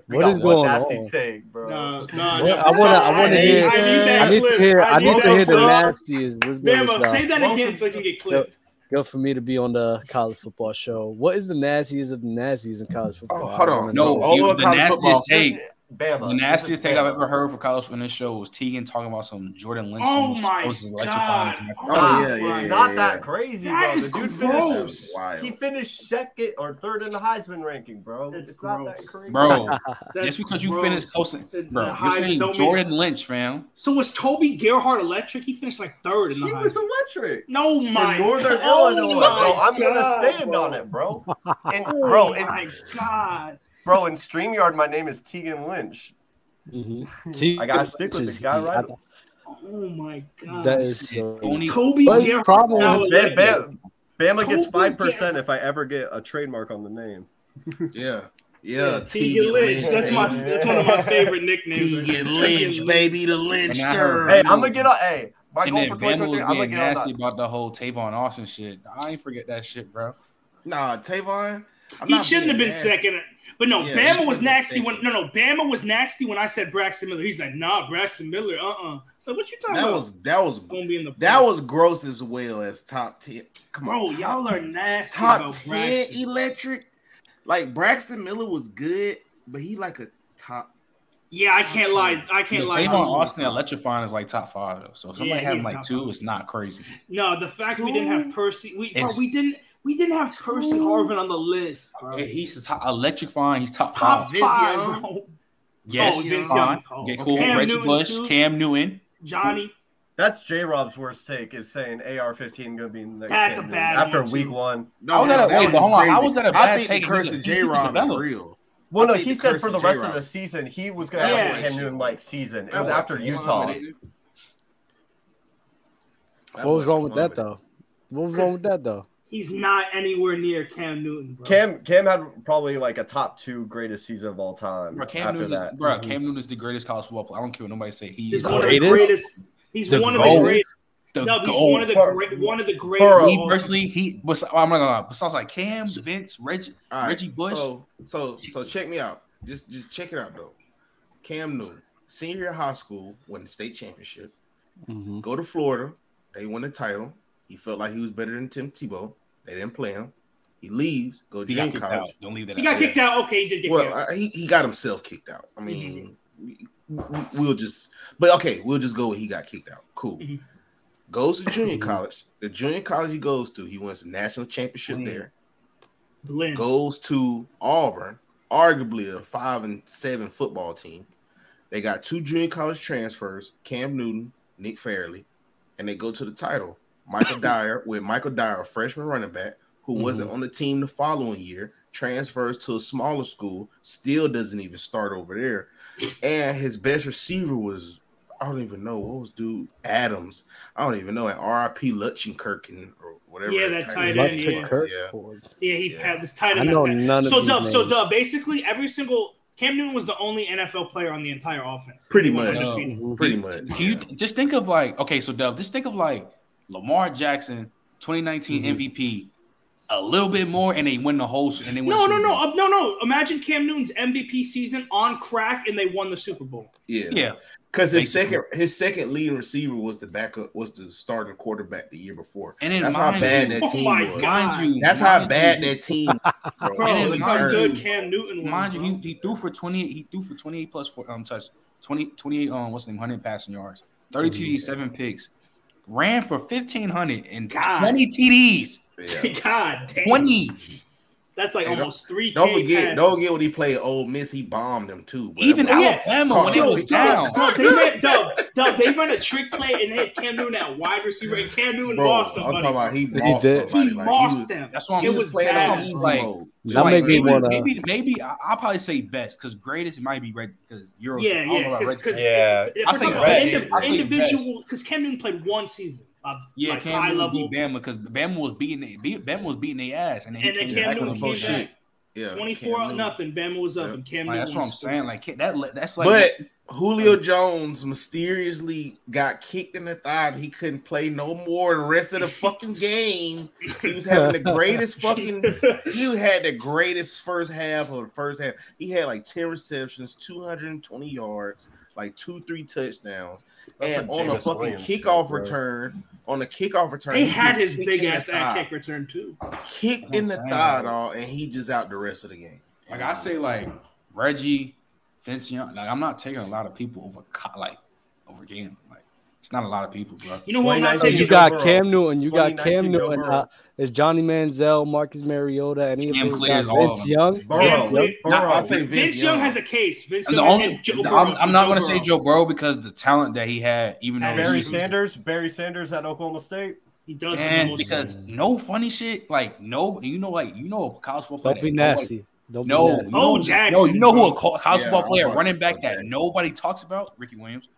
Speaker 2: We
Speaker 6: What
Speaker 2: got
Speaker 6: is
Speaker 2: one
Speaker 6: going
Speaker 2: nasty
Speaker 6: on?
Speaker 2: take, bro.
Speaker 1: Nah, nah,
Speaker 6: Well,
Speaker 1: nah.
Speaker 6: I wanna- I
Speaker 1: Nah,
Speaker 6: wanna
Speaker 1: need-
Speaker 6: hear-
Speaker 1: I need that
Speaker 6: I need to
Speaker 1: clip.
Speaker 6: hear. I need to hear
Speaker 1: that
Speaker 6: the
Speaker 1: clip.
Speaker 6: nastiest Wisdom
Speaker 1: Bama, say that again so I can get clipped.
Speaker 6: Go for me to be on the college football show. What is the nastiest of the nastiest in college football?
Speaker 3: Oh, hold
Speaker 6: I
Speaker 3: on.
Speaker 6: wanna
Speaker 4: No,
Speaker 6: know.
Speaker 3: all
Speaker 4: you-
Speaker 3: of
Speaker 4: the
Speaker 3: college
Speaker 4: nastiest
Speaker 3: football-
Speaker 4: take.
Speaker 2: Bama.
Speaker 4: The nastiest thing I've ever heard for college for this show was Tegan talking about some Jordan Lynch.
Speaker 1: Oh
Speaker 4: song.
Speaker 1: my
Speaker 4: It was electrifying.
Speaker 1: god!
Speaker 2: Stop.
Speaker 1: Oh
Speaker 3: yeah, yeah,
Speaker 1: my
Speaker 2: it's
Speaker 3: yeah,
Speaker 2: not
Speaker 3: yeah.
Speaker 2: that crazy,
Speaker 1: That
Speaker 2: bro.
Speaker 1: is
Speaker 2: the dude
Speaker 1: gross.
Speaker 2: finished,
Speaker 3: That's wild.
Speaker 2: he finished second or third in the Heisman ranking, bro.
Speaker 1: That's
Speaker 2: it's not that
Speaker 1: gross.
Speaker 2: crazy.
Speaker 4: Bro,
Speaker 1: That's
Speaker 4: just because you
Speaker 1: gross.
Speaker 4: finished close, to-
Speaker 1: The- the
Speaker 4: bro, you're
Speaker 1: highs
Speaker 4: saying
Speaker 1: don't mean-
Speaker 4: Jordan Lynch, fam.
Speaker 1: So was Toby Gerhardt electric? He finished like third in
Speaker 2: he
Speaker 1: the
Speaker 2: was
Speaker 1: Heisman.
Speaker 2: electric.
Speaker 1: No, my
Speaker 2: in Northern
Speaker 1: (laughs) oh my
Speaker 2: Illinois, bro. I'm
Speaker 1: God,
Speaker 2: gonna stand
Speaker 1: bro.
Speaker 2: on it, (laughs) bro. And
Speaker 1: Oh
Speaker 2: bro, in,
Speaker 1: my god!
Speaker 2: bro, in Streamyard, my name is Tegan Lynch.
Speaker 6: Mhm.
Speaker 2: I gotta stick with the guy, right?
Speaker 1: Oh my god!
Speaker 6: That is so.
Speaker 4: Only
Speaker 1: Toby
Speaker 6: What is the
Speaker 1: Gerhardt.
Speaker 6: problem
Speaker 1: now
Speaker 6: with-
Speaker 2: Bam,
Speaker 1: electric.
Speaker 2: Bam, Bama gets
Speaker 1: Totally
Speaker 2: five percent if I ever get a trademark on the name.
Speaker 3: Yeah.
Speaker 1: Yeah,
Speaker 3: Yeah.
Speaker 1: Tegan Lynch. That's my. That's one of my favorite nicknames.
Speaker 3: Tegan
Speaker 1: Tegan
Speaker 3: Lynch, baby, the Lynch
Speaker 4: And I
Speaker 3: girl.
Speaker 4: heard-
Speaker 2: Hey, I'm gonna get on. Hey, my
Speaker 4: and
Speaker 2: goal
Speaker 4: then
Speaker 2: for
Speaker 4: Bama
Speaker 2: 2023,
Speaker 4: was
Speaker 2: I'm gonna
Speaker 4: getting
Speaker 2: get
Speaker 4: nasty
Speaker 2: on that.
Speaker 4: about the whole Tavon Austin shit. I ain't forget that shit, bro.
Speaker 3: Nah, Tavon. I'm
Speaker 1: He
Speaker 3: not
Speaker 1: shouldn't have
Speaker 3: being
Speaker 1: been
Speaker 3: nasty.
Speaker 1: second. But no,
Speaker 3: Yeah, he
Speaker 1: Bama
Speaker 3: shouldn't
Speaker 1: was
Speaker 3: have been
Speaker 1: nasty when
Speaker 3: second.
Speaker 1: no no Bama was nasty when I said Braxton Miller. He's like, nah, Braxton Miller, uh uh So what you talking
Speaker 3: That
Speaker 1: about?
Speaker 3: was that was
Speaker 1: gonna be in the
Speaker 3: that
Speaker 1: playoffs.
Speaker 3: was gross as well as top ten. Come on,
Speaker 1: bro.
Speaker 3: top-
Speaker 1: Y'all are nasty
Speaker 3: top
Speaker 1: about
Speaker 3: ten
Speaker 1: Braxton.
Speaker 3: electric. Like Braxton Miller was good, but he like a top.
Speaker 1: Yeah, I can't lie. I
Speaker 4: The
Speaker 1: can't lie.
Speaker 4: Tavon Austin electrifying is like top five though. So if somebody
Speaker 1: Yeah,
Speaker 4: having
Speaker 1: he's
Speaker 4: like
Speaker 1: top
Speaker 4: two,
Speaker 1: five.
Speaker 4: it's not crazy.
Speaker 1: No, the fact we didn't have Percy, we bro,
Speaker 4: It's-
Speaker 1: we didn't we didn't have Percy Harvin on the list. Bro.
Speaker 4: He's the top electrifying. He's top
Speaker 1: Top
Speaker 4: five.
Speaker 3: Vince
Speaker 1: five,
Speaker 3: Young.
Speaker 1: bro.
Speaker 4: Yes,
Speaker 1: oh, Vince
Speaker 4: fine.
Speaker 1: Young. Oh,
Speaker 4: Get
Speaker 1: okay.
Speaker 4: cool.
Speaker 1: Cam
Speaker 4: Reggie
Speaker 1: Newton,
Speaker 4: Bush,
Speaker 1: too.
Speaker 4: Cam Newton.
Speaker 1: Johnny.
Speaker 2: That's J Rob's worst take is saying AR-15 gonna be in the next.
Speaker 1: That's a
Speaker 2: game,
Speaker 1: bad
Speaker 2: after
Speaker 1: one,
Speaker 2: week
Speaker 1: too.
Speaker 2: one.
Speaker 3: No,
Speaker 4: I was
Speaker 1: at a-
Speaker 3: that
Speaker 4: wait, but hold on, I
Speaker 3: crazy.
Speaker 4: was at a
Speaker 3: I
Speaker 4: bad
Speaker 3: think
Speaker 4: take.
Speaker 3: the curse of
Speaker 4: He's a- he's
Speaker 3: J.
Speaker 4: a
Speaker 3: Rob is
Speaker 4: developer.
Speaker 3: real.
Speaker 2: Well,
Speaker 3: I
Speaker 2: no,
Speaker 3: think
Speaker 2: he
Speaker 3: the
Speaker 2: said
Speaker 3: curse
Speaker 2: for
Speaker 3: of
Speaker 2: the rest of
Speaker 3: J-Rob.
Speaker 2: the season he was gonna
Speaker 1: Yeah.
Speaker 2: have a Cam Newton like season. It was after Utah.
Speaker 6: What was wrong with that though? What was wrong with that though?
Speaker 1: He's not anywhere near Cam Newton, bro.
Speaker 2: Cam Cam had probably like a top two greatest season of all time.
Speaker 4: Bro, Cam
Speaker 2: after
Speaker 4: Newton is,
Speaker 2: that,
Speaker 4: bro, Cam Newton is the greatest college football player. I don't care what nobody say. He
Speaker 1: he's
Speaker 4: is
Speaker 6: the
Speaker 1: one of the
Speaker 6: greatest?
Speaker 1: greatest. He's
Speaker 4: The
Speaker 1: one of the
Speaker 4: GOAT.
Speaker 1: greatest.
Speaker 4: the
Speaker 1: No, he's
Speaker 4: GOAT.
Speaker 1: one of the
Speaker 2: Burrow.
Speaker 1: great, one of the greatest.
Speaker 2: Burrow.
Speaker 1: of
Speaker 4: He
Speaker 1: all-
Speaker 4: personally, he was. I'm not gonna lie. Besides, like Cam, Vince, Reggie,
Speaker 3: All right,
Speaker 4: Reggie Bush.
Speaker 3: So, so, so check me out. Just, just check it out though. Cam Newton, senior year of high school, won the state championship.
Speaker 6: Mm-hmm.
Speaker 3: Go to Florida, they won the title. He felt like he was better than Tim Tebow. They didn't play him. He leaves. Go to
Speaker 4: he got
Speaker 3: junior
Speaker 4: kicked out.
Speaker 3: college.
Speaker 4: Don't leave that.
Speaker 1: He
Speaker 4: out.
Speaker 1: got kicked out. Okay, he did get kicked
Speaker 3: Well,
Speaker 1: out.
Speaker 3: I, he he got himself kicked out. I mean, we, we- we'll just, but okay, we'll just go. with He got kicked out. Cool.
Speaker 1: Mhm.
Speaker 3: Goes to junior
Speaker 6: Mhm.
Speaker 3: college. The junior college he goes to, he wins the national championship
Speaker 4: Mhm.
Speaker 3: there.
Speaker 1: Lynn.
Speaker 3: goes to Auburn, arguably a five and seven football team. They got two junior college transfers, Cam Newton, Nick Fairley, and they go to the title. Michael Dyer with Michael Dyer, a freshman running back who wasn't on the team the following year, transfers to a smaller school, still doesn't even start over there, and his best receiver was. I don't even know what was dude Adams. I don't even know. And RIP Lutchenkirken or whatever.
Speaker 1: Yeah, that tight
Speaker 3: was.
Speaker 1: end, yeah.
Speaker 3: Yeah.
Speaker 1: Yeah, he
Speaker 3: Yeah.
Speaker 1: had this tight
Speaker 6: I
Speaker 1: end.
Speaker 6: know
Speaker 1: that-
Speaker 6: none of
Speaker 1: so
Speaker 6: these
Speaker 1: dub, so
Speaker 6: names.
Speaker 1: dub. Basically, every single Cam Newton was the only NFL player on the entire offense.
Speaker 3: Pretty
Speaker 1: He went
Speaker 3: much.
Speaker 1: undefeated.
Speaker 6: Mm-hmm.
Speaker 3: pretty much.
Speaker 4: Can you just think of like okay, so Dub, just think of like Lamar Jackson, 2019 MVP, a little bit more, and they win the whole. And they win
Speaker 1: No,
Speaker 4: the
Speaker 1: no,
Speaker 4: Super
Speaker 1: no,
Speaker 4: Bowl.
Speaker 1: uh, no, no. Imagine Cam Newton's MVP season on crack, and they won the Super Bowl.
Speaker 3: Yeah.
Speaker 4: Yeah,
Speaker 3: Because his
Speaker 4: Basically.
Speaker 3: second his second leading receiver was the backup was the starting quarterback the year before.
Speaker 4: and then
Speaker 3: That's how
Speaker 4: mind
Speaker 3: bad
Speaker 4: you,
Speaker 3: that
Speaker 1: Oh
Speaker 3: team
Speaker 1: my
Speaker 3: was.
Speaker 1: God.
Speaker 4: mind you,
Speaker 3: That's how
Speaker 4: mind
Speaker 3: bad
Speaker 4: you-
Speaker 3: that
Speaker 1: (laughs)
Speaker 3: team. Bro,
Speaker 1: Bro,
Speaker 4: And then
Speaker 1: look
Speaker 4: mind
Speaker 1: how
Speaker 4: you-
Speaker 1: good Cam Newton was.
Speaker 4: Mind you,
Speaker 1: bro.
Speaker 4: he, he threw for 28. He threw for 28 plus four um touch 20 28 um what's the name 100 passing yards, 32 TDs, seven picks, ran for 1500 and
Speaker 1: God.
Speaker 4: 20 TDs,
Speaker 1: (laughs)
Speaker 3: Yeah.
Speaker 1: God damn.
Speaker 4: 20.
Speaker 1: That's like
Speaker 3: Hey, don't-
Speaker 1: almost three.
Speaker 3: Don't forget, don't forget when he played Ole Miss, he bombed him too. bro.
Speaker 4: Even
Speaker 1: Yeah.
Speaker 4: Alabama when they
Speaker 3: Yo,
Speaker 4: was
Speaker 3: yo,
Speaker 4: down.
Speaker 1: Dub, they ran, dub, dub, they ran a trick play and they had Cam Newton at wide receiver and Cam Newton
Speaker 3: Bro,
Speaker 1: lost
Speaker 3: I'm
Speaker 1: somebody.
Speaker 3: talking about he
Speaker 6: He
Speaker 3: lost
Speaker 6: did.
Speaker 1: he
Speaker 3: somebody. like,
Speaker 1: lost
Speaker 3: he was,
Speaker 1: them.
Speaker 4: That's what I'm
Speaker 1: It
Speaker 3: he
Speaker 4: saying.
Speaker 1: was
Speaker 3: playing
Speaker 1: bad.
Speaker 3: on
Speaker 4: That's
Speaker 3: easy
Speaker 4: what I'm like.
Speaker 3: mode.
Speaker 6: That
Speaker 4: like,
Speaker 6: made me
Speaker 4: maybe,
Speaker 6: wanna-
Speaker 4: maybe, maybe I, I'll probably say best because greatest might be right because Euros.
Speaker 1: Yeah,
Speaker 4: I don't know
Speaker 1: yeah,
Speaker 4: about
Speaker 1: because
Speaker 4: Red-
Speaker 2: Yeah.
Speaker 1: if
Speaker 4: I
Speaker 1: we're
Speaker 4: say
Speaker 1: talking about
Speaker 4: best.
Speaker 1: indi-
Speaker 4: I say
Speaker 1: individual, because Cam Newton played one season of
Speaker 4: yeah,
Speaker 1: like, high
Speaker 4: Cam Newton
Speaker 1: level,
Speaker 4: beat Bama because Bama was beating they, beat, Bama was beating their ass, and then he
Speaker 1: and then
Speaker 4: came
Speaker 1: Cam
Speaker 4: back
Speaker 1: Newton came
Speaker 4: with the
Speaker 3: full
Speaker 1: back
Speaker 4: shit.
Speaker 3: shit. Yeah, Cam
Speaker 1: twenty-four oh
Speaker 3: Newton.
Speaker 1: nothing. Bama was up
Speaker 3: Yeah.
Speaker 1: and Cam
Speaker 4: Like,
Speaker 1: Newton.
Speaker 4: that's what I'm
Speaker 1: scored.
Speaker 4: saying. Like that, that's like
Speaker 3: But Julio Jones mysteriously got kicked in the thigh. and He couldn't play no more the rest of the fucking game. He was having the greatest fucking. He had the greatest first half of the first half. He had like ten receptions, two hundred and twenty yards, like two three touchdowns,
Speaker 2: That's some
Speaker 3: and on a
Speaker 2: Jameis
Speaker 3: fucking
Speaker 2: Williams shit,
Speaker 3: kickoff
Speaker 2: bro.
Speaker 3: return. On a kickoff return,
Speaker 1: They
Speaker 3: he
Speaker 1: had
Speaker 3: was
Speaker 1: his
Speaker 3: kicked
Speaker 1: big
Speaker 3: in the
Speaker 1: ass at
Speaker 3: thigh.
Speaker 1: kick return too.
Speaker 3: kicked in the
Speaker 4: That's what I'm
Speaker 3: thigh,
Speaker 4: saying.
Speaker 3: dog, and he just out the rest of the game.
Speaker 4: Like I say, like Reggie, Vince Young. Like I'm not taking a lot of people over, co- like over Cam. Like it's not a lot of people, bro.
Speaker 1: You know who I'm not
Speaker 3: 2019
Speaker 1: taking?
Speaker 6: You
Speaker 3: Joe
Speaker 6: got
Speaker 3: Burrow.
Speaker 6: Cam Newton. You got
Speaker 3: 2019
Speaker 6: Cam
Speaker 3: Joe
Speaker 6: Newton.
Speaker 3: Burrow.
Speaker 6: Uh, is Johnny Manziel, Marcus Mariota, any of
Speaker 4: Cam
Speaker 6: those
Speaker 4: clears
Speaker 6: guys?
Speaker 4: all
Speaker 6: Vince
Speaker 4: of them.
Speaker 6: Young.
Speaker 1: Cam
Speaker 5: Burrow,
Speaker 1: Newton-
Speaker 3: Burrow, I
Speaker 5: Burrow.
Speaker 3: say
Speaker 1: Vince, Young has a case. Vince
Speaker 4: And the
Speaker 1: Young
Speaker 4: only,
Speaker 1: and Joe
Speaker 4: the-
Speaker 1: Burrow,
Speaker 4: I'm, I'm not
Speaker 1: Joe
Speaker 4: going to say
Speaker 1: Burrow.
Speaker 4: Joe Burrow because the talent that he had, even though
Speaker 1: And
Speaker 4: he
Speaker 2: Barry
Speaker 4: was-
Speaker 2: Sanders, Barry Sanders at Oklahoma State.
Speaker 1: He does have the
Speaker 4: and
Speaker 1: most-
Speaker 4: because no funny shit, like no, you know, like you know, a college football.
Speaker 6: Don't
Speaker 4: player
Speaker 6: be
Speaker 4: that nobody-
Speaker 6: nasty. Don't
Speaker 4: No, you
Speaker 6: be nasty. (laughs)
Speaker 1: Oh,
Speaker 4: know-
Speaker 1: Jackson,
Speaker 4: No, you know who
Speaker 1: bro.
Speaker 4: a co- college
Speaker 3: Yeah,
Speaker 4: football
Speaker 3: I
Speaker 4: player,
Speaker 3: watched
Speaker 4: running back that
Speaker 3: Jackson.
Speaker 4: nobody talks about, Ricky Williams.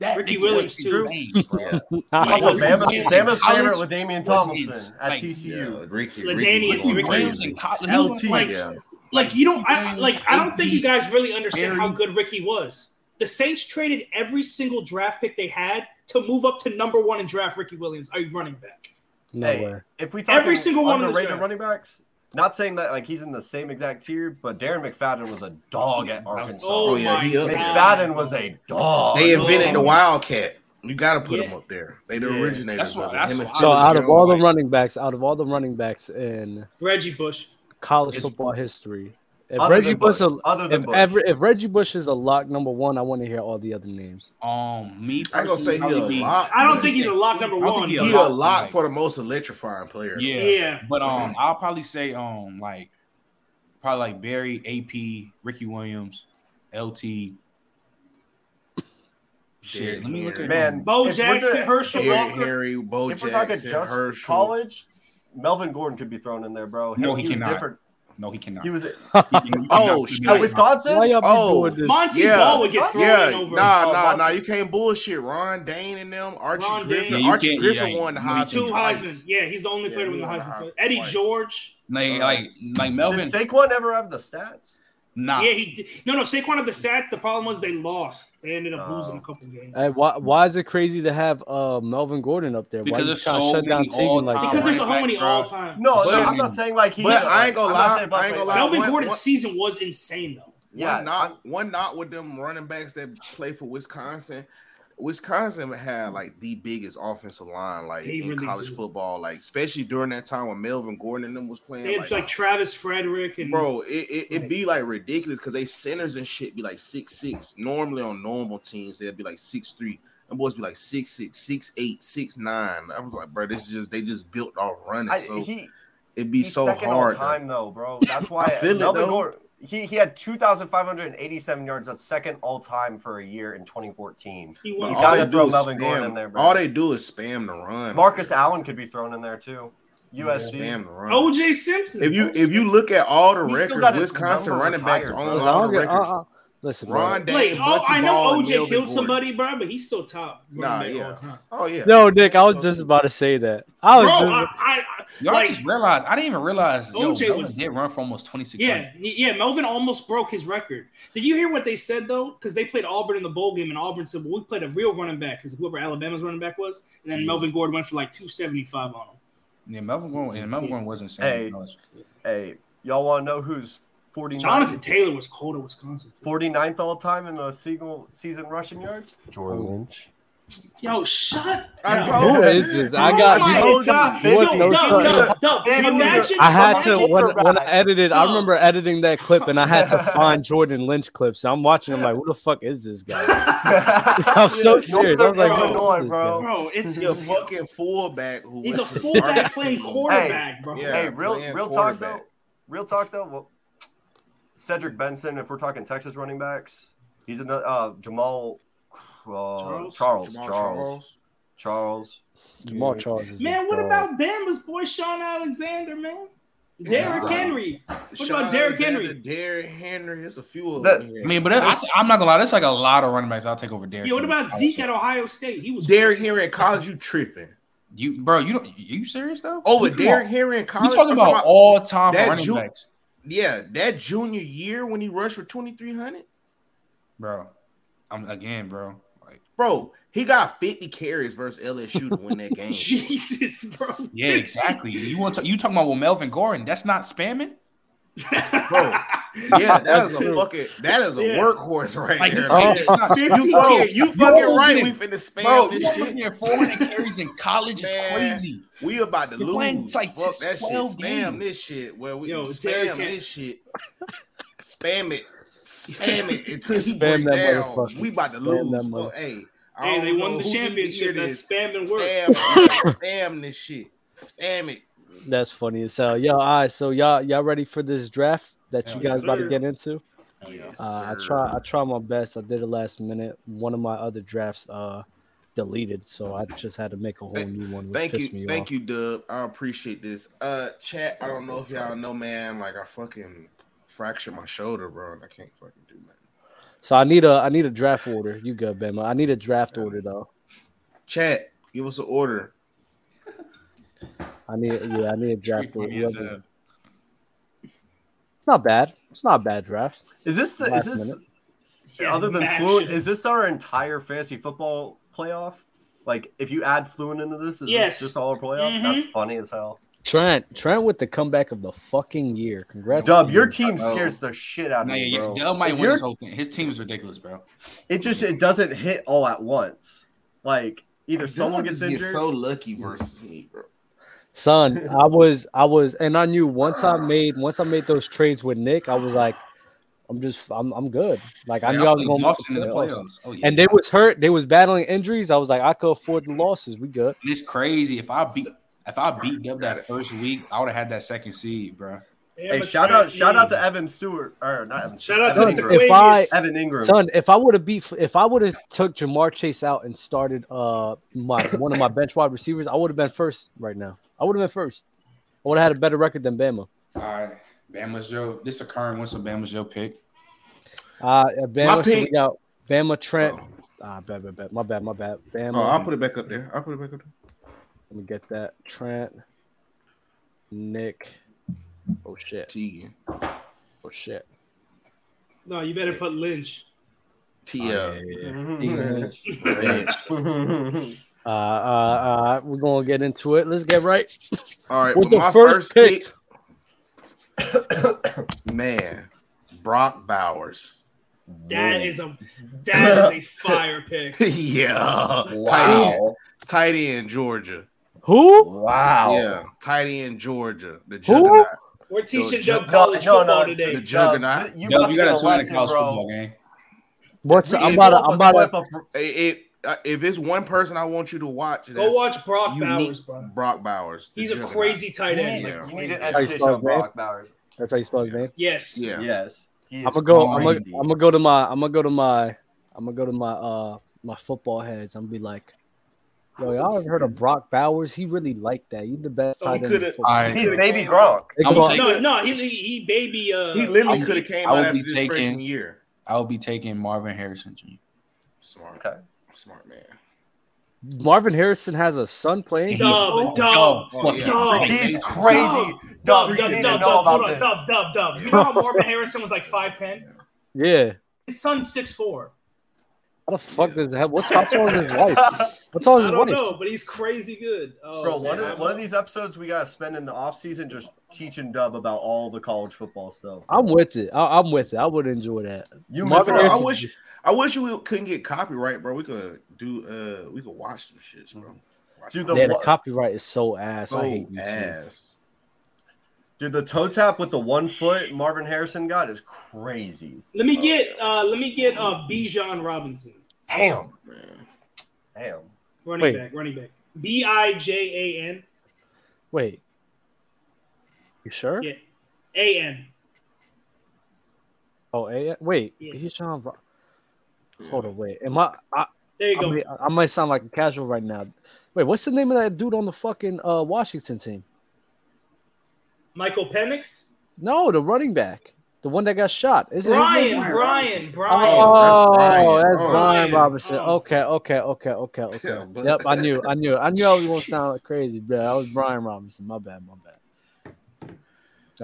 Speaker 4: That
Speaker 1: Ricky
Speaker 4: nigga
Speaker 1: Williams,
Speaker 4: was
Speaker 1: too.
Speaker 4: insane, bro.
Speaker 1: (laughs)
Speaker 6: Ah,
Speaker 4: Like,
Speaker 2: Also,
Speaker 4: was
Speaker 2: Bama's,
Speaker 4: insane.
Speaker 2: Bama's
Speaker 4: College
Speaker 2: favorite with Damian
Speaker 4: was
Speaker 2: Thompson
Speaker 4: insane.
Speaker 2: at
Speaker 4: Like,
Speaker 2: TCU.
Speaker 3: Yeah, Ricky,
Speaker 1: LaDainian
Speaker 3: Ricky was going
Speaker 4: Ricky Williams
Speaker 3: crazy.
Speaker 4: and college. he was
Speaker 2: LT.
Speaker 1: like,
Speaker 3: Yeah.
Speaker 1: like you don't I,
Speaker 4: Ricky
Speaker 1: like I don't think you
Speaker 4: Williams,
Speaker 1: guys really understand how
Speaker 4: Barry.
Speaker 1: good Ricky was. The Saints traded every single draft pick they had to move up to number one and draft Ricky Williams, a running back.
Speaker 2: Hey,
Speaker 6: nowhere.
Speaker 2: if we talk
Speaker 1: Every single one of the
Speaker 2: underrated
Speaker 1: draft.
Speaker 2: running backs, not saying that like he's in the same exact tier, but Darren McFadden was a dog at Arkansas.
Speaker 1: Oh,
Speaker 3: Oh, yeah,
Speaker 1: my
Speaker 3: he up there.
Speaker 1: God.
Speaker 2: McFadden was a dog.
Speaker 3: They
Speaker 1: Oh,
Speaker 3: invented
Speaker 1: no.
Speaker 3: the Wildcat. You got to put
Speaker 1: Yeah.
Speaker 3: him up there. They the
Speaker 2: Yeah.
Speaker 3: originators
Speaker 4: That's what-
Speaker 3: of it.
Speaker 4: that's
Speaker 3: Him
Speaker 4: what
Speaker 3: and
Speaker 4: I-
Speaker 6: So
Speaker 3: Philip
Speaker 6: out of
Speaker 3: Jones,
Speaker 6: all the
Speaker 3: like,
Speaker 6: running backs, out of all the running backs in
Speaker 1: Reggie Bush.
Speaker 6: college
Speaker 4: It's-
Speaker 6: football history, if
Speaker 2: Other
Speaker 6: Reggie
Speaker 2: than
Speaker 6: Bush,
Speaker 2: Bush.
Speaker 6: a-
Speaker 2: Other than
Speaker 6: if,
Speaker 2: Bush.
Speaker 6: every, if Reggie Bush is a lock number one, I want to hear all the other names.
Speaker 4: Um, me.
Speaker 3: I ain't gonna say
Speaker 4: personally,
Speaker 3: he
Speaker 4: I would
Speaker 3: a
Speaker 4: be-
Speaker 3: lot.
Speaker 1: I don't
Speaker 3: but
Speaker 1: think he's a lock number
Speaker 4: I don't think
Speaker 1: one.
Speaker 4: he
Speaker 3: he
Speaker 4: a
Speaker 3: a
Speaker 4: lot,
Speaker 3: lot,
Speaker 4: like-
Speaker 3: for the most electrifying player.
Speaker 4: Yeah.
Speaker 1: Yeah.
Speaker 4: But um, I'll probably say um like probably like Barry, AP, Ricky Williams, LT. Shit, let me look at
Speaker 2: Man,
Speaker 1: Bo
Speaker 2: if we're
Speaker 1: Jackson,
Speaker 2: doing-
Speaker 1: Herschel
Speaker 2: if we're-
Speaker 3: Harry,
Speaker 1: Walker.
Speaker 3: Harry Bo
Speaker 2: if we're talking
Speaker 3: Jackson,
Speaker 2: just
Speaker 3: Herschel.
Speaker 2: college, Melvin Gordon could be thrown in there, bro.
Speaker 4: No, he
Speaker 2: was
Speaker 4: cannot.
Speaker 2: different.
Speaker 4: No, he cannot.
Speaker 2: He was at
Speaker 4: He
Speaker 3: (laughs)
Speaker 4: can- he
Speaker 3: Oh,
Speaker 4: cannot. He
Speaker 3: shit.
Speaker 4: cannot.
Speaker 2: at Wisconsin.
Speaker 6: Why y'all be
Speaker 3: Oh,
Speaker 6: doing this?
Speaker 1: Monty
Speaker 3: Yeah.
Speaker 1: Ball would get thrown
Speaker 3: Yeah,
Speaker 1: over.
Speaker 3: nah,
Speaker 2: Oh,
Speaker 3: nah,
Speaker 2: Monty.
Speaker 3: nah. You can't bullshit. Ron Dane and them, Archie
Speaker 1: Ron
Speaker 3: Griffin.
Speaker 1: Dane.
Speaker 4: Yeah, you
Speaker 3: Archie
Speaker 4: can't-
Speaker 3: Griffin
Speaker 4: yeah,
Speaker 3: won the
Speaker 4: you can't-
Speaker 1: Two Heisman.
Speaker 3: Heisman twice.
Speaker 1: Yeah, he's the only player to win the
Speaker 3: Yeah, he won
Speaker 1: Heisman.
Speaker 3: the Heisman
Speaker 1: Eddie
Speaker 3: twice.
Speaker 1: George.
Speaker 4: like like like
Speaker 2: Did
Speaker 4: Melvin.
Speaker 2: Saquon ever have the stats?
Speaker 4: Nah,
Speaker 1: Yeah, he did. no no Saquon had the stats. The problem was they lost. They ended up losing a couple games.
Speaker 6: Hey, why, why is it crazy to have uh, Melvin Gordon up there? why
Speaker 4: Because
Speaker 6: you
Speaker 4: there's
Speaker 6: trying to
Speaker 4: so
Speaker 6: shut down
Speaker 4: many
Speaker 6: Teague
Speaker 4: all-time
Speaker 6: like
Speaker 1: Because
Speaker 6: that?
Speaker 1: there's so
Speaker 4: Running
Speaker 1: many
Speaker 4: back, bro.
Speaker 1: all time.
Speaker 2: No,
Speaker 4: But-
Speaker 2: no, I'm not saying like he.
Speaker 3: but I ain't gonna
Speaker 2: I'm not
Speaker 3: lie,
Speaker 2: saying about
Speaker 3: I ain't gonna
Speaker 2: like-
Speaker 3: lie.
Speaker 1: Melvin
Speaker 3: what-
Speaker 1: Gordon's
Speaker 3: what-
Speaker 1: season was insane though.
Speaker 2: Yeah,
Speaker 3: one knock, one knock with them running backs that play for Wisconsin. Wisconsin had like the biggest offensive line, like
Speaker 1: They
Speaker 3: in
Speaker 1: really
Speaker 3: college
Speaker 1: do.
Speaker 3: football, like especially during that time when Melvin Gordon and them was playing.
Speaker 1: They had
Speaker 3: like,
Speaker 1: like, Travis Frederick and
Speaker 3: bro, it it it be like ridiculous because they centers and shit be like six six. Normally on normal teams they'd be like six three. Them boys be like six six, six eight, six nine. I was like, bro, this is just they just built off running,
Speaker 2: I,
Speaker 3: so
Speaker 2: he
Speaker 3: it'd be
Speaker 2: he's
Speaker 3: so
Speaker 2: second
Speaker 3: hard.
Speaker 2: all time though,
Speaker 3: (laughs)
Speaker 2: bro. That's why
Speaker 3: feel it,
Speaker 2: Melvin
Speaker 3: though.
Speaker 2: Gordon. He, he had 2,587 yards. That's second all time for a year in 2014.
Speaker 1: he
Speaker 3: But
Speaker 1: won.
Speaker 2: You
Speaker 3: all
Speaker 2: gotta
Speaker 3: they do
Speaker 2: throw
Speaker 3: is
Speaker 2: Melvin Gordon
Speaker 3: spam-
Speaker 2: in there, bro.
Speaker 3: All they do is spam the run.
Speaker 2: Marcus Allen could be thrown in there too. USC.
Speaker 3: spam the run.
Speaker 1: OJ Simpson.
Speaker 3: If you if you look at all the
Speaker 2: He's still got
Speaker 3: records,
Speaker 2: his
Speaker 3: Wisconsin
Speaker 2: number
Speaker 3: running backs
Speaker 2: retired,
Speaker 3: on
Speaker 2: bro.
Speaker 6: As
Speaker 3: all
Speaker 6: long
Speaker 3: the
Speaker 6: as-
Speaker 3: records.
Speaker 6: uh-uh. Listen, bro.
Speaker 3: Ron
Speaker 1: like
Speaker 3: Dane,
Speaker 1: oh,
Speaker 3: Bugsy
Speaker 1: I know
Speaker 3: Ball, and
Speaker 1: OJ
Speaker 3: Melvin
Speaker 1: killed
Speaker 3: Gordon.
Speaker 1: somebody, bro, but he's still top. running back
Speaker 3: Nah,
Speaker 1: all
Speaker 3: yeah.
Speaker 1: the time.
Speaker 3: Oh yeah.
Speaker 6: (laughs) No, Nick, I was just about to say that. I was
Speaker 1: Bro,
Speaker 6: just, (laughs)
Speaker 1: I, I, I
Speaker 4: y'all
Speaker 1: like-
Speaker 4: just realized I didn't even realize. Yo,
Speaker 1: OJ
Speaker 4: Melvin
Speaker 1: was-
Speaker 4: did run for almost twenty six.
Speaker 1: yeah, yeah. Melvin almost broke his record. Did you hear what they said though? Because they played Auburn in the bowl game, and Auburn said, "Well, we played a real running back because whoever Alabama's running back was." And
Speaker 6: Mm-hmm.
Speaker 1: then Melvin Gordon went for like two seventy five on him.
Speaker 4: yeah, Melvin Gordon. And Melvin Gordon wasn't saying.
Speaker 2: Hey, y'all want to know who's 49?
Speaker 1: Jonathan Taylor was cold at Wisconsin. Too.
Speaker 2: 49th all time in a single season rushing yards? Jordan (laughs) Lynch.
Speaker 1: Yo, shut.
Speaker 3: I
Speaker 1: up.
Speaker 3: told
Speaker 6: who
Speaker 3: you.
Speaker 6: is this? I
Speaker 1: oh
Speaker 6: got.
Speaker 1: my
Speaker 2: you know,
Speaker 1: God.
Speaker 2: the
Speaker 1: Yo,
Speaker 2: fifties
Speaker 1: no, no,
Speaker 2: are-
Speaker 1: no, no.
Speaker 2: fifties are-
Speaker 1: Imagine-
Speaker 6: I had to
Speaker 1: imagine-
Speaker 6: when, when I edited. I
Speaker 1: No.
Speaker 6: remember editing that clip, and I had to find Jordan Lynch clips. I'm watching. I'm like, who the fuck is
Speaker 2: (laughs)
Speaker 6: this guy? (laughs) I'm so serious. I was like,
Speaker 1: Northern
Speaker 2: Illinois,
Speaker 6: who is this guy?
Speaker 1: Bro, it's
Speaker 3: He's a fucking fullback who
Speaker 1: he's a
Speaker 3: went to
Speaker 1: fullback
Speaker 3: Arkansas.
Speaker 1: playing quarterback, bro.
Speaker 3: Yeah.
Speaker 2: hey, real
Speaker 3: playing
Speaker 2: real talk
Speaker 3: quarterback.
Speaker 2: though. Real talk though, well, Cedric Benson. If we're talking Texas running backs, he's another uh, Jamal uh, Charles. Charles,
Speaker 3: Jamal
Speaker 2: Charles, Charles,
Speaker 6: Jamal Charles is
Speaker 1: Man, what
Speaker 6: dog.
Speaker 1: about Bama's boy Sean Alexander, man? Derrick
Speaker 3: Nah.
Speaker 1: Henry. What
Speaker 3: Sean
Speaker 1: about Derrick
Speaker 3: Alexander,
Speaker 1: Henry?
Speaker 3: Derrick Henry. There's a few of
Speaker 2: That-
Speaker 3: them.
Speaker 4: I mean, but that, I, I'm not gonna lie. That's like a lot of running backs. I'll take over Derrick.
Speaker 1: Yeah, what
Speaker 4: Henry.
Speaker 1: about Zeke at Ohio State? He was
Speaker 3: Derrick Henry in college, you tripping.
Speaker 4: You, bro, you don't. You serious though?
Speaker 3: Over
Speaker 4: You talking
Speaker 3: Derrick
Speaker 4: about-
Speaker 3: Henry in college.
Speaker 4: You talking
Speaker 3: I'm
Speaker 4: about all time
Speaker 3: that
Speaker 4: running
Speaker 3: Ju-
Speaker 4: backs,
Speaker 3: Yeah, that junior year when he rushed for 2,300.
Speaker 4: bro? I'm again, bro. Like,
Speaker 3: Bro, he got 50 carries versus LSU to
Speaker 1: (laughs)
Speaker 3: win that game.
Speaker 1: Jesus, bro. (laughs)
Speaker 4: yeah, exactly. You want to, you talking about well, Melvin Gordon? That's not spamming.
Speaker 3: Bro, yeah, that is a
Speaker 6: True.
Speaker 3: fucking that is a
Speaker 1: Yeah.
Speaker 3: workhorse right
Speaker 4: Like, oh,
Speaker 3: there.
Speaker 4: like, it's (laughs) not
Speaker 3: You
Speaker 4: spamming.
Speaker 3: fucking,
Speaker 4: Bro,
Speaker 3: you fucking
Speaker 4: almost
Speaker 3: right.
Speaker 4: did
Speaker 3: We
Speaker 4: it.
Speaker 3: finna spam
Speaker 4: Bro,
Speaker 3: this
Speaker 4: you
Speaker 3: shit.
Speaker 4: looking at 400 carries in college is
Speaker 3: Man.
Speaker 4: crazy.
Speaker 3: We about to
Speaker 4: You're playing,
Speaker 3: lose.
Speaker 4: like,
Speaker 3: Fuck
Speaker 4: just
Speaker 3: that shit.
Speaker 4: 12
Speaker 3: Spam
Speaker 4: games.
Speaker 3: this shit. Well, we
Speaker 1: Yo,
Speaker 3: spam
Speaker 1: Derrick Henry-
Speaker 3: this shit. Spam it. Spam it until he
Speaker 6: Spam
Speaker 3: break
Speaker 6: that
Speaker 3: down.
Speaker 6: motherfucker.
Speaker 3: We about to
Speaker 6: Spam that
Speaker 3: lose.
Speaker 6: mother-
Speaker 3: Fuck, hey, I
Speaker 1: Hey,
Speaker 3: don't
Speaker 1: they
Speaker 3: know
Speaker 1: won the
Speaker 3: who needed to hear
Speaker 1: championship. That's
Speaker 3: this.
Speaker 1: spam and work.
Speaker 3: Spam, it. spam this shit. Spam it.
Speaker 6: That's funny as hell. Yo, all right, so y'all y'all ready for this draft that you
Speaker 4: Hell
Speaker 6: guys
Speaker 1: yes,
Speaker 6: about
Speaker 1: sir.
Speaker 6: to get into?
Speaker 3: Yes,
Speaker 6: Uh, I
Speaker 3: sir.
Speaker 6: try I try my best. I did it last minute. One of my other drafts uh deleted, so I just had to make a whole
Speaker 3: Thank-
Speaker 6: new one. Which
Speaker 3: Thank
Speaker 6: pissed
Speaker 3: you,
Speaker 6: me
Speaker 3: thank
Speaker 6: off.
Speaker 3: you, Dub. I appreciate this. Uh, chat. I don't know if y'all know, man. Like I fucking fractured my shoulder, bro, and I can't fucking do nothing.
Speaker 6: So I need a I need a draft order. You good, Bama? I need a draft order though.
Speaker 3: Chat, give us an order.
Speaker 6: I need yeah, I need a draft
Speaker 4: Funny
Speaker 6: order.
Speaker 4: as
Speaker 6: Whoever-
Speaker 4: hell.
Speaker 6: It's not bad. It's not a bad draft.
Speaker 2: Is this the, is
Speaker 6: Last
Speaker 2: this
Speaker 1: Yeah, (laughs)
Speaker 2: other than
Speaker 1: mad
Speaker 2: fluent?
Speaker 1: shit.
Speaker 2: Is this our entire fantasy football playoff? Like, if you add fluent into this, is
Speaker 1: Yes.
Speaker 2: this just all our playoff?
Speaker 1: Mhm.
Speaker 2: That's funny as hell.
Speaker 6: Trent Trent with the comeback of the fucking year. Congrats,
Speaker 2: Dub,
Speaker 6: to
Speaker 2: your
Speaker 6: you.
Speaker 2: team
Speaker 3: Oh.
Speaker 2: scares the shit out of
Speaker 4: Nah,
Speaker 2: me,
Speaker 4: yeah,
Speaker 2: bro.
Speaker 4: yeah, Dell might
Speaker 2: If
Speaker 4: win
Speaker 2: you're-
Speaker 4: this whole thing. His team is ridiculous, bro.
Speaker 2: it just it doesn't hit all at once. Like either someone
Speaker 3: Dub
Speaker 2: gets
Speaker 3: just
Speaker 2: injured.
Speaker 3: get so lucky versus me, bro.
Speaker 6: Son, I was, I was, and I knew once I made, once I made those trades with Nick, I was like, I'm just, I'm, I'm good. Like I
Speaker 4: Yeah,
Speaker 6: knew I was
Speaker 4: played
Speaker 6: going to
Speaker 4: Boston
Speaker 6: the
Speaker 4: in the
Speaker 6: playoffs.
Speaker 4: playoffs. Oh, yeah.
Speaker 6: And they was hurt. They was battling injuries. I was like, I could afford the losses. We good.
Speaker 4: And it's crazy. If I beat if I beat Dub that first week, I would have had that second seed, bro.
Speaker 1: Yeah,
Speaker 2: Hey,
Speaker 1: but
Speaker 2: shout
Speaker 1: Trent,
Speaker 2: out, shout out
Speaker 1: yeah.
Speaker 2: to Evan Stewart or not Evan.
Speaker 1: Shout out
Speaker 2: Evan
Speaker 1: to
Speaker 6: Son,
Speaker 2: Ingram.
Speaker 6: if I,
Speaker 1: Sequoias.
Speaker 2: Evan Ingram.
Speaker 6: son, if I would have beat, if I would have took Jamar Chase out and started uh my one of my bench wide receivers, I would have been first right now. I would have been first. I would have had a better record than Bama.
Speaker 4: All right. Bama's Joe. This a current one, so Bama's Joe pick.
Speaker 6: Uh, Bama, so we
Speaker 3: pick-
Speaker 6: got Bama, Trent. Ah, bad, bad, bad. My bad, my bad. Bama.
Speaker 3: Oh, I'll put it back up there. I'll put it back up there.
Speaker 6: Let me get that. Trent, Nick. Oh shit.
Speaker 3: T.
Speaker 6: Oh shit.
Speaker 1: No, you better put Lynch. (laughs)
Speaker 4: Oh,
Speaker 3: T. L.
Speaker 2: (laughs) Mm-hmm.
Speaker 6: Uh, uh, uh, we're gonna get into it. Let's get right.
Speaker 3: All right,
Speaker 6: With
Speaker 3: with
Speaker 6: the
Speaker 3: my
Speaker 6: first
Speaker 3: first pick, (coughs) man, Brock Bowers. (laughs)
Speaker 1: That is a that is a fire pick.
Speaker 3: yeah, tight end,
Speaker 2: Wow.
Speaker 3: tight end, Georgia.
Speaker 6: Who?
Speaker 2: Wow.
Speaker 3: Yeah, tight end, Georgia. The
Speaker 6: Who?
Speaker 3: juggernaut.
Speaker 1: We're teaching
Speaker 3: Ju-
Speaker 1: Dub college
Speaker 2: no,
Speaker 1: football
Speaker 2: no, no,
Speaker 1: today.
Speaker 3: The juggernaut.
Speaker 2: You
Speaker 4: Dub,
Speaker 2: got
Speaker 4: you
Speaker 2: to get a
Speaker 4: gotta win that
Speaker 2: lesson,
Speaker 4: college
Speaker 2: bro.
Speaker 4: football game.
Speaker 6: What's
Speaker 3: We can
Speaker 6: I'm about to
Speaker 2: pull up
Speaker 6: I'm about
Speaker 2: clip
Speaker 6: to
Speaker 2: of-
Speaker 3: It, it, uh, if it's one person I want you to
Speaker 1: Go
Speaker 3: watch, that's
Speaker 1: watch Brock
Speaker 3: unique
Speaker 1: Bowers, bro.
Speaker 3: Brock Bowers. the
Speaker 1: He's a
Speaker 3: juggernaut.
Speaker 1: crazy tight end.
Speaker 2: You
Speaker 1: like,
Speaker 2: need-
Speaker 3: Yeah.
Speaker 2: you need an
Speaker 1: crazy.
Speaker 6: you
Speaker 2: education
Speaker 6: spell
Speaker 2: on
Speaker 6: that?
Speaker 2: Brock Bowers.
Speaker 6: that's how you spell his name.
Speaker 1: Yes.
Speaker 3: Yeah.
Speaker 2: Yes. He is
Speaker 6: I'm gonna go. I'm gonna,
Speaker 2: crazy.
Speaker 6: I'm gonna go to my. I'm gonna go to my. I'm gonna go to my. Uh, my football heads. I'm gonna be like, Yo, y'all ever heard of Brock Bowers? He really liked that. He's the best
Speaker 3: So he
Speaker 6: tight end. in
Speaker 3: could've-
Speaker 6: football.
Speaker 4: All right.
Speaker 2: He's baby Gronk.
Speaker 6: They
Speaker 4: I'm
Speaker 6: go-
Speaker 4: taking-
Speaker 1: No, no, he he baby uh
Speaker 3: He literally
Speaker 4: I'm-
Speaker 3: could have came
Speaker 4: I
Speaker 3: out
Speaker 4: would
Speaker 3: after
Speaker 4: be
Speaker 3: his
Speaker 4: taking-
Speaker 3: freshman year.
Speaker 4: I will be taking Marvin Harrison Jr.
Speaker 3: Smart.
Speaker 2: Okay.
Speaker 3: Smart man.
Speaker 6: Marvin Harrison has a son playing.
Speaker 4: And
Speaker 1: Dub,
Speaker 4: he's-
Speaker 1: dub,
Speaker 4: Dub,
Speaker 3: dub.
Speaker 4: fucking
Speaker 1: Dub.
Speaker 4: great.
Speaker 2: He's
Speaker 3: Dub,
Speaker 2: crazy. Dub,
Speaker 1: Dub,
Speaker 2: you
Speaker 1: dub,
Speaker 2: need to
Speaker 1: dub,
Speaker 2: know
Speaker 1: dub, hold
Speaker 2: about
Speaker 1: on,
Speaker 2: this.
Speaker 1: dub, dub, dub. You know how Marvin Harrison was like 5'10?
Speaker 6: Yeah.
Speaker 1: His son's 6'4.
Speaker 6: How the fuck does that? What's what's wrong with his wife? What's
Speaker 1: (laughs) I
Speaker 6: wrong with his
Speaker 1: don't
Speaker 6: wife?
Speaker 1: know, but he's crazy good. Oh,
Speaker 2: Bro, one
Speaker 1: man.
Speaker 2: of, one of these episodes we gotta spend in the off season just teaching Dub about all the college football stuff.
Speaker 6: I'm with it. I, I'm with it. I would enjoy that.
Speaker 2: You
Speaker 6: Marvin
Speaker 2: missed out.
Speaker 3: I
Speaker 6: Harrison-
Speaker 3: wish I wish we couldn't get copyright, bro. We could do uh we could watch some shits, bro. Watch
Speaker 2: Dude,
Speaker 3: them.
Speaker 2: the
Speaker 6: yeah, Mm-hmm. the
Speaker 2: one-
Speaker 6: copyright is so ass.
Speaker 3: so
Speaker 6: I hate you.
Speaker 3: ass.
Speaker 2: Dude, the toe tap with the one foot Marvin Harrison got is crazy.
Speaker 1: Let me get uh let me get uh Bijan Robinson.
Speaker 2: Damn.
Speaker 3: Man.
Speaker 2: Damn.
Speaker 1: Running
Speaker 6: Wait.
Speaker 1: back, running back. B I J A N.
Speaker 6: Wait. You sure?
Speaker 1: Yeah. A N.
Speaker 6: Oh, A- wait,
Speaker 1: Yeah.
Speaker 6: Keyshawn. Ro- Hold on, wait. Am I? I,
Speaker 1: There you
Speaker 6: I,
Speaker 1: go.
Speaker 6: may, I might sound like a casual right now. Wait, what's the name of that dude on the fucking uh, Washington team?
Speaker 1: Michael Penix.
Speaker 6: No, the running back, the one that got shot. Is it his
Speaker 1: Brian,
Speaker 6: name?
Speaker 1: Brian, Brian.
Speaker 6: Oh, that's
Speaker 3: Brian.
Speaker 6: Brian,
Speaker 3: Oh.
Speaker 6: Robinson.
Speaker 1: Oh.
Speaker 6: Okay, okay, okay, okay, okay.
Speaker 3: (laughs) Yeah, but-
Speaker 6: Yep, I knew, I knew, I knew I was gonna sound like crazy, bro. That was Brian Robinson. My bad, my bad.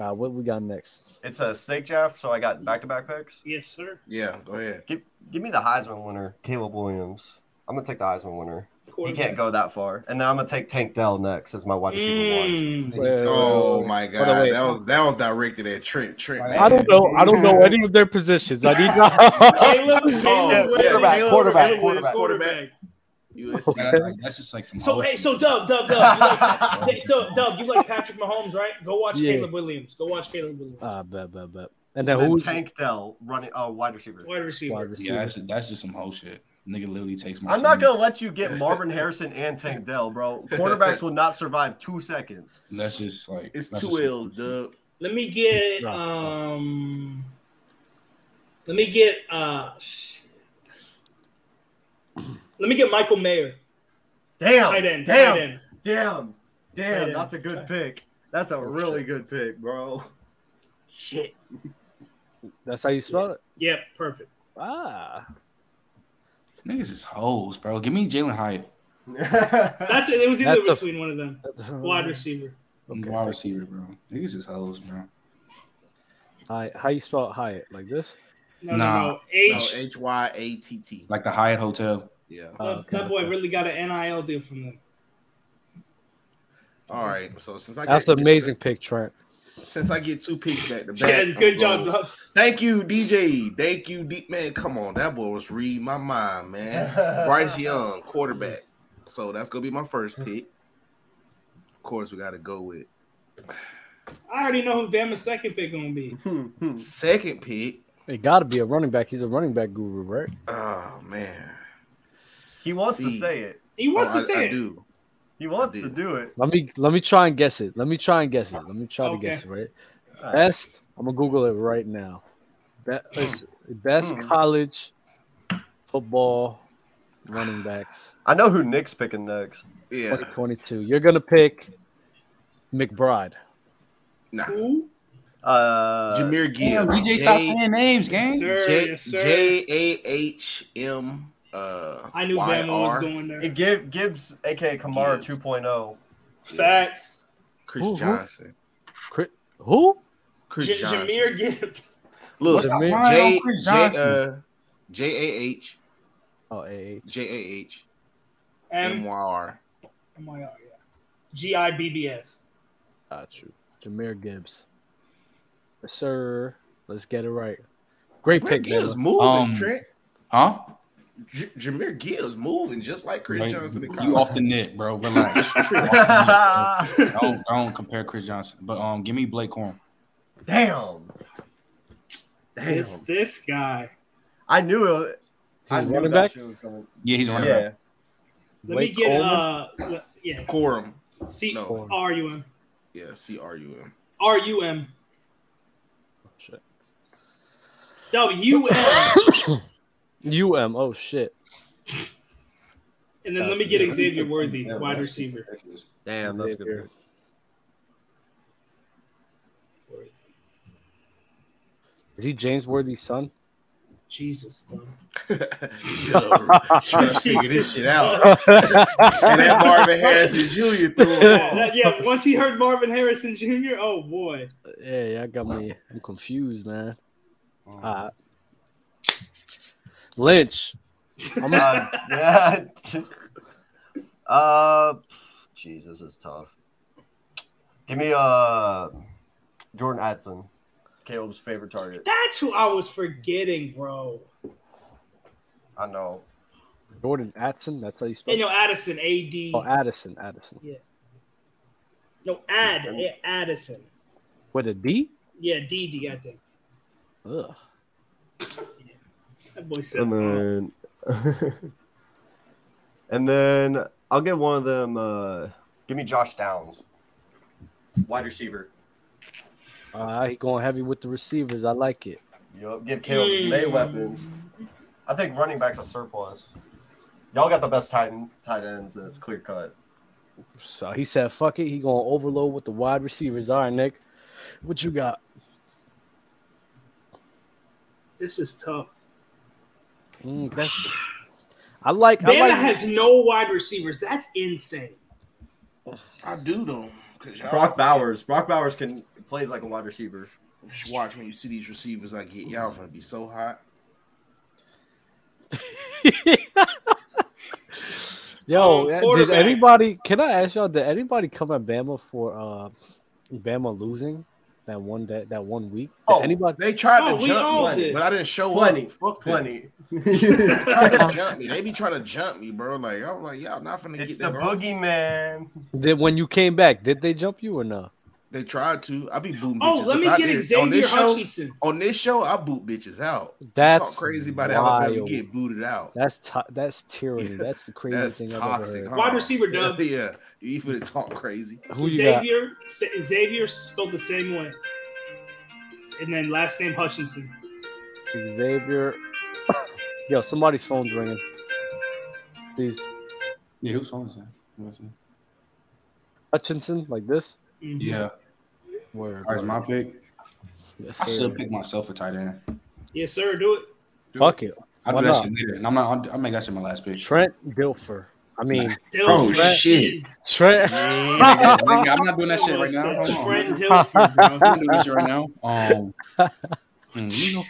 Speaker 6: Uh, what we got next?
Speaker 2: It's a snake draft, so I got back to back picks.
Speaker 1: Yes, sir.
Speaker 3: Yeah, go ahead.
Speaker 2: Give, give me the Heisman winner, Caleb Williams. I'm gonna take the Heisman winner. He
Speaker 1: Quarterback.
Speaker 2: can't go that far, and then I'm gonna take Tank Dell next as my wide receiver (laughs) one.
Speaker 1: Mm.
Speaker 3: Oh my god,
Speaker 6: Uh, Hold on, wait.
Speaker 3: that was that was directed at Trent. Trent,
Speaker 6: I don't know. I don't know any of their positions. I need.
Speaker 1: Caleb, Caleb
Speaker 2: yeah,
Speaker 1: Williams,
Speaker 2: quarterback,
Speaker 1: Caleb
Speaker 2: quarterback,
Speaker 1: Williams,
Speaker 2: quarterback.
Speaker 6: (laughs)
Speaker 3: USC.
Speaker 4: That- like, that's just like some.
Speaker 1: So
Speaker 4: whole
Speaker 1: hey,
Speaker 4: shit.
Speaker 1: so Dub, Dub, Dub, you like, so Dub, you like Patrick Mahomes, right? Go watch
Speaker 6: Yeah.
Speaker 1: Caleb Williams. Go watch Caleb Williams.
Speaker 6: (laughs) Ah, bet, bet, bet. And then
Speaker 2: Then
Speaker 6: who's
Speaker 2: Tank Dell running? Oh, wide receiver.
Speaker 1: Wide receiver.
Speaker 6: wide receiver?
Speaker 4: yeah, that's just, that's just some whole shit. Nigga literally takes my.
Speaker 2: I'm not
Speaker 4: team.
Speaker 2: gonna let you get Marvin Harrison and Tank Dell, bro. Quarterbacks will not survive two seconds.
Speaker 4: That's just like
Speaker 3: It's
Speaker 4: that's
Speaker 3: two
Speaker 4: just-
Speaker 3: L's, dub.
Speaker 1: Let me get
Speaker 6: Right.
Speaker 1: um. Let me get uh. shit. Let me get Michael Mayer.
Speaker 6: Oh,
Speaker 2: Damn,
Speaker 1: Tight end.
Speaker 2: damn,
Speaker 1: Tight end.
Speaker 2: damn,
Speaker 1: Tight
Speaker 2: damn.
Speaker 1: end.
Speaker 2: That's a good pick. That's a really good pick, bro. Shit.
Speaker 6: That's how you spell it.
Speaker 1: Yep. Perfect.
Speaker 6: Ah,
Speaker 4: Niggas is hoes, bro. Give me Jalen Hyatt,
Speaker 1: That's it. It was either
Speaker 6: That's a-
Speaker 1: between one of them. Wide receiver.
Speaker 6: Okay.
Speaker 4: wide receiver, bro. Niggas is hoes, bro.
Speaker 6: Hi, how you spell Hyatt like this?
Speaker 1: No,
Speaker 4: Nah.
Speaker 1: no, no.
Speaker 3: No,
Speaker 1: H.
Speaker 3: H Y A T T.
Speaker 4: Like the Hyatt Hotel.
Speaker 3: Yeah.
Speaker 6: Oh,
Speaker 1: That- Uh, that boy really got an NIL deal from them.
Speaker 3: All right. So since I
Speaker 6: That's
Speaker 3: get,
Speaker 6: an amazing pick, Trent.
Speaker 3: Since I get two picks back to
Speaker 1: (laughs)
Speaker 3: back.
Speaker 1: Yeah,
Speaker 3: I'm
Speaker 1: good job,
Speaker 3: going-
Speaker 1: Dub.
Speaker 3: Thank you, DJ. Thank you, D- man. Come on, that boy was reading my mind, man. Bryce Young, quarterback. So that's gonna be my first pick. Of course, we gotta go with
Speaker 1: I already know who Bama's second pick gonna be.
Speaker 3: second pick.
Speaker 6: It got to be a running back. He's a running back guru, right?
Speaker 3: Oh man,
Speaker 2: (laughs) he wants to
Speaker 3: See.
Speaker 2: say it.
Speaker 1: He wants
Speaker 3: Oh,
Speaker 1: to
Speaker 3: I,
Speaker 1: say
Speaker 3: I
Speaker 1: it.
Speaker 3: do.
Speaker 2: He wants
Speaker 3: I
Speaker 2: to
Speaker 3: did.
Speaker 2: do it.
Speaker 6: Let me let me try and guess it. Let me try and guess it. Let me try to
Speaker 1: Okay.
Speaker 6: guess it. Right?
Speaker 2: All right.
Speaker 6: Best. I'm gonna Google it right now. Be- it's- Best
Speaker 2: Hmm.
Speaker 6: college football running backs
Speaker 2: I know who Nick's picking next.
Speaker 3: Yeah,
Speaker 6: 2022. You're gonna pick McBride.
Speaker 3: nah.
Speaker 1: Who?
Speaker 2: Uh,
Speaker 3: Jameer
Speaker 4: Yeah,
Speaker 3: Gibbs.
Speaker 4: DJ
Speaker 3: J-
Speaker 4: top ten names, gang.
Speaker 1: Sir,
Speaker 3: J
Speaker 1: yes, sir.
Speaker 3: J A H M. Uh,
Speaker 1: I knew
Speaker 3: Y
Speaker 1: Bama was
Speaker 3: R.
Speaker 1: going there.
Speaker 2: Gib- Gibbs, aka Kamara oh.
Speaker 3: Gibbs.
Speaker 2: 2.0.
Speaker 1: Facts.
Speaker 3: Chris
Speaker 6: Who- who?
Speaker 3: Johnson.
Speaker 6: Cri- Who?
Speaker 3: Chris
Speaker 1: J-
Speaker 3: Johnson.
Speaker 1: Jameer Gibbs.
Speaker 3: Look,
Speaker 6: What's
Speaker 3: J
Speaker 6: up, Jameer-
Speaker 4: Ryan
Speaker 3: J
Speaker 4: Chris
Speaker 3: J
Speaker 4: Johnson?
Speaker 3: uh, J A H
Speaker 6: Oh, A.
Speaker 3: J A H M
Speaker 1: And
Speaker 3: Y R.
Speaker 1: MIR, yeah. G I B B S.
Speaker 6: Got you. Jameer Gibbs. Yes, sir. Let's get it right. Great pick,
Speaker 3: Gibbs
Speaker 6: Bama.
Speaker 3: moving.
Speaker 4: Um,
Speaker 3: Trent.
Speaker 4: Huh?
Speaker 3: J- Jameer Gibbs moving just like Chris
Speaker 4: Like,
Speaker 3: Johnson. and
Speaker 4: you
Speaker 3: Kyle.
Speaker 4: off the net, bro. Relax.
Speaker 1: (laughs)
Speaker 4: (laughs)
Speaker 2: Damn.
Speaker 4: don't don't compare Chris Johnson, but um, give me Blake Horn.
Speaker 2: Damn.
Speaker 1: This this guy.
Speaker 2: I knew it.
Speaker 6: He's
Speaker 2: I
Speaker 6: a
Speaker 2: knew
Speaker 6: running
Speaker 2: that
Speaker 6: back.
Speaker 2: shit was going.
Speaker 4: Yeah, he's a running back.
Speaker 2: Yeah.
Speaker 1: Let
Speaker 6: Blake
Speaker 1: me get
Speaker 6: Coleman?
Speaker 1: uh le- yeah.
Speaker 3: Corum.
Speaker 1: C
Speaker 3: No.
Speaker 1: R U M.
Speaker 3: Yeah, C R U M. (laughs)
Speaker 1: R U M.
Speaker 6: Shit.
Speaker 1: W
Speaker 6: Oh,
Speaker 1: M.
Speaker 6: (coughs) UM. Oh shit.
Speaker 1: And then let me get
Speaker 6: Yeah.
Speaker 1: Xavier Worthy, wide receiver.
Speaker 2: Damn, that's a
Speaker 6: Xavier.
Speaker 2: good. pick.
Speaker 6: Is he James Worthy's son? (laughs)
Speaker 1: Jesus, though.
Speaker 6: (laughs)
Speaker 3: Trying to figure this shit out. And that Marvin Harrison Jr. threw
Speaker 6: Oh.
Speaker 1: Yeah,
Speaker 3: him
Speaker 1: yeah, once he heard Marvin Harrison Jr., oh boy.
Speaker 6: Yeah, yeah, I got me. I'm confused, man.
Speaker 2: Oh.
Speaker 6: Uh, Lynch. I'm gonna,
Speaker 2: (laughs) Um, yeah. uh, Jesus, it's tough. Give me uh, Jordan Adson, Caleb's favorite target.
Speaker 1: That's who I was forgetting, bro.
Speaker 2: I know.
Speaker 6: Jordan Addison. That's how you spell.
Speaker 1: And no,
Speaker 6: it.
Speaker 1: Addison, A D.
Speaker 6: Oh, Addison. Addison
Speaker 1: No, Ad, yeah, Addison.
Speaker 6: with a D.
Speaker 1: Yeah, D D, I think.
Speaker 6: Ugh.
Speaker 1: That boy said.
Speaker 2: And then, (laughs) and then I'll get one of them. Uh, Give me Josh Downs, wide receiver.
Speaker 6: All right, going heavy with the receivers. I like it.
Speaker 2: Yup, give Caleb his May
Speaker 1: Mm.
Speaker 2: weapons. I think running back's a surplus. Y'all got the best tight, tight ends. That's clear cut.
Speaker 6: So he said, "Fuck it." He gonna overload with the wide receivers. All right, Nick, what you got?
Speaker 1: This is tough.
Speaker 6: Mm, that's. I like. I
Speaker 1: Bama
Speaker 6: like.
Speaker 1: has no wide receivers. That's insane.
Speaker 3: I do though. Cause y'all
Speaker 5: Brock Bowers. Brock Bowers can plays like a wide receiver.
Speaker 3: Just watch when you see these receivers I get. Y'all gonna be so hot.
Speaker 1: Um,
Speaker 6: (laughs) Yo, eh, did
Speaker 1: quarterback.
Speaker 6: anybody? Can I ask y'all? Did anybody come at Bama for uh, Bama losing that one that that one week? Did
Speaker 2: Oh,
Speaker 6: anybody?
Speaker 3: They tried
Speaker 1: No,
Speaker 3: to
Speaker 1: we
Speaker 3: jump
Speaker 1: all
Speaker 3: me,
Speaker 1: did.
Speaker 3: but I didn't show
Speaker 5: Plenty,
Speaker 3: up. Fuck
Speaker 2: (laughs)
Speaker 3: them.
Speaker 5: plenty.
Speaker 3: They tried
Speaker 6: Uh-huh.
Speaker 3: to jump me. They be trying to jump me, bro. Like I'm like, y'all not finna
Speaker 2: It's
Speaker 3: get
Speaker 2: the
Speaker 3: that, bro.
Speaker 2: boogeyman.
Speaker 6: Did when you came back? Did they jump you or no?
Speaker 3: They tried to. I be booting.
Speaker 1: Oh,
Speaker 3: bitches
Speaker 1: let me
Speaker 3: out. I
Speaker 1: get
Speaker 3: did- on
Speaker 1: Xavier
Speaker 3: this show.
Speaker 1: Hutchinson.
Speaker 3: On this show, I boot bitches out. You
Speaker 6: That's
Speaker 3: talk crazy about
Speaker 6: wild.
Speaker 3: Alabama. You get booted out.
Speaker 6: That's to- that's tyranny.
Speaker 3: Yeah,
Speaker 6: that's the craziest
Speaker 3: That's
Speaker 6: thing
Speaker 3: toxic.
Speaker 6: I've
Speaker 3: huh?
Speaker 1: Wide
Speaker 3: (laughs)
Speaker 1: receiver, Doug.
Speaker 3: Yeah, yeah. you finna (laughs) talk crazy.
Speaker 6: ever heard. Who you got?
Speaker 1: Xavier Sa- Xavier spelled the same way. And then last name Hutchinson.
Speaker 6: Xavier. Yo, somebody's phone's ringing. These
Speaker 4: Yeah, whose phone is that? Who is it?
Speaker 6: Hutchinson like this.
Speaker 1: Mhm.
Speaker 4: Yeah.
Speaker 6: Word.
Speaker 4: All right,
Speaker 6: word.
Speaker 4: my pick.
Speaker 6: Yes,
Speaker 4: I should
Speaker 6: sir.
Speaker 4: have picked myself a tight end.
Speaker 1: Yes, sir. Do it.
Speaker 6: Fuck it.
Speaker 4: I'll
Speaker 6: Why
Speaker 4: do that
Speaker 6: not?
Speaker 4: shit later. And I'm not, I'll, I'll make that shit my
Speaker 6: (laughs)
Speaker 4: last pick.
Speaker 6: Trent Dilfer. I mean
Speaker 1: Del
Speaker 3: Oh,
Speaker 1: Fran-
Speaker 3: shit.
Speaker 1: Jeez.
Speaker 6: Trent. (laughs)
Speaker 4: Yeah, nigga, I'm not doing that shit
Speaker 1: Oh,
Speaker 4: right now.
Speaker 1: it's
Speaker 4: Hold on. (laughs)
Speaker 1: Trent Dilfer, bro.
Speaker 4: I'm not doing this shit right now. Um,
Speaker 6: (laughs)
Speaker 4: mm, you know,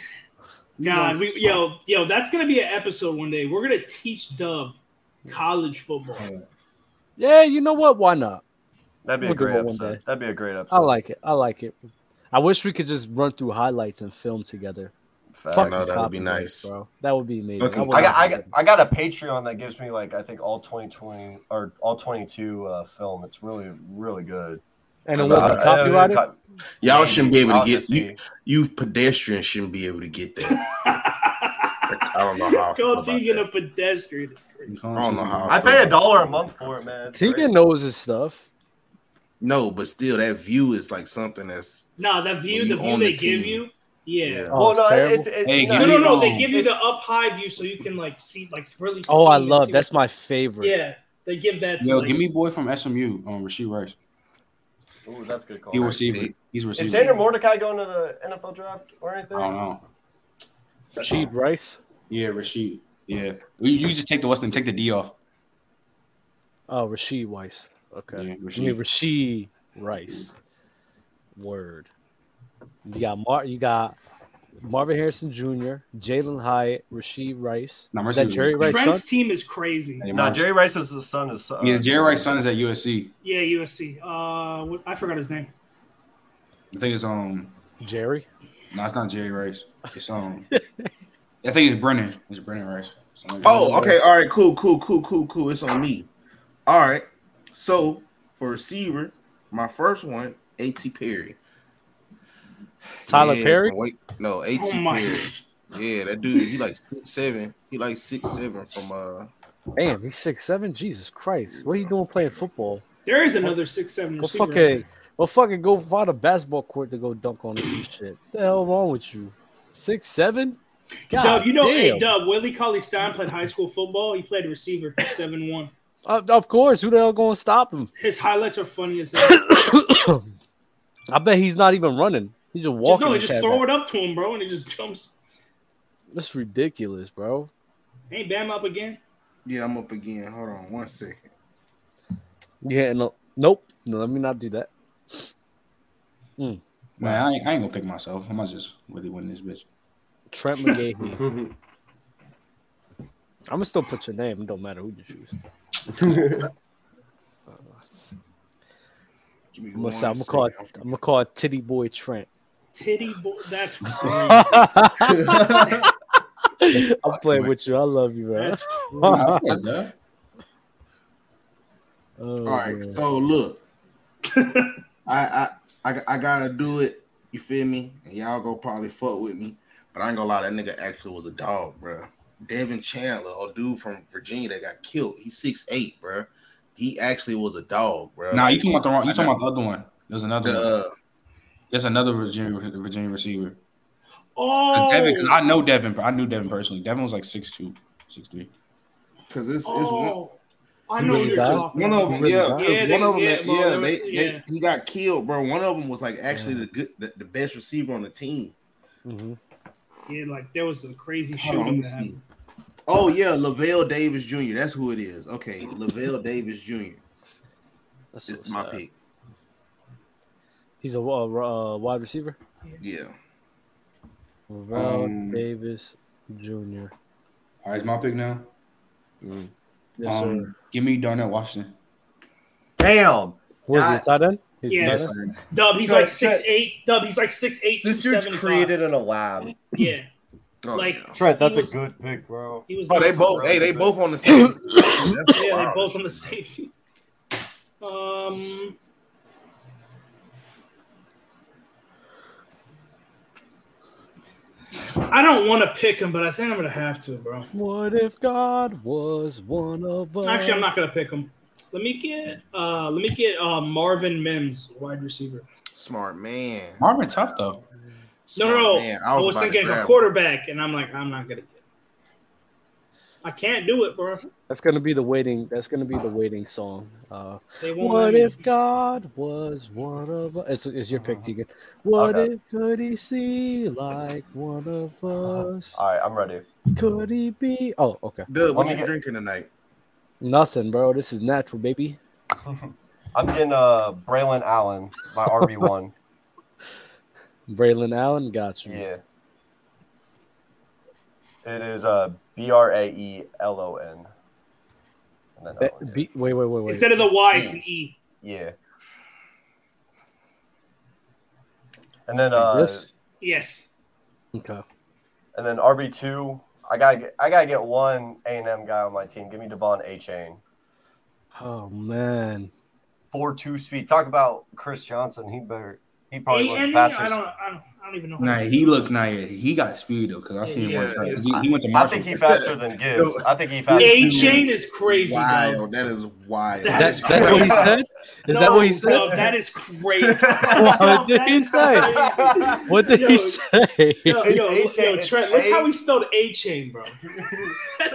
Speaker 4: you
Speaker 1: God,
Speaker 4: know.
Speaker 1: we, yo, yo, that's gonna be an episode one day. We're gonna teach Dub college football. (laughs)
Speaker 6: Yeah, you know what? Why not?
Speaker 2: That'd be
Speaker 6: We'll
Speaker 2: a
Speaker 6: do
Speaker 2: great
Speaker 6: it one
Speaker 2: episode.
Speaker 6: day.
Speaker 2: That'd be a great episode.
Speaker 6: I like it. I like it. I wish we could just run through highlights and film together.
Speaker 2: Facts.
Speaker 6: Fuck
Speaker 3: know,
Speaker 6: this
Speaker 3: that would be
Speaker 6: copyright,
Speaker 3: nice.
Speaker 6: bro. That would be amazing.
Speaker 3: Fucking-
Speaker 6: would
Speaker 2: I got, I
Speaker 6: love
Speaker 2: got
Speaker 6: that.
Speaker 2: I got a Patreon that gives me like I think all 2020 or all 22 uh, film. It's really really good. Uh,
Speaker 6: and it
Speaker 3: I
Speaker 6: won't
Speaker 3: got-
Speaker 6: be copyrighted.
Speaker 3: Y'all shouldn't be able to get you.
Speaker 2: you.
Speaker 3: You pedestrians shouldn't be able to get that. I don't know how. I feel
Speaker 1: Call
Speaker 3: about
Speaker 1: Tegan
Speaker 3: that.
Speaker 1: a pedestrian. It's crazy.
Speaker 4: I
Speaker 3: don't know how.
Speaker 2: I pay a dollar a month for it, man. It's
Speaker 6: Tegan
Speaker 2: great.
Speaker 6: knows his stuff.
Speaker 3: No, but still, that view is like something that's
Speaker 1: No, that view,
Speaker 3: When
Speaker 1: the
Speaker 3: you
Speaker 1: view
Speaker 3: own
Speaker 1: they
Speaker 3: the
Speaker 1: give
Speaker 3: team.
Speaker 1: you. Yeah.
Speaker 6: Oh,
Speaker 2: Well,
Speaker 6: it's
Speaker 2: no,
Speaker 6: terrible.
Speaker 2: it's, it,
Speaker 4: Hey,
Speaker 2: no,
Speaker 1: No, no, no. They
Speaker 4: Um,
Speaker 1: give you the up high view so you can like see, like really.
Speaker 6: Oh, I
Speaker 1: see and
Speaker 6: love.
Speaker 1: see
Speaker 6: That's
Speaker 1: what-
Speaker 6: my favorite.
Speaker 1: Yeah, they give that. To,
Speaker 4: Yo,
Speaker 1: like,
Speaker 4: give me boy from SMU, um, Rasheed Rice.
Speaker 2: Ooh, that's a good
Speaker 1: Oh,
Speaker 2: call.
Speaker 4: He a receiver.
Speaker 3: big.
Speaker 4: He's a
Speaker 2: Is
Speaker 4: receiver.
Speaker 2: Xander Mordecai going to the NFL draft or
Speaker 4: I
Speaker 2: anything?
Speaker 4: don't know.
Speaker 6: Cheap rice.
Speaker 4: Yeah, Rasheed. Yeah, you, you just take the what's name, take the D off.
Speaker 6: Oh, Rasheed Weiss. Okay.
Speaker 4: Yeah,
Speaker 6: I mean
Speaker 4: Rasheed.
Speaker 6: Rasheed Rice. Word. You got Mar. You got Marvin Harrison Jr., Jalen Hyatt, Rasheed Rice.
Speaker 4: No,
Speaker 6: Is that
Speaker 4: Rasheed-
Speaker 6: Jerry Rice? son?
Speaker 1: Trent's team is crazy.
Speaker 4: Hey,
Speaker 2: No,
Speaker 4: Miles.
Speaker 2: Jerry Rice's the son is. Uh,
Speaker 4: Yeah,
Speaker 2: (laughs)
Speaker 4: Jerry Rice's son is at USC.
Speaker 1: Yeah, USC. Uh, what, I forgot his name.
Speaker 4: I think it's um,
Speaker 6: Jerry.
Speaker 4: no, it's not Jerry Rice. It's um, I think it's Brennan. It's Brennan Rice. Something like that.
Speaker 3: Oh, okay. All right. Cool. Cool. Cool. Cool. Cool. It's on me. All right. So for receiver, my first one, At Perry.
Speaker 6: Tyler
Speaker 3: Yeah,
Speaker 6: Perry.
Speaker 3: from Wake- no, At
Speaker 1: Oh my. (laughs)
Speaker 3: Perry. Yeah, that dude. He like six seven. He like six seven from uh.
Speaker 6: Damn, he's six seven. Jesus Christ, what are you doing playing football?
Speaker 1: There is another six seven
Speaker 6: Go
Speaker 1: receiver.
Speaker 6: fucking, go fucking, go find a basketball court to go dunk on or some shit. the hell wrong with you? Six seven. God
Speaker 1: Dub, you know,
Speaker 6: damn.
Speaker 1: hey, Dub, Willie Cauley Stein played high school football. He played receiver, seven one.
Speaker 6: Of- of course, who the hell gonna stop him? (coughs)
Speaker 1: His highlights are funny as hell.
Speaker 6: I bet he's not even running. He just (coughs) walking.
Speaker 1: no, he
Speaker 6: his
Speaker 1: just
Speaker 6: head
Speaker 1: throw
Speaker 6: back.
Speaker 1: it up to him, bro, and he just jumps.
Speaker 6: That's ridiculous, bro.
Speaker 1: Ain't Bam up again?
Speaker 3: Yeah, I'm up again. Hold on one second.
Speaker 6: Yeah, no, nope. No, let me not do that.
Speaker 4: Man, I ain't, I ain't gonna pick myself. I might just really win this bitch.
Speaker 3: (laughs)
Speaker 6: Trent McGahee. I'm gonna still put your name. It don't matter who you choose.
Speaker 3: Give me
Speaker 6: I'm gonna,
Speaker 3: one
Speaker 6: say, I'm gonna call. It,
Speaker 3: second.
Speaker 6: I'm gonna call it Titty Boy Trent.
Speaker 1: Titty boy,
Speaker 4: (laughs)
Speaker 1: that's crazy.
Speaker 6: (laughs) I'm playing with you. I love you, man. (laughs)
Speaker 1: That's
Speaker 4: I said, duh.
Speaker 3: All
Speaker 6: Oh,
Speaker 3: right.
Speaker 6: man.
Speaker 3: So look, (laughs) I, I I I gotta do it. You feel me? And y'all go probably fuck with me, but I ain't gonna lie. That nigga actually was a dog, bro. Devin Chandler, a dude from Virginia that got killed. He's six eight, bro. He actually was a dog, bro.
Speaker 4: Nah, you talking about the wrong? You talking about the other one? There's another one.
Speaker 3: the, uh,
Speaker 4: There's another Virginia Virginia receiver.
Speaker 1: Oh,
Speaker 4: Devin, because I know Devin. I knew Devin personally. Devin was like 6'2", 6'3".
Speaker 3: because it's, it's one,
Speaker 1: oh, I know what you're
Speaker 6: Guy?
Speaker 1: talking
Speaker 3: one of
Speaker 1: about.
Speaker 3: them.
Speaker 6: Really
Speaker 3: Yeah,
Speaker 6: bad.
Speaker 3: 'cause
Speaker 1: Yeah, they-
Speaker 3: one of them.
Speaker 1: yeah,
Speaker 3: that-
Speaker 1: well,
Speaker 3: yeah,
Speaker 1: there
Speaker 3: they,
Speaker 1: was-
Speaker 3: they-
Speaker 1: yeah.
Speaker 3: he got killed, bro. One of them was like actually the good, the, the best receiver on the team.
Speaker 6: hmm
Speaker 1: Yeah, like there was a crazy
Speaker 3: Hold on, let
Speaker 1: shooting
Speaker 3: me
Speaker 1: that
Speaker 3: see.
Speaker 1: happened.
Speaker 3: Oh yeah, Lavelle Davis Jr. That's who it is. Okay, Lavelle Davis Jr.
Speaker 6: That's
Speaker 3: It's
Speaker 6: so
Speaker 3: my
Speaker 6: sad.
Speaker 3: pick.
Speaker 6: He's a uh, uh, wide receiver.
Speaker 3: Yeah.
Speaker 6: Lavelle
Speaker 4: Um,
Speaker 6: Davis Jr.
Speaker 4: All right, it's my pick now.
Speaker 6: Yes, sir.
Speaker 4: um, give me Darnell Washington.
Speaker 5: Damn.
Speaker 6: Was he a
Speaker 5: God.
Speaker 6: tight end? He's a
Speaker 1: Yes.
Speaker 6: tight end?
Speaker 1: Dub, he's
Speaker 5: Check,
Speaker 1: like six eight. Dub, he's like six eight.
Speaker 5: This dude's created in a lab.
Speaker 1: Yeah,
Speaker 3: Oh,
Speaker 1: Like-
Speaker 3: yeah.
Speaker 2: Trent, that's
Speaker 1: He was-
Speaker 2: a good pick, bro.
Speaker 1: he was.
Speaker 3: oh, they
Speaker 1: nice.
Speaker 3: both. Hey, they both on the same.
Speaker 1: Yeah,
Speaker 3: That's
Speaker 1: they
Speaker 3: wild.
Speaker 1: both on the same team. Um, I don't want to pick him, but I think I'm gonna have to, bro.
Speaker 6: What if God was one of us?
Speaker 1: Actually, I'm not gonna pick him. Let me get uh, let me get uh, Marvin Mims, wide receiver.
Speaker 3: Smart man.
Speaker 4: Marvin tough though.
Speaker 1: No, no,
Speaker 3: Smart
Speaker 1: no.
Speaker 3: Oh, man.
Speaker 1: I was,
Speaker 3: about to
Speaker 1: thinking
Speaker 3: grab
Speaker 1: a
Speaker 3: him.
Speaker 1: quarterback, and I'm like, I'm not gonna get. It. I can't do it, bro.
Speaker 6: That's gonna be the waiting. That's gonna be the waiting song. Uh,
Speaker 1: They won't let
Speaker 6: what
Speaker 1: me.
Speaker 6: if God was one of us? It's, it's your pick, Tegan. What
Speaker 2: Okay.
Speaker 6: if could he see like one (laughs) of us?
Speaker 2: All right, I'm ready.
Speaker 6: Could he be? Oh, okay.
Speaker 3: Dub,
Speaker 2: Let
Speaker 3: what
Speaker 2: me
Speaker 3: you
Speaker 2: get-
Speaker 3: drinking tonight?
Speaker 6: Nothing, bro. This is natural, baby.
Speaker 2: I'm getting uh Braylon Allen, my RB (laughs) one.
Speaker 6: Braylon Allen got you.
Speaker 2: yeah. It is uh B R A E L O N. And then
Speaker 6: Be-
Speaker 2: Allen, yeah.
Speaker 6: be- wait, wait, wait, wait.
Speaker 1: Instead of the Y, it's an E.
Speaker 2: yeah. And then uh
Speaker 6: this?
Speaker 1: Yes.
Speaker 6: Okay.
Speaker 2: and then RB two. I gotta get I gotta get one A and M guy on my team. Give me Devon A Chain.
Speaker 6: Oh man.
Speaker 2: Four two speed. Talk about Chris Johnson. He better he probably
Speaker 1: A-
Speaker 2: was
Speaker 1: and
Speaker 2: the
Speaker 1: he- I
Speaker 2: fastest.
Speaker 1: don't, I don't, I don't even know. how
Speaker 4: Nah,
Speaker 1: to-
Speaker 4: he looks nah. yeah, He got speed though, because I seen him.
Speaker 3: Yeah,
Speaker 4: one time.
Speaker 3: yes.
Speaker 4: He, he went to
Speaker 2: I
Speaker 4: Marshall.
Speaker 2: think he faster than Gibbs. I think he faster.
Speaker 1: A
Speaker 2: than
Speaker 1: chain
Speaker 2: Gibbs.
Speaker 1: is crazy.
Speaker 3: wild.
Speaker 1: dog.
Speaker 3: That is wild.
Speaker 1: That
Speaker 6: That's
Speaker 1: is
Speaker 6: that's what he
Speaker 1: crazy.
Speaker 6: said. Is that what
Speaker 1: (laughs)
Speaker 6: he
Speaker 1: No,
Speaker 6: said?
Speaker 1: dog, that is crazy.
Speaker 6: (laughs) What did he say?
Speaker 2: (laughs)
Speaker 6: What
Speaker 1: (laughs)
Speaker 6: did he
Speaker 1: Yo, Yo,
Speaker 6: say?
Speaker 2: It's
Speaker 1: yo,
Speaker 2: A-chain,
Speaker 1: yo,
Speaker 2: it's
Speaker 1: Trent, look
Speaker 2: (laughs) A-
Speaker 1: how he spelled A chain, bro.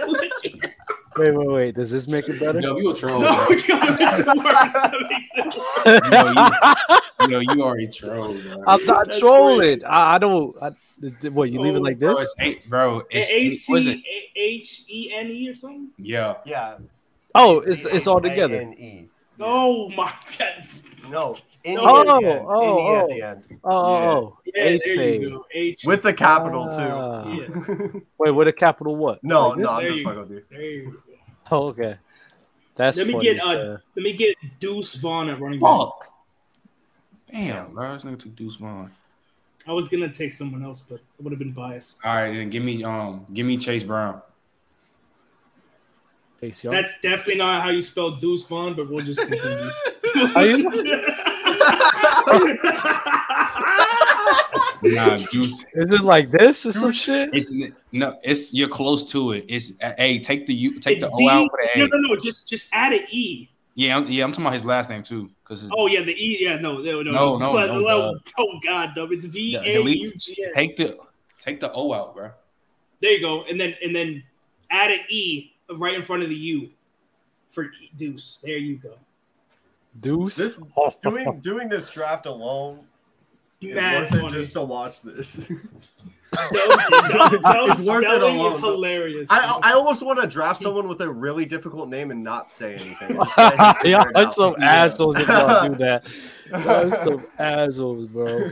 Speaker 6: Wait, wait, wait. Does this make it better? (laughs)
Speaker 4: Yo, you a troll.
Speaker 1: no, yo, this is worse. That makes it worse.
Speaker 4: Bro. Yo, you already troll, bro.
Speaker 6: (laughs) I'm not
Speaker 1: That's
Speaker 6: trolling. I, I don't. I, th- th- what you leave it
Speaker 1: Oh,
Speaker 6: like
Speaker 4: Bro,
Speaker 6: this?
Speaker 4: it's eight, bro. It's
Speaker 1: A
Speaker 4: eight, what is it?
Speaker 1: C H E N E or something?
Speaker 4: Yeah.
Speaker 2: Yeah.
Speaker 6: Oh, it's it's all together.
Speaker 2: A-N-E.
Speaker 1: Oh my god.
Speaker 2: E. No. N-E
Speaker 1: Oh,
Speaker 2: at the end. N-E
Speaker 6: oh,
Speaker 2: at
Speaker 6: oh.
Speaker 2: the end.
Speaker 6: Oh, oh, oh.
Speaker 1: Yeah,
Speaker 6: H
Speaker 1: there you
Speaker 6: A.
Speaker 1: go. H.
Speaker 2: With the capital too.
Speaker 6: Ah.
Speaker 1: Yeah,
Speaker 6: Wait, with a capital what?
Speaker 2: No,
Speaker 6: Like this?
Speaker 2: no, I'm
Speaker 1: There
Speaker 2: just
Speaker 1: you
Speaker 2: fucking with you.
Speaker 1: there you go.
Speaker 6: Oh, okay. That's
Speaker 1: Let me
Speaker 6: funny,
Speaker 1: get, uh,
Speaker 6: sir.
Speaker 1: Let me get Deuce Vaughn at running back.
Speaker 4: Fuck. Damn, bro. This nigga took Deuce Vaughn.
Speaker 1: I was gonna take someone else, but it would have been biased.
Speaker 4: All right, then give me um, give me Chase Brown.
Speaker 6: Chase Young.
Speaker 1: That's definitely not how you spell Deuce Vaughn, but we'll just continue.
Speaker 6: Are you-
Speaker 1: (laughs)
Speaker 4: Nah, Deuce.
Speaker 6: Is it like this or some shit?
Speaker 4: It's no, it's you're close to it. It's hey, take the U, take
Speaker 1: it's
Speaker 4: the O
Speaker 1: D.
Speaker 4: out for the
Speaker 1: No,
Speaker 4: A.
Speaker 1: no, no. Just just add an E.
Speaker 4: Yeah, I'm, yeah, I'm talking about his last name too, because
Speaker 1: Oh yeah, the E. Yeah, no, no, no.
Speaker 4: No, no,
Speaker 1: But-
Speaker 4: no,
Speaker 1: oh, oh god, dub. It's V A U G N.
Speaker 4: take the take the O out, bro.
Speaker 1: There you go, and then and then add an E right in front of the U for Deuce. There you go.
Speaker 6: Deuce. (laughs)
Speaker 5: This- Doing doing this draft alone is
Speaker 1: Mad
Speaker 5: worth it
Speaker 1: funny.
Speaker 5: just to watch this.
Speaker 1: Dub's, Dub- Dub's
Speaker 5: (laughs) It's worth it
Speaker 1: spelling
Speaker 5: alone.
Speaker 1: is hilarious.
Speaker 5: I I almost want to draft someone with a really difficult name and not say anything.
Speaker 6: (laughs) yeah,
Speaker 5: Just
Speaker 6: I'm some
Speaker 5: let him figure it out.
Speaker 6: assholes if y'all do that.
Speaker 5: (laughs)
Speaker 6: I'm
Speaker 1: (laughs)
Speaker 6: some assholes, bro.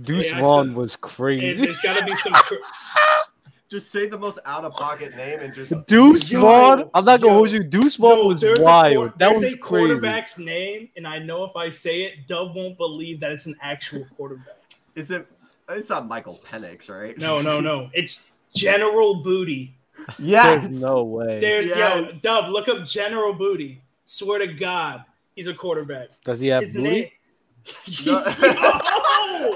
Speaker 6: Deuce
Speaker 1: Yeah, I
Speaker 6: Vaughn
Speaker 1: said-
Speaker 6: was
Speaker 1: and
Speaker 6: crazy.
Speaker 1: there's gotta be some.
Speaker 5: (laughs)
Speaker 1: cr-
Speaker 5: Just say the most out of pocket name and just
Speaker 6: Deuce
Speaker 1: Yo,
Speaker 6: Vaughn. I'm not gonna hold
Speaker 1: yo.
Speaker 6: you. Deuce Vaughn was
Speaker 1: there's a
Speaker 6: wild.
Speaker 1: quar-
Speaker 6: That
Speaker 1: there's
Speaker 6: was
Speaker 1: a
Speaker 6: crazy.
Speaker 1: quarterback's name, and I know if I say it, Dub won't believe that it's an actual quarterback.
Speaker 5: is it. It's not Michael Penix, right?
Speaker 1: No, no, no. It's General Booty.
Speaker 5: (laughs) Yes.
Speaker 6: There's no way.
Speaker 1: There's
Speaker 5: Yes.
Speaker 1: yo, Dub, look up General Booty. Swear to God, he's a quarterback.
Speaker 6: Does he have
Speaker 1: His name.
Speaker 6: booty?
Speaker 5: No.
Speaker 1: (laughs) Yo,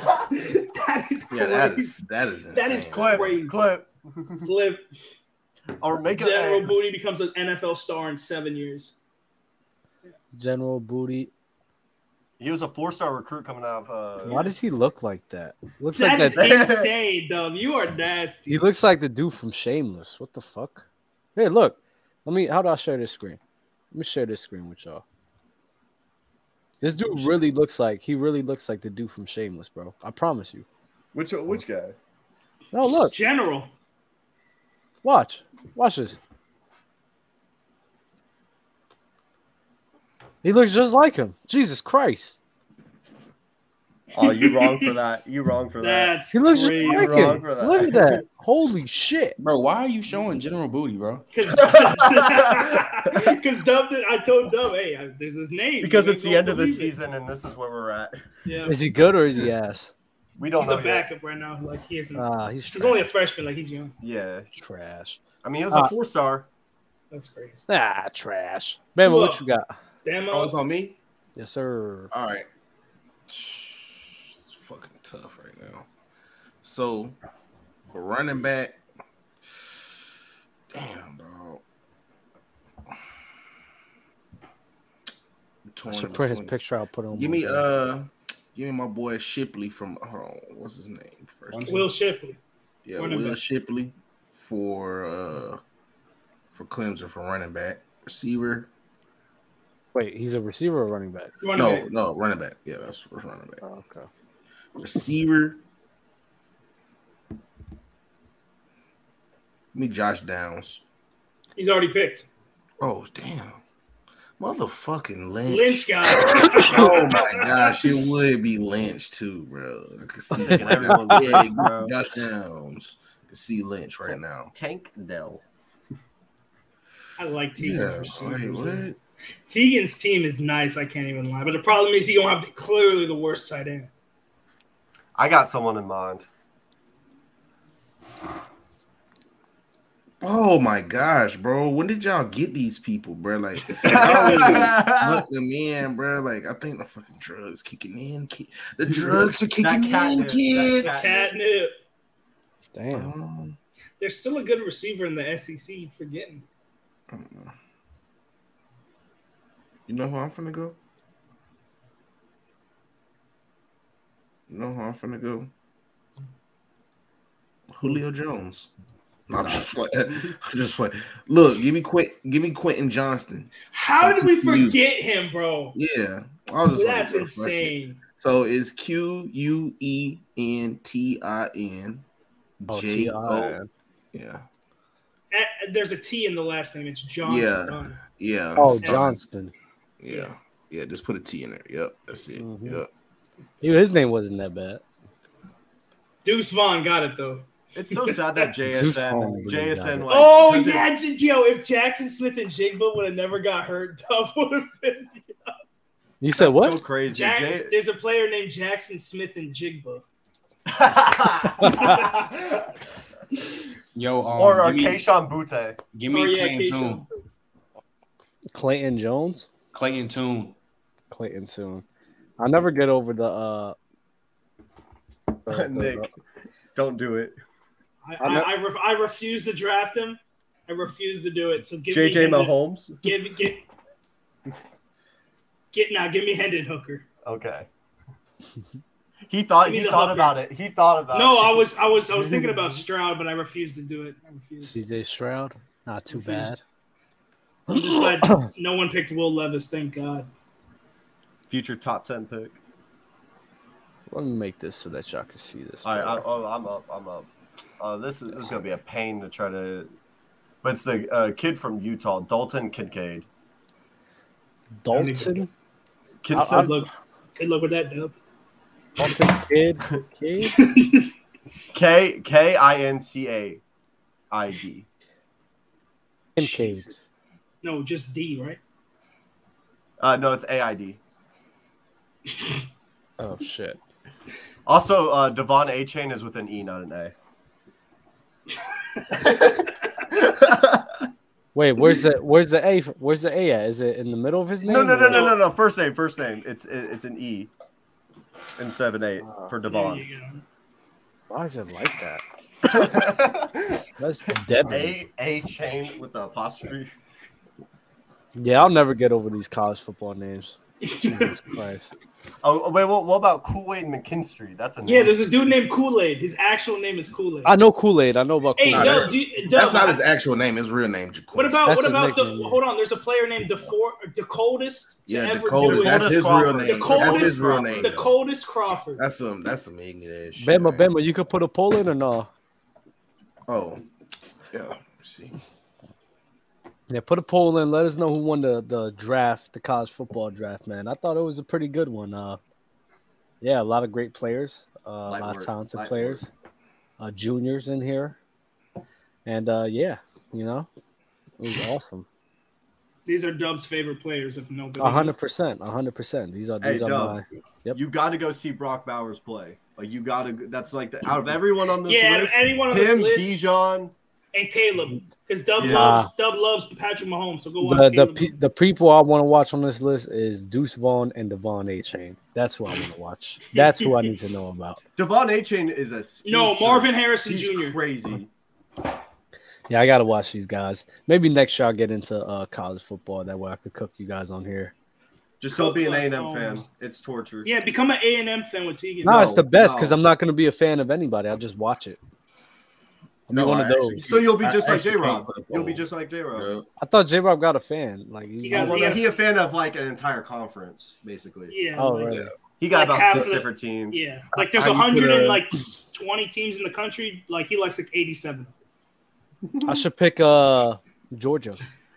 Speaker 1: that is crazy.
Speaker 3: Yeah, that is that is insane.
Speaker 1: That is
Speaker 5: Clip,
Speaker 1: Crazy.
Speaker 5: clip,
Speaker 1: Flip,
Speaker 5: or make
Speaker 1: General
Speaker 5: a.
Speaker 1: Booty becomes an NFL star in seven years.
Speaker 6: General Booty
Speaker 2: He was a four star recruit coming out of.
Speaker 1: Oh,
Speaker 2: Uh,
Speaker 6: Why does he look like that? Looks like
Speaker 1: That is
Speaker 6: that. (laughs)
Speaker 1: insane, dumb. You are nasty.
Speaker 6: He looks like the dude from Shameless. What the fuck? Hey, look. Let me. How do I share this screen? Let me share this screen with y'all. This dude really looks like he really looks like the dude from Shameless, bro. I promise you.
Speaker 5: Which which guy?
Speaker 6: No, Oh, look.
Speaker 1: General.
Speaker 6: Watch. Watch this. He looks just like him. Jesus Christ.
Speaker 5: Oh, you wrong for that. You wrong for that.
Speaker 1: That's
Speaker 6: He looks
Speaker 1: crazy.
Speaker 6: just like
Speaker 5: Wrong
Speaker 6: him.
Speaker 5: for that.
Speaker 6: Look at that. Holy shit.
Speaker 4: Bro, why are you showing General Booty, bro?
Speaker 1: (laughs) Because Dub, did- I told Dub, hey, I, there's his
Speaker 5: (laughs)
Speaker 1: name.
Speaker 5: Because
Speaker 1: You
Speaker 5: it's
Speaker 1: ain't
Speaker 5: the end of
Speaker 1: gonna
Speaker 5: the
Speaker 1: believe
Speaker 5: season, and this is where we're at.
Speaker 1: it. Yeah.
Speaker 6: Is he good or is he ass?
Speaker 2: we don't
Speaker 1: He's
Speaker 2: know
Speaker 1: a
Speaker 2: yet.
Speaker 1: backup right now. Like he isn't.
Speaker 6: Ah, he's
Speaker 1: he's only a
Speaker 6: trash.
Speaker 1: freshman. Like he's young.
Speaker 5: Yeah,
Speaker 6: trash.
Speaker 5: I mean, it was
Speaker 6: Uh,
Speaker 5: a four star.
Speaker 1: That's crazy.
Speaker 6: Ah, trash. Bama, what you got?
Speaker 1: Damn,
Speaker 3: Oh, it's on me.
Speaker 6: Yes, sir.
Speaker 3: All right. It's fucking tough right now. So for running back, damn dog. I'm
Speaker 6: I
Speaker 3: torn
Speaker 6: should print his
Speaker 3: between-
Speaker 6: picture out, put it on.
Speaker 3: Give
Speaker 6: my
Speaker 3: me
Speaker 6: wall.
Speaker 3: uh, give me my boy Shipley from hold on, what's his name? First, name?
Speaker 1: Will Shipley.
Speaker 3: yeah,
Speaker 1: running
Speaker 3: Will
Speaker 1: back.
Speaker 3: Shipley for uh for Clemson for running back receiver.
Speaker 6: wait, he's a receiver or running back?
Speaker 1: Running
Speaker 3: No,
Speaker 1: back.
Speaker 3: no, running back. Yeah, that's for running back.
Speaker 6: Oh, okay.
Speaker 3: receiver. Give me Josh Downs.
Speaker 1: He's already picked.
Speaker 3: Oh damn, motherfucking Lynch.
Speaker 1: Lynch guy.
Speaker 3: (laughs) Oh my gosh, it would be Lynch too, bro. I could see
Speaker 5: Taking everyone's
Speaker 3: yeah,
Speaker 5: picks, bro.
Speaker 3: Josh Downs. I could see Lynch right now.
Speaker 5: Tank Dell.
Speaker 1: (laughs) I like Tegan.
Speaker 3: Yeah,
Speaker 1: for some
Speaker 3: wait,
Speaker 1: reason.
Speaker 3: what?
Speaker 1: Tegan's team is nice. I can't even lie. But the problem is he gonna have the, clearly the worst tight end.
Speaker 2: I got someone
Speaker 5: (laughs)
Speaker 1: (laughs)
Speaker 2: in mind.
Speaker 3: Oh my gosh, bro! When did y'all get these people, bro? (laughs) Like, (laughs) I don't even look them in, bro. Like, I think the fucking drugs kicking in. ki- The drugs are
Speaker 2: That
Speaker 3: kicking in,
Speaker 2: catnip, that
Speaker 3: kids.
Speaker 2: catnip.
Speaker 1: Catnip.
Speaker 6: Damn.
Speaker 3: Um,
Speaker 1: There's still a good receiver in the SEC. you Forgetting.
Speaker 3: I don't know. You know who I'm finna go? You know who I'm finna go? Julio Jones. No, I'm just playing. (laughs) I'm just playing. Look, give me Quint, give me Quentin Johnston.
Speaker 1: How did we
Speaker 3: You.
Speaker 1: forget him, bro?
Speaker 3: Yeah, I was just like,
Speaker 1: That's
Speaker 3: bro, fuck it.
Speaker 1: insane.
Speaker 3: So it's Q U E N T I N
Speaker 6: Oh,
Speaker 3: J O.
Speaker 6: T.I..
Speaker 3: Yeah,
Speaker 1: Eh, There's a T in the last name. It's John
Speaker 3: Yeah.
Speaker 1: Stun.
Speaker 3: yeah.
Speaker 6: Oh,
Speaker 3: So-
Speaker 6: Johnston.
Speaker 3: Yeah, yeah. Just put a T in there. Yep, that's it.
Speaker 6: Mhm.
Speaker 3: Yep.
Speaker 6: He- His name wasn't that bad.
Speaker 1: Deuce Vaughn got it though.
Speaker 5: It's
Speaker 6: (laughs)
Speaker 5: so sad that
Speaker 6: Who's
Speaker 5: JSN,
Speaker 6: calling me
Speaker 5: JSN.
Speaker 6: that?
Speaker 5: Like,
Speaker 1: oh
Speaker 5: doesn't-
Speaker 1: yeah, J- yo! If Jackson Smith and Jigba would have never got hurt, (laughs) Dub would have been.
Speaker 6: You said
Speaker 5: that's
Speaker 6: what?
Speaker 5: So crazy.
Speaker 1: Jack,
Speaker 5: J-
Speaker 2: (laughs)
Speaker 1: (laughs) there's a player named Jackson Smith and Jigba.
Speaker 4: Yo, um,
Speaker 2: or uh,
Speaker 4: give, me,
Speaker 2: Keishon Butte.
Speaker 4: give me
Speaker 1: Oh, yeah,
Speaker 4: Clayton Tune.
Speaker 1: Keyshawn.
Speaker 6: Clayton Jones?
Speaker 4: Clayton Tune.
Speaker 6: Clayton soon. I never get over the uh
Speaker 2: (laughs)
Speaker 6: the- the-
Speaker 5: Nick, don't do it.
Speaker 1: I,
Speaker 6: I'm not-
Speaker 1: I, I, ref I refuse to draft him. I refuse to do it. So give me
Speaker 5: JJ
Speaker 1: Hendon-
Speaker 5: Mahomes.
Speaker 1: Give get get now. give me Hendon Hooker.
Speaker 2: Okay. He thought
Speaker 1: Give me
Speaker 2: he
Speaker 1: the
Speaker 2: thought
Speaker 1: hooker.
Speaker 2: about it. He thought
Speaker 3: Uh,
Speaker 2: about
Speaker 1: No,
Speaker 2: it.
Speaker 1: I was I was I was thinking about Stroud, but I refused to do it. I refused.
Speaker 6: CJ Stroud? Not too bad.
Speaker 1: Refused. I'm
Speaker 6: (gasps)
Speaker 1: just glad no one picked Will Levis. Thank God.
Speaker 5: Future top ten pick.
Speaker 6: Let me make this so that y'all can see this.
Speaker 2: All right, I,
Speaker 6: better.
Speaker 2: oh, I'm up. I'm up. Uh, this is this is gonna be a pain to try to. But it's the uh, kid from Utah, Dalton Kincaid.
Speaker 6: Dalton?
Speaker 2: Kinson,
Speaker 1: Good luck. Good luck with that, Dub.
Speaker 6: Dalton
Speaker 2: (laughs)
Speaker 6: Kid? Kid?
Speaker 2: K K I N C A I D.
Speaker 6: Kincaid.
Speaker 1: Jesus. No, just D, right?
Speaker 2: Uh, no, it's A I D.
Speaker 6: Oh shit.
Speaker 2: Also, uh, Devon A Chain is with an E, not an A. (laughs)
Speaker 6: Wait, where's the where's the A where's the A at? Is it in the middle of his name?
Speaker 2: No, no, no,
Speaker 6: or-
Speaker 2: no, no, no. First name, first name. It's it, it's an E. And seven eight for Devon.
Speaker 1: Oh, There you go.
Speaker 6: Why is it like that? That's deadly.
Speaker 2: (laughs) A A Chain with the apostrophe.
Speaker 6: Yeah, I'll never get over these college football names. Jesus Christ.
Speaker 2: Oh, oh, wait, what, what about Kool Aid McKinstry? That's a name.
Speaker 1: Yeah, there's a dude named Kool Aid. His actual name is Kool Aid.
Speaker 6: I know Kool Aid. I know about
Speaker 1: Hey,
Speaker 3: Nah,
Speaker 6: Kool Aid.
Speaker 1: Dub,
Speaker 3: that-
Speaker 1: do you, Dub,
Speaker 3: That's not his actual name. His real name. Jaquez.
Speaker 1: What about
Speaker 6: That's
Speaker 1: what
Speaker 6: his
Speaker 1: about the?
Speaker 6: nickname, yeah. Hold
Speaker 1: Hold on, there's a player named DeFor, the coldest to
Speaker 3: Yeah,
Speaker 1: ever
Speaker 3: Dakota.
Speaker 1: do it.
Speaker 3: That's his real
Speaker 5: Crawford.
Speaker 3: name.
Speaker 1: Dakota's
Speaker 3: That's his real
Speaker 1: Crawford.
Speaker 3: name.
Speaker 1: The
Speaker 3: though.
Speaker 1: coldest Crawford.
Speaker 3: That's some. That's some ignorant shit.
Speaker 6: Bama,
Speaker 3: right?
Speaker 6: Bama, you could put a poll in or no?
Speaker 3: Oh, yeah. let me See,
Speaker 6: Yeah, put a poll in. Let us know who won the, the draft, the college football draft, man. I thought it was a pretty good one. Uh, yeah, a lot of great players, uh, a
Speaker 5: Light
Speaker 6: lot of
Speaker 5: work,
Speaker 6: talented
Speaker 5: light
Speaker 6: players, uh, juniors in here, and uh, yeah, you know, it was awesome.
Speaker 1: These are Dub's favorite players, if nobody.
Speaker 6: A hundred percent, a hundred percent. These are
Speaker 5: Hey,
Speaker 6: these are
Speaker 5: Dub,
Speaker 6: my Yep.
Speaker 5: you got to go see Brock Bowers play. Like you got to. That's like the, out of everyone on this
Speaker 1: Yeah,
Speaker 5: list,
Speaker 1: anyone on this
Speaker 5: him,
Speaker 1: list
Speaker 5: Bijan.
Speaker 1: and Caleb, because Dub
Speaker 5: Yeah.
Speaker 1: loves Dub loves Patrick Mahomes. So go watch
Speaker 6: the the,
Speaker 1: Caleb.
Speaker 6: pe- the people I want to watch on this list is Deuce Vaughn and Devon A Chain. That's who I want to watch. That's who I need to know about.
Speaker 5: Devon A. Chain is a speedster.
Speaker 1: no, Marvin Harrison
Speaker 5: He's
Speaker 1: Jr.
Speaker 5: crazy.
Speaker 6: Yeah, I gotta watch these guys. Maybe next year I'll get into uh, college football. That way I could cook you guys on here.
Speaker 5: Just don't be an A
Speaker 1: Cook us
Speaker 5: and M
Speaker 1: on.
Speaker 5: fan. It's torture.
Speaker 1: Yeah, become an A and M fan with Tegan.
Speaker 6: No, it's the best
Speaker 5: no.
Speaker 6: because I'm not gonna be a fan of anybody. I'll just watch it.
Speaker 3: no,
Speaker 6: one
Speaker 3: I
Speaker 6: of those.
Speaker 3: actually
Speaker 5: So you'll be
Speaker 3: can't-
Speaker 5: just
Speaker 3: I
Speaker 5: like
Speaker 3: actually
Speaker 5: J Rob.
Speaker 3: can't put up
Speaker 5: You'll be
Speaker 3: all-
Speaker 5: just like J Rob.
Speaker 3: Yeah.
Speaker 6: I thought J Rob got a fan. Like, he-
Speaker 1: You got-
Speaker 5: well,
Speaker 1: you
Speaker 5: no, he a fan of like an entire conference, basically.
Speaker 1: Yeah.
Speaker 6: oh,
Speaker 1: like,
Speaker 6: really?
Speaker 5: He got
Speaker 1: Like half
Speaker 5: about six
Speaker 1: the-
Speaker 5: different teams.
Speaker 1: Yeah. Like there's
Speaker 3: I- I
Speaker 1: hundred
Speaker 3: could, uh,
Speaker 1: and like twenty teams in the country. Like he likes like eighty seven.
Speaker 6: I should pick uh Georgia.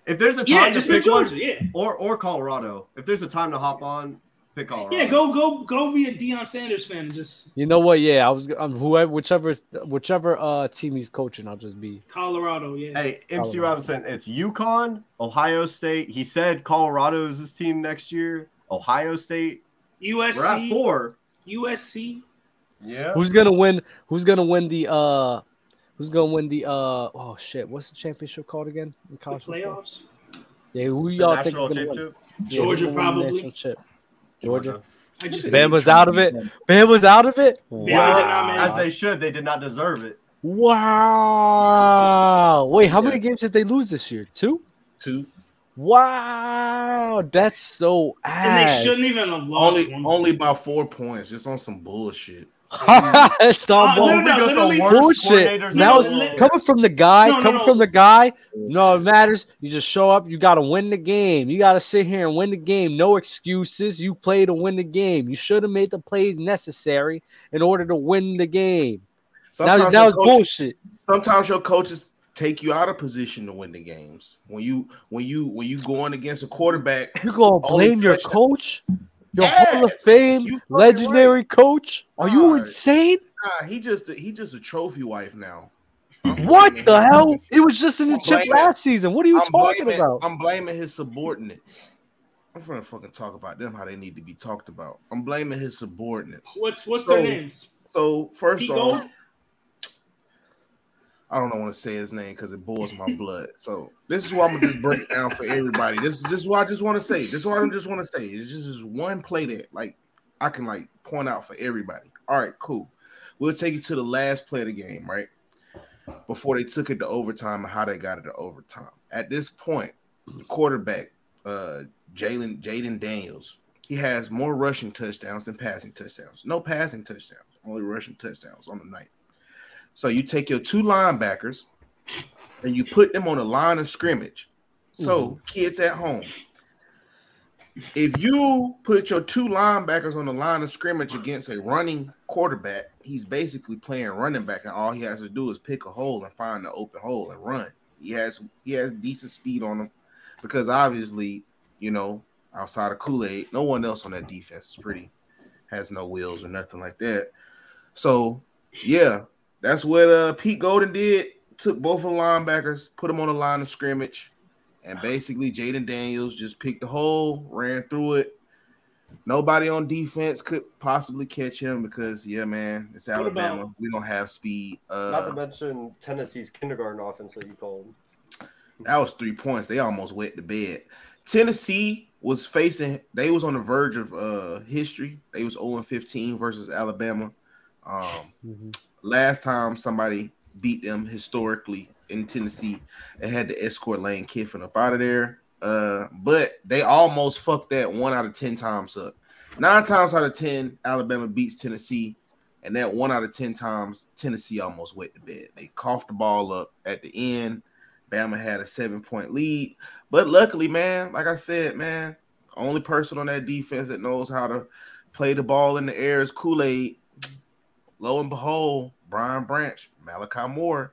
Speaker 5: If there's a time
Speaker 1: Yeah,
Speaker 5: to
Speaker 1: just pick
Speaker 5: pick
Speaker 1: Georgia.
Speaker 5: one,
Speaker 1: Yeah.
Speaker 5: or or Colorado. If there's a time to hop on, pick Colorado.
Speaker 1: Yeah, go go go be a Deion Sanders fan and just
Speaker 6: You know what? Yeah, I was. i whoever, whichever, whichever uh team he's coaching, I'll just be.
Speaker 1: Colorado, yeah.
Speaker 5: Hey, MC
Speaker 6: Colorado.
Speaker 5: Robinson, it's Yukon, Ohio State. He said Colorado is his team next year. Ohio State. We're at
Speaker 1: USC
Speaker 5: four.
Speaker 1: USC.
Speaker 5: Yeah.
Speaker 6: Who's gonna win? Who's gonna win the uh? Who's gonna win the uh? Oh shit! What's the championship called again? In
Speaker 1: The
Speaker 6: college football?
Speaker 1: playoffs.
Speaker 6: Yeah, who
Speaker 5: The
Speaker 6: y'all think is
Speaker 5: national
Speaker 6: gonna win?
Speaker 5: championship?
Speaker 6: Yeah, who's
Speaker 1: Georgia
Speaker 6: gonna win the
Speaker 1: probably.
Speaker 6: national chip? Georgia.
Speaker 1: I just
Speaker 6: Bam was out of it. Bam was out of it.
Speaker 1: Bama did not make it.
Speaker 5: As they should. They did not deserve it.
Speaker 6: Wow. Wait, how many
Speaker 3: Yeah.
Speaker 6: games did they lose this year? Two?
Speaker 3: Two.
Speaker 6: Wow. That's so
Speaker 1: and they
Speaker 6: ass. (laughs)
Speaker 1: shouldn't even have lost
Speaker 3: Only,
Speaker 1: one.
Speaker 3: only by four points, just on some bullshit.
Speaker 6: That's not
Speaker 1: Oh,
Speaker 6: bull-
Speaker 1: no, no,
Speaker 5: we got
Speaker 1: literally-
Speaker 5: the worst
Speaker 6: bullshit.
Speaker 5: coordinators in
Speaker 6: That
Speaker 1: no,
Speaker 6: was
Speaker 5: the world.
Speaker 1: come-
Speaker 6: coming from the guy,
Speaker 1: No, no,
Speaker 6: coming
Speaker 1: no.
Speaker 6: from the guy. No, it matters. You just show up. You got to win the game. You got to sit here and win the game. No excuses. You play to win the game. You should have made the plays necessary in order to win the game. Now,
Speaker 3: Sometimes
Speaker 6: that
Speaker 3: your
Speaker 6: was
Speaker 3: coach-
Speaker 6: bullshit.
Speaker 3: Sometimes your coaches take you out of position to win the games. When you when you when you going against a quarterback,
Speaker 6: You're going to
Speaker 3: Only
Speaker 6: blame your
Speaker 3: touchdown.
Speaker 6: coach? Your Hall of
Speaker 3: Yes.
Speaker 6: Fame
Speaker 3: You fucking
Speaker 6: legendary coach? Are you
Speaker 3: Right.
Speaker 6: insane?
Speaker 3: nah, he just he just a trophy wife now.
Speaker 6: What the hell? He was just in the
Speaker 3: I'm
Speaker 6: chip
Speaker 3: blaming-
Speaker 6: last season. What are you
Speaker 3: I'm
Speaker 6: talking
Speaker 3: blaming,
Speaker 6: about?
Speaker 3: I'm blaming his subordinates. I'm gonna fucking talk about them how they need to be talked about. I'm blaming his subordinates.
Speaker 1: What's what's
Speaker 3: So,
Speaker 1: their names?
Speaker 3: So first
Speaker 1: Pete
Speaker 3: off,
Speaker 1: Gold?
Speaker 3: I don't want to say his name because it boils my blood. So this is what I'm gonna just break down for everybody. This, this is what I just want to say. This is what I just want to say. It's just this one play that like I can like point out for everybody. All right, cool. We'll take you to the last play of the game, right? Before they took it to overtime and how they got it to overtime. At this point, the quarterback, uh Jalen Jaden Daniels, he has more rushing touchdowns than passing touchdowns. No passing touchdowns, only rushing touchdowns on the night. So you take your two linebackers and you put them on the line of scrimmage. So kids at home, if you put your two linebackers on the line of scrimmage against a running quarterback, he's basically playing running back, and all he has to do is pick a hole and find the open hole and run. He has he has decent speed on him because obviously, you know, outside of Kool Aid, no one else on that defense is pretty has no wheels or nothing like that. So yeah, that's what uh, Pete Golden did. Took both of the linebackers, put them on the line of scrimmage, and basically Jaden Daniels just picked the hole, ran through it. Nobody on defense could possibly catch him because yeah, man, it's
Speaker 1: What about-
Speaker 3: Alabama. we don't have speed.
Speaker 2: Not to
Speaker 3: Uh,
Speaker 2: mention Tennessee's kindergarten offense that you called.
Speaker 3: that was three points. They almost wet the bed. Tennessee was facing. They was on the verge of uh, history. They was 0 15 versus Alabama. Um,
Speaker 6: Mm-hmm.
Speaker 3: last time somebody beat them historically in Tennessee, they had to escort Lane Kiffin up out of there. Uh, but they almost fucked that one out of ten times up. Nine times out of ten, Alabama beats Tennessee, and that one out of ten times, Tennessee almost wet the bed. They coughed the ball up at the end. Bama had a seven point lead, but luckily, man, like I said, man, the only person on that defense that knows how to play the ball in the air is Kool Aid. Lo and behold, Brian Branch, Malachi Moore.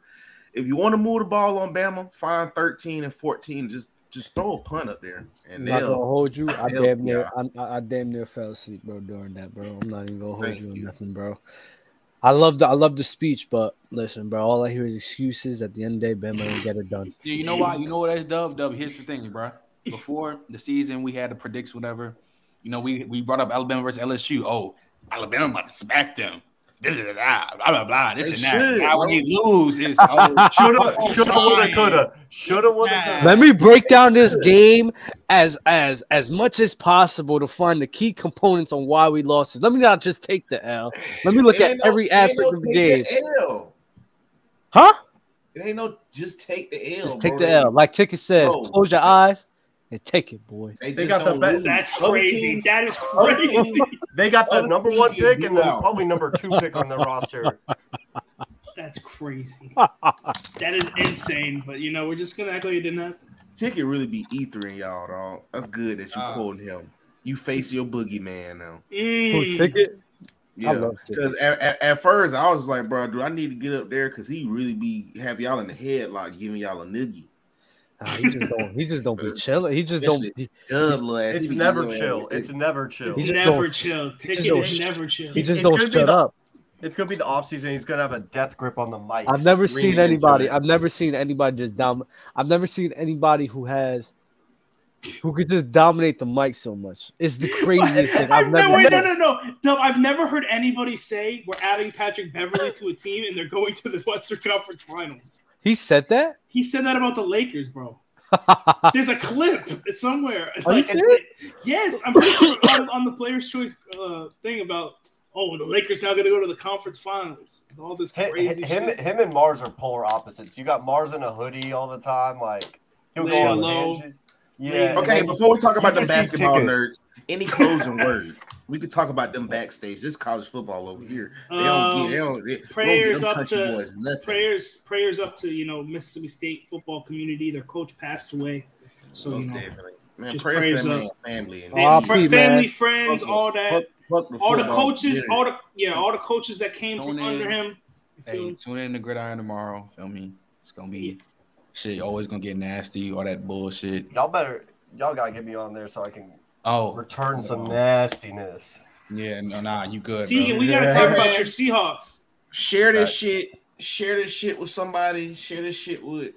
Speaker 3: If you want to move the ball on Bama, find 13 and 14. Just just throw a punt up there,
Speaker 6: I'm
Speaker 3: and
Speaker 6: not gonna
Speaker 3: they'll
Speaker 6: hold you. I
Speaker 3: they'll-
Speaker 6: damn near,
Speaker 3: yeah.
Speaker 6: I'm- I, I damn near fell asleep, bro, during that, bro. I'm not even gonna hold
Speaker 3: Thank
Speaker 6: you on
Speaker 3: you.
Speaker 6: nothing, bro. I love the, I love the speech, but listen, bro. All I hear is excuses. At the end of the day, Bama didn't get it done.
Speaker 4: Yeah, you know why? You know what that's dub dub. Here's the thing, bro. Before the season, we had to predict whatever. You know, we we brought up Alabama versus LSU. Oh, Alabama about to smack them. Da, da, da, da, Blah blah blah. This
Speaker 5: They
Speaker 4: and that.
Speaker 5: should,
Speaker 4: Now when they lose, it's oh,
Speaker 5: (laughs) Shoulda,
Speaker 4: oh,
Speaker 5: shoulda, woulda,
Speaker 4: fine.
Speaker 5: coulda. Shoulda, woulda, coulda.
Speaker 6: Let me break down this game as as as much as possible to find the key components on why we lost it. Let me not just take the L. Let me look
Speaker 3: It
Speaker 6: at
Speaker 3: ain't no-
Speaker 6: every
Speaker 3: it ain't
Speaker 6: aspect
Speaker 3: no
Speaker 6: of the game.
Speaker 3: take L.
Speaker 6: Huh?
Speaker 3: It ain't no just take the L.
Speaker 6: Just take
Speaker 3: bro.
Speaker 6: the L. Like Ticket says,
Speaker 3: Bro.
Speaker 6: close your eyes and take it, boy.
Speaker 3: They,
Speaker 5: They got
Speaker 3: just
Speaker 5: the
Speaker 3: don't
Speaker 5: best-
Speaker 3: lose.
Speaker 1: That's
Speaker 3: Other
Speaker 1: crazy.
Speaker 3: teams-
Speaker 1: that is
Speaker 3: other
Speaker 1: crazy.
Speaker 5: They got the
Speaker 3: Other
Speaker 5: number
Speaker 3: teams
Speaker 5: one
Speaker 3: get
Speaker 5: pick and
Speaker 3: blew
Speaker 5: then
Speaker 3: out.
Speaker 5: probably number two pick on their roster.
Speaker 1: (laughs) That's crazy. That is insane. But you know, we're just gonna act like it didn't happen.
Speaker 3: Ticket really be ethering y'all, dog. That's good that you
Speaker 4: Ah.
Speaker 3: quoting him. You face your boogeyman now.
Speaker 6: Who,
Speaker 1: Mm.
Speaker 6: Ticket? I
Speaker 3: Yeah,
Speaker 6: love Ticket.
Speaker 3: because at, at, at first I was like, bro, do I need to get up there? Because he really be have y'all in the headlock, giving y'all a noogie.
Speaker 6: Nah, he just don't. He just don't be
Speaker 3: It's-
Speaker 6: chilling. He just don't.
Speaker 3: it's-
Speaker 6: He,
Speaker 3: Dub, little ass. He
Speaker 5: It's
Speaker 3: be
Speaker 5: never
Speaker 3: doing
Speaker 5: chill.
Speaker 3: that.
Speaker 5: It's never chill.
Speaker 1: It's
Speaker 6: just
Speaker 1: never
Speaker 6: don't-
Speaker 1: chill. Ticket
Speaker 6: don't-
Speaker 1: is never chill.
Speaker 6: he just
Speaker 5: it's
Speaker 6: don't
Speaker 5: gonna be
Speaker 6: shut
Speaker 5: the-
Speaker 6: up.
Speaker 5: It's gonna be the offseason. He's gonna have a death grip on the mic.
Speaker 6: I've
Speaker 5: screaming
Speaker 6: never seen
Speaker 5: into
Speaker 6: anybody.
Speaker 5: it.
Speaker 6: I've never seen anybody just dom. I've never seen anybody who has, who could just dominate the mic so much. It's the craziest
Speaker 1: (laughs)
Speaker 6: thing I've never.
Speaker 1: never, no,
Speaker 6: seen.
Speaker 1: no, no, Dub, I've never heard anybody say we're adding Patrick Beverly to a team and they're going to the Western Conference Finals.
Speaker 6: He said that. (laughs)
Speaker 1: He said that about the Lakers, bro.
Speaker 6: Are
Speaker 1: There's a clip somewhere.
Speaker 6: you
Speaker 1: Like,
Speaker 6: serious?
Speaker 1: yes, I'm pretty sure on, on the Players' Choice uh, thing about oh the Lakers now going to go to the conference finals. and All this
Speaker 5: Hi- hi-
Speaker 1: crazy
Speaker 5: him,
Speaker 1: shit.
Speaker 5: him and Mars are polar opposites. You got Mars in a hoodie all the time. Like he'll
Speaker 1: Lay
Speaker 5: go on
Speaker 1: low.
Speaker 5: tangents. Yeah.
Speaker 3: Okay,
Speaker 5: and then-
Speaker 3: before we talk about
Speaker 5: you
Speaker 3: them
Speaker 5: just see
Speaker 3: basketball
Speaker 5: Ticket.
Speaker 3: nerds, any closing word? We could talk about them backstage. This college football over here. They don't get. They
Speaker 1: Um,
Speaker 3: don't, they,
Speaker 1: prayers
Speaker 3: they
Speaker 1: up
Speaker 3: don't get them country
Speaker 1: to-
Speaker 3: boys nothing.
Speaker 1: prayers, prayers up to you know Mississippi State football community. Their coach passed away, so
Speaker 3: Most
Speaker 1: you know,
Speaker 3: definitely. Man,
Speaker 1: just
Speaker 3: prayers,
Speaker 1: prayers
Speaker 3: to that
Speaker 1: up.
Speaker 3: man, family and
Speaker 1: They-
Speaker 6: Oh,
Speaker 1: fr-
Speaker 6: R.I.P.,
Speaker 1: family,
Speaker 6: man.
Speaker 1: friends, all that,
Speaker 3: Fuck- fuck
Speaker 1: all the
Speaker 3: football
Speaker 1: coaches,
Speaker 3: community.
Speaker 1: all the yeah, all the coaches that came from
Speaker 4: Don't
Speaker 1: under
Speaker 4: they-
Speaker 1: him. You feel
Speaker 4: Hey,
Speaker 1: me?
Speaker 4: tune in to Gridiron tomorrow. Feel me? It's gonna be shit. Always gonna get nasty. All that bullshit.
Speaker 5: Y'all better. Y'all gotta get me on there so I can
Speaker 4: Oh
Speaker 5: return some nastiness.
Speaker 4: yeah, no, nah, you good,
Speaker 1: Tegan,
Speaker 4: bro.
Speaker 1: we gotta
Speaker 5: Yeah.
Speaker 1: talk about your Seahawks.
Speaker 3: share this
Speaker 5: Facts.
Speaker 3: shit. Share this shit with somebody. Share this shit with,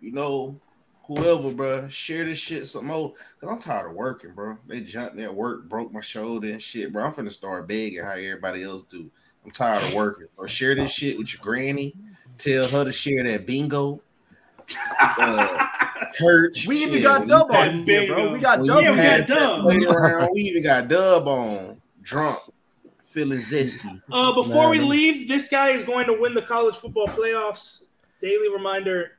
Speaker 3: you know, whoever, bruh. Share this shit some more. Cause I'm tired of working, bro. They jumped me at work, broke my shoulder and shit, bro. I'm finna start begging how everybody else do. I'm tired of working. So share this shit with your granny. Tell her to share that bingo. Uh, church.
Speaker 5: We even
Speaker 3: shit,
Speaker 5: got
Speaker 3: when
Speaker 5: dub
Speaker 1: that
Speaker 5: on here, bro.
Speaker 1: bingo.
Speaker 5: We got
Speaker 3: when
Speaker 5: dub.
Speaker 1: yeah,
Speaker 3: you
Speaker 1: we
Speaker 5: here.
Speaker 1: got
Speaker 3: pass that
Speaker 1: Dub.
Speaker 3: plate around, we even got dub on. Drunk, feeling zesty.
Speaker 1: Uh, before we
Speaker 6: Man.
Speaker 1: leave, this guy is going to win the college football playoffs. Daily reminder.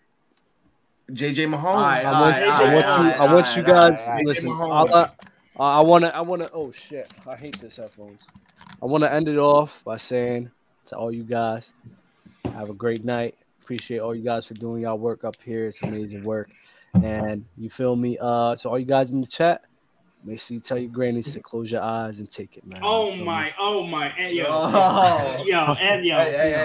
Speaker 3: JJ Mahomes.
Speaker 5: Aye,
Speaker 6: I want,
Speaker 5: aye,
Speaker 6: I want
Speaker 5: aye,
Speaker 6: you. I want
Speaker 5: aye,
Speaker 6: you guys.
Speaker 5: aye, aye.
Speaker 6: Listen.
Speaker 3: Give 'em
Speaker 6: I'll,
Speaker 3: homework.
Speaker 6: uh, I want to. I want to. Oh shit! I hate this headphones. I want to end it off by saying to all you guys, have a great night. Appreciate all you guys for doing y'all work up here. It's amazing work. And you feel me? Uh, to all you guys in the chat, make sure you tell your grannies to close your eyes and take it, man. You
Speaker 1: Oh
Speaker 6: feel
Speaker 2: (laughs)
Speaker 6: me?
Speaker 1: my, oh my, and yo,
Speaker 5: (laughs) Oh.
Speaker 1: yo, and yo.
Speaker 5: Hey, hey, hey,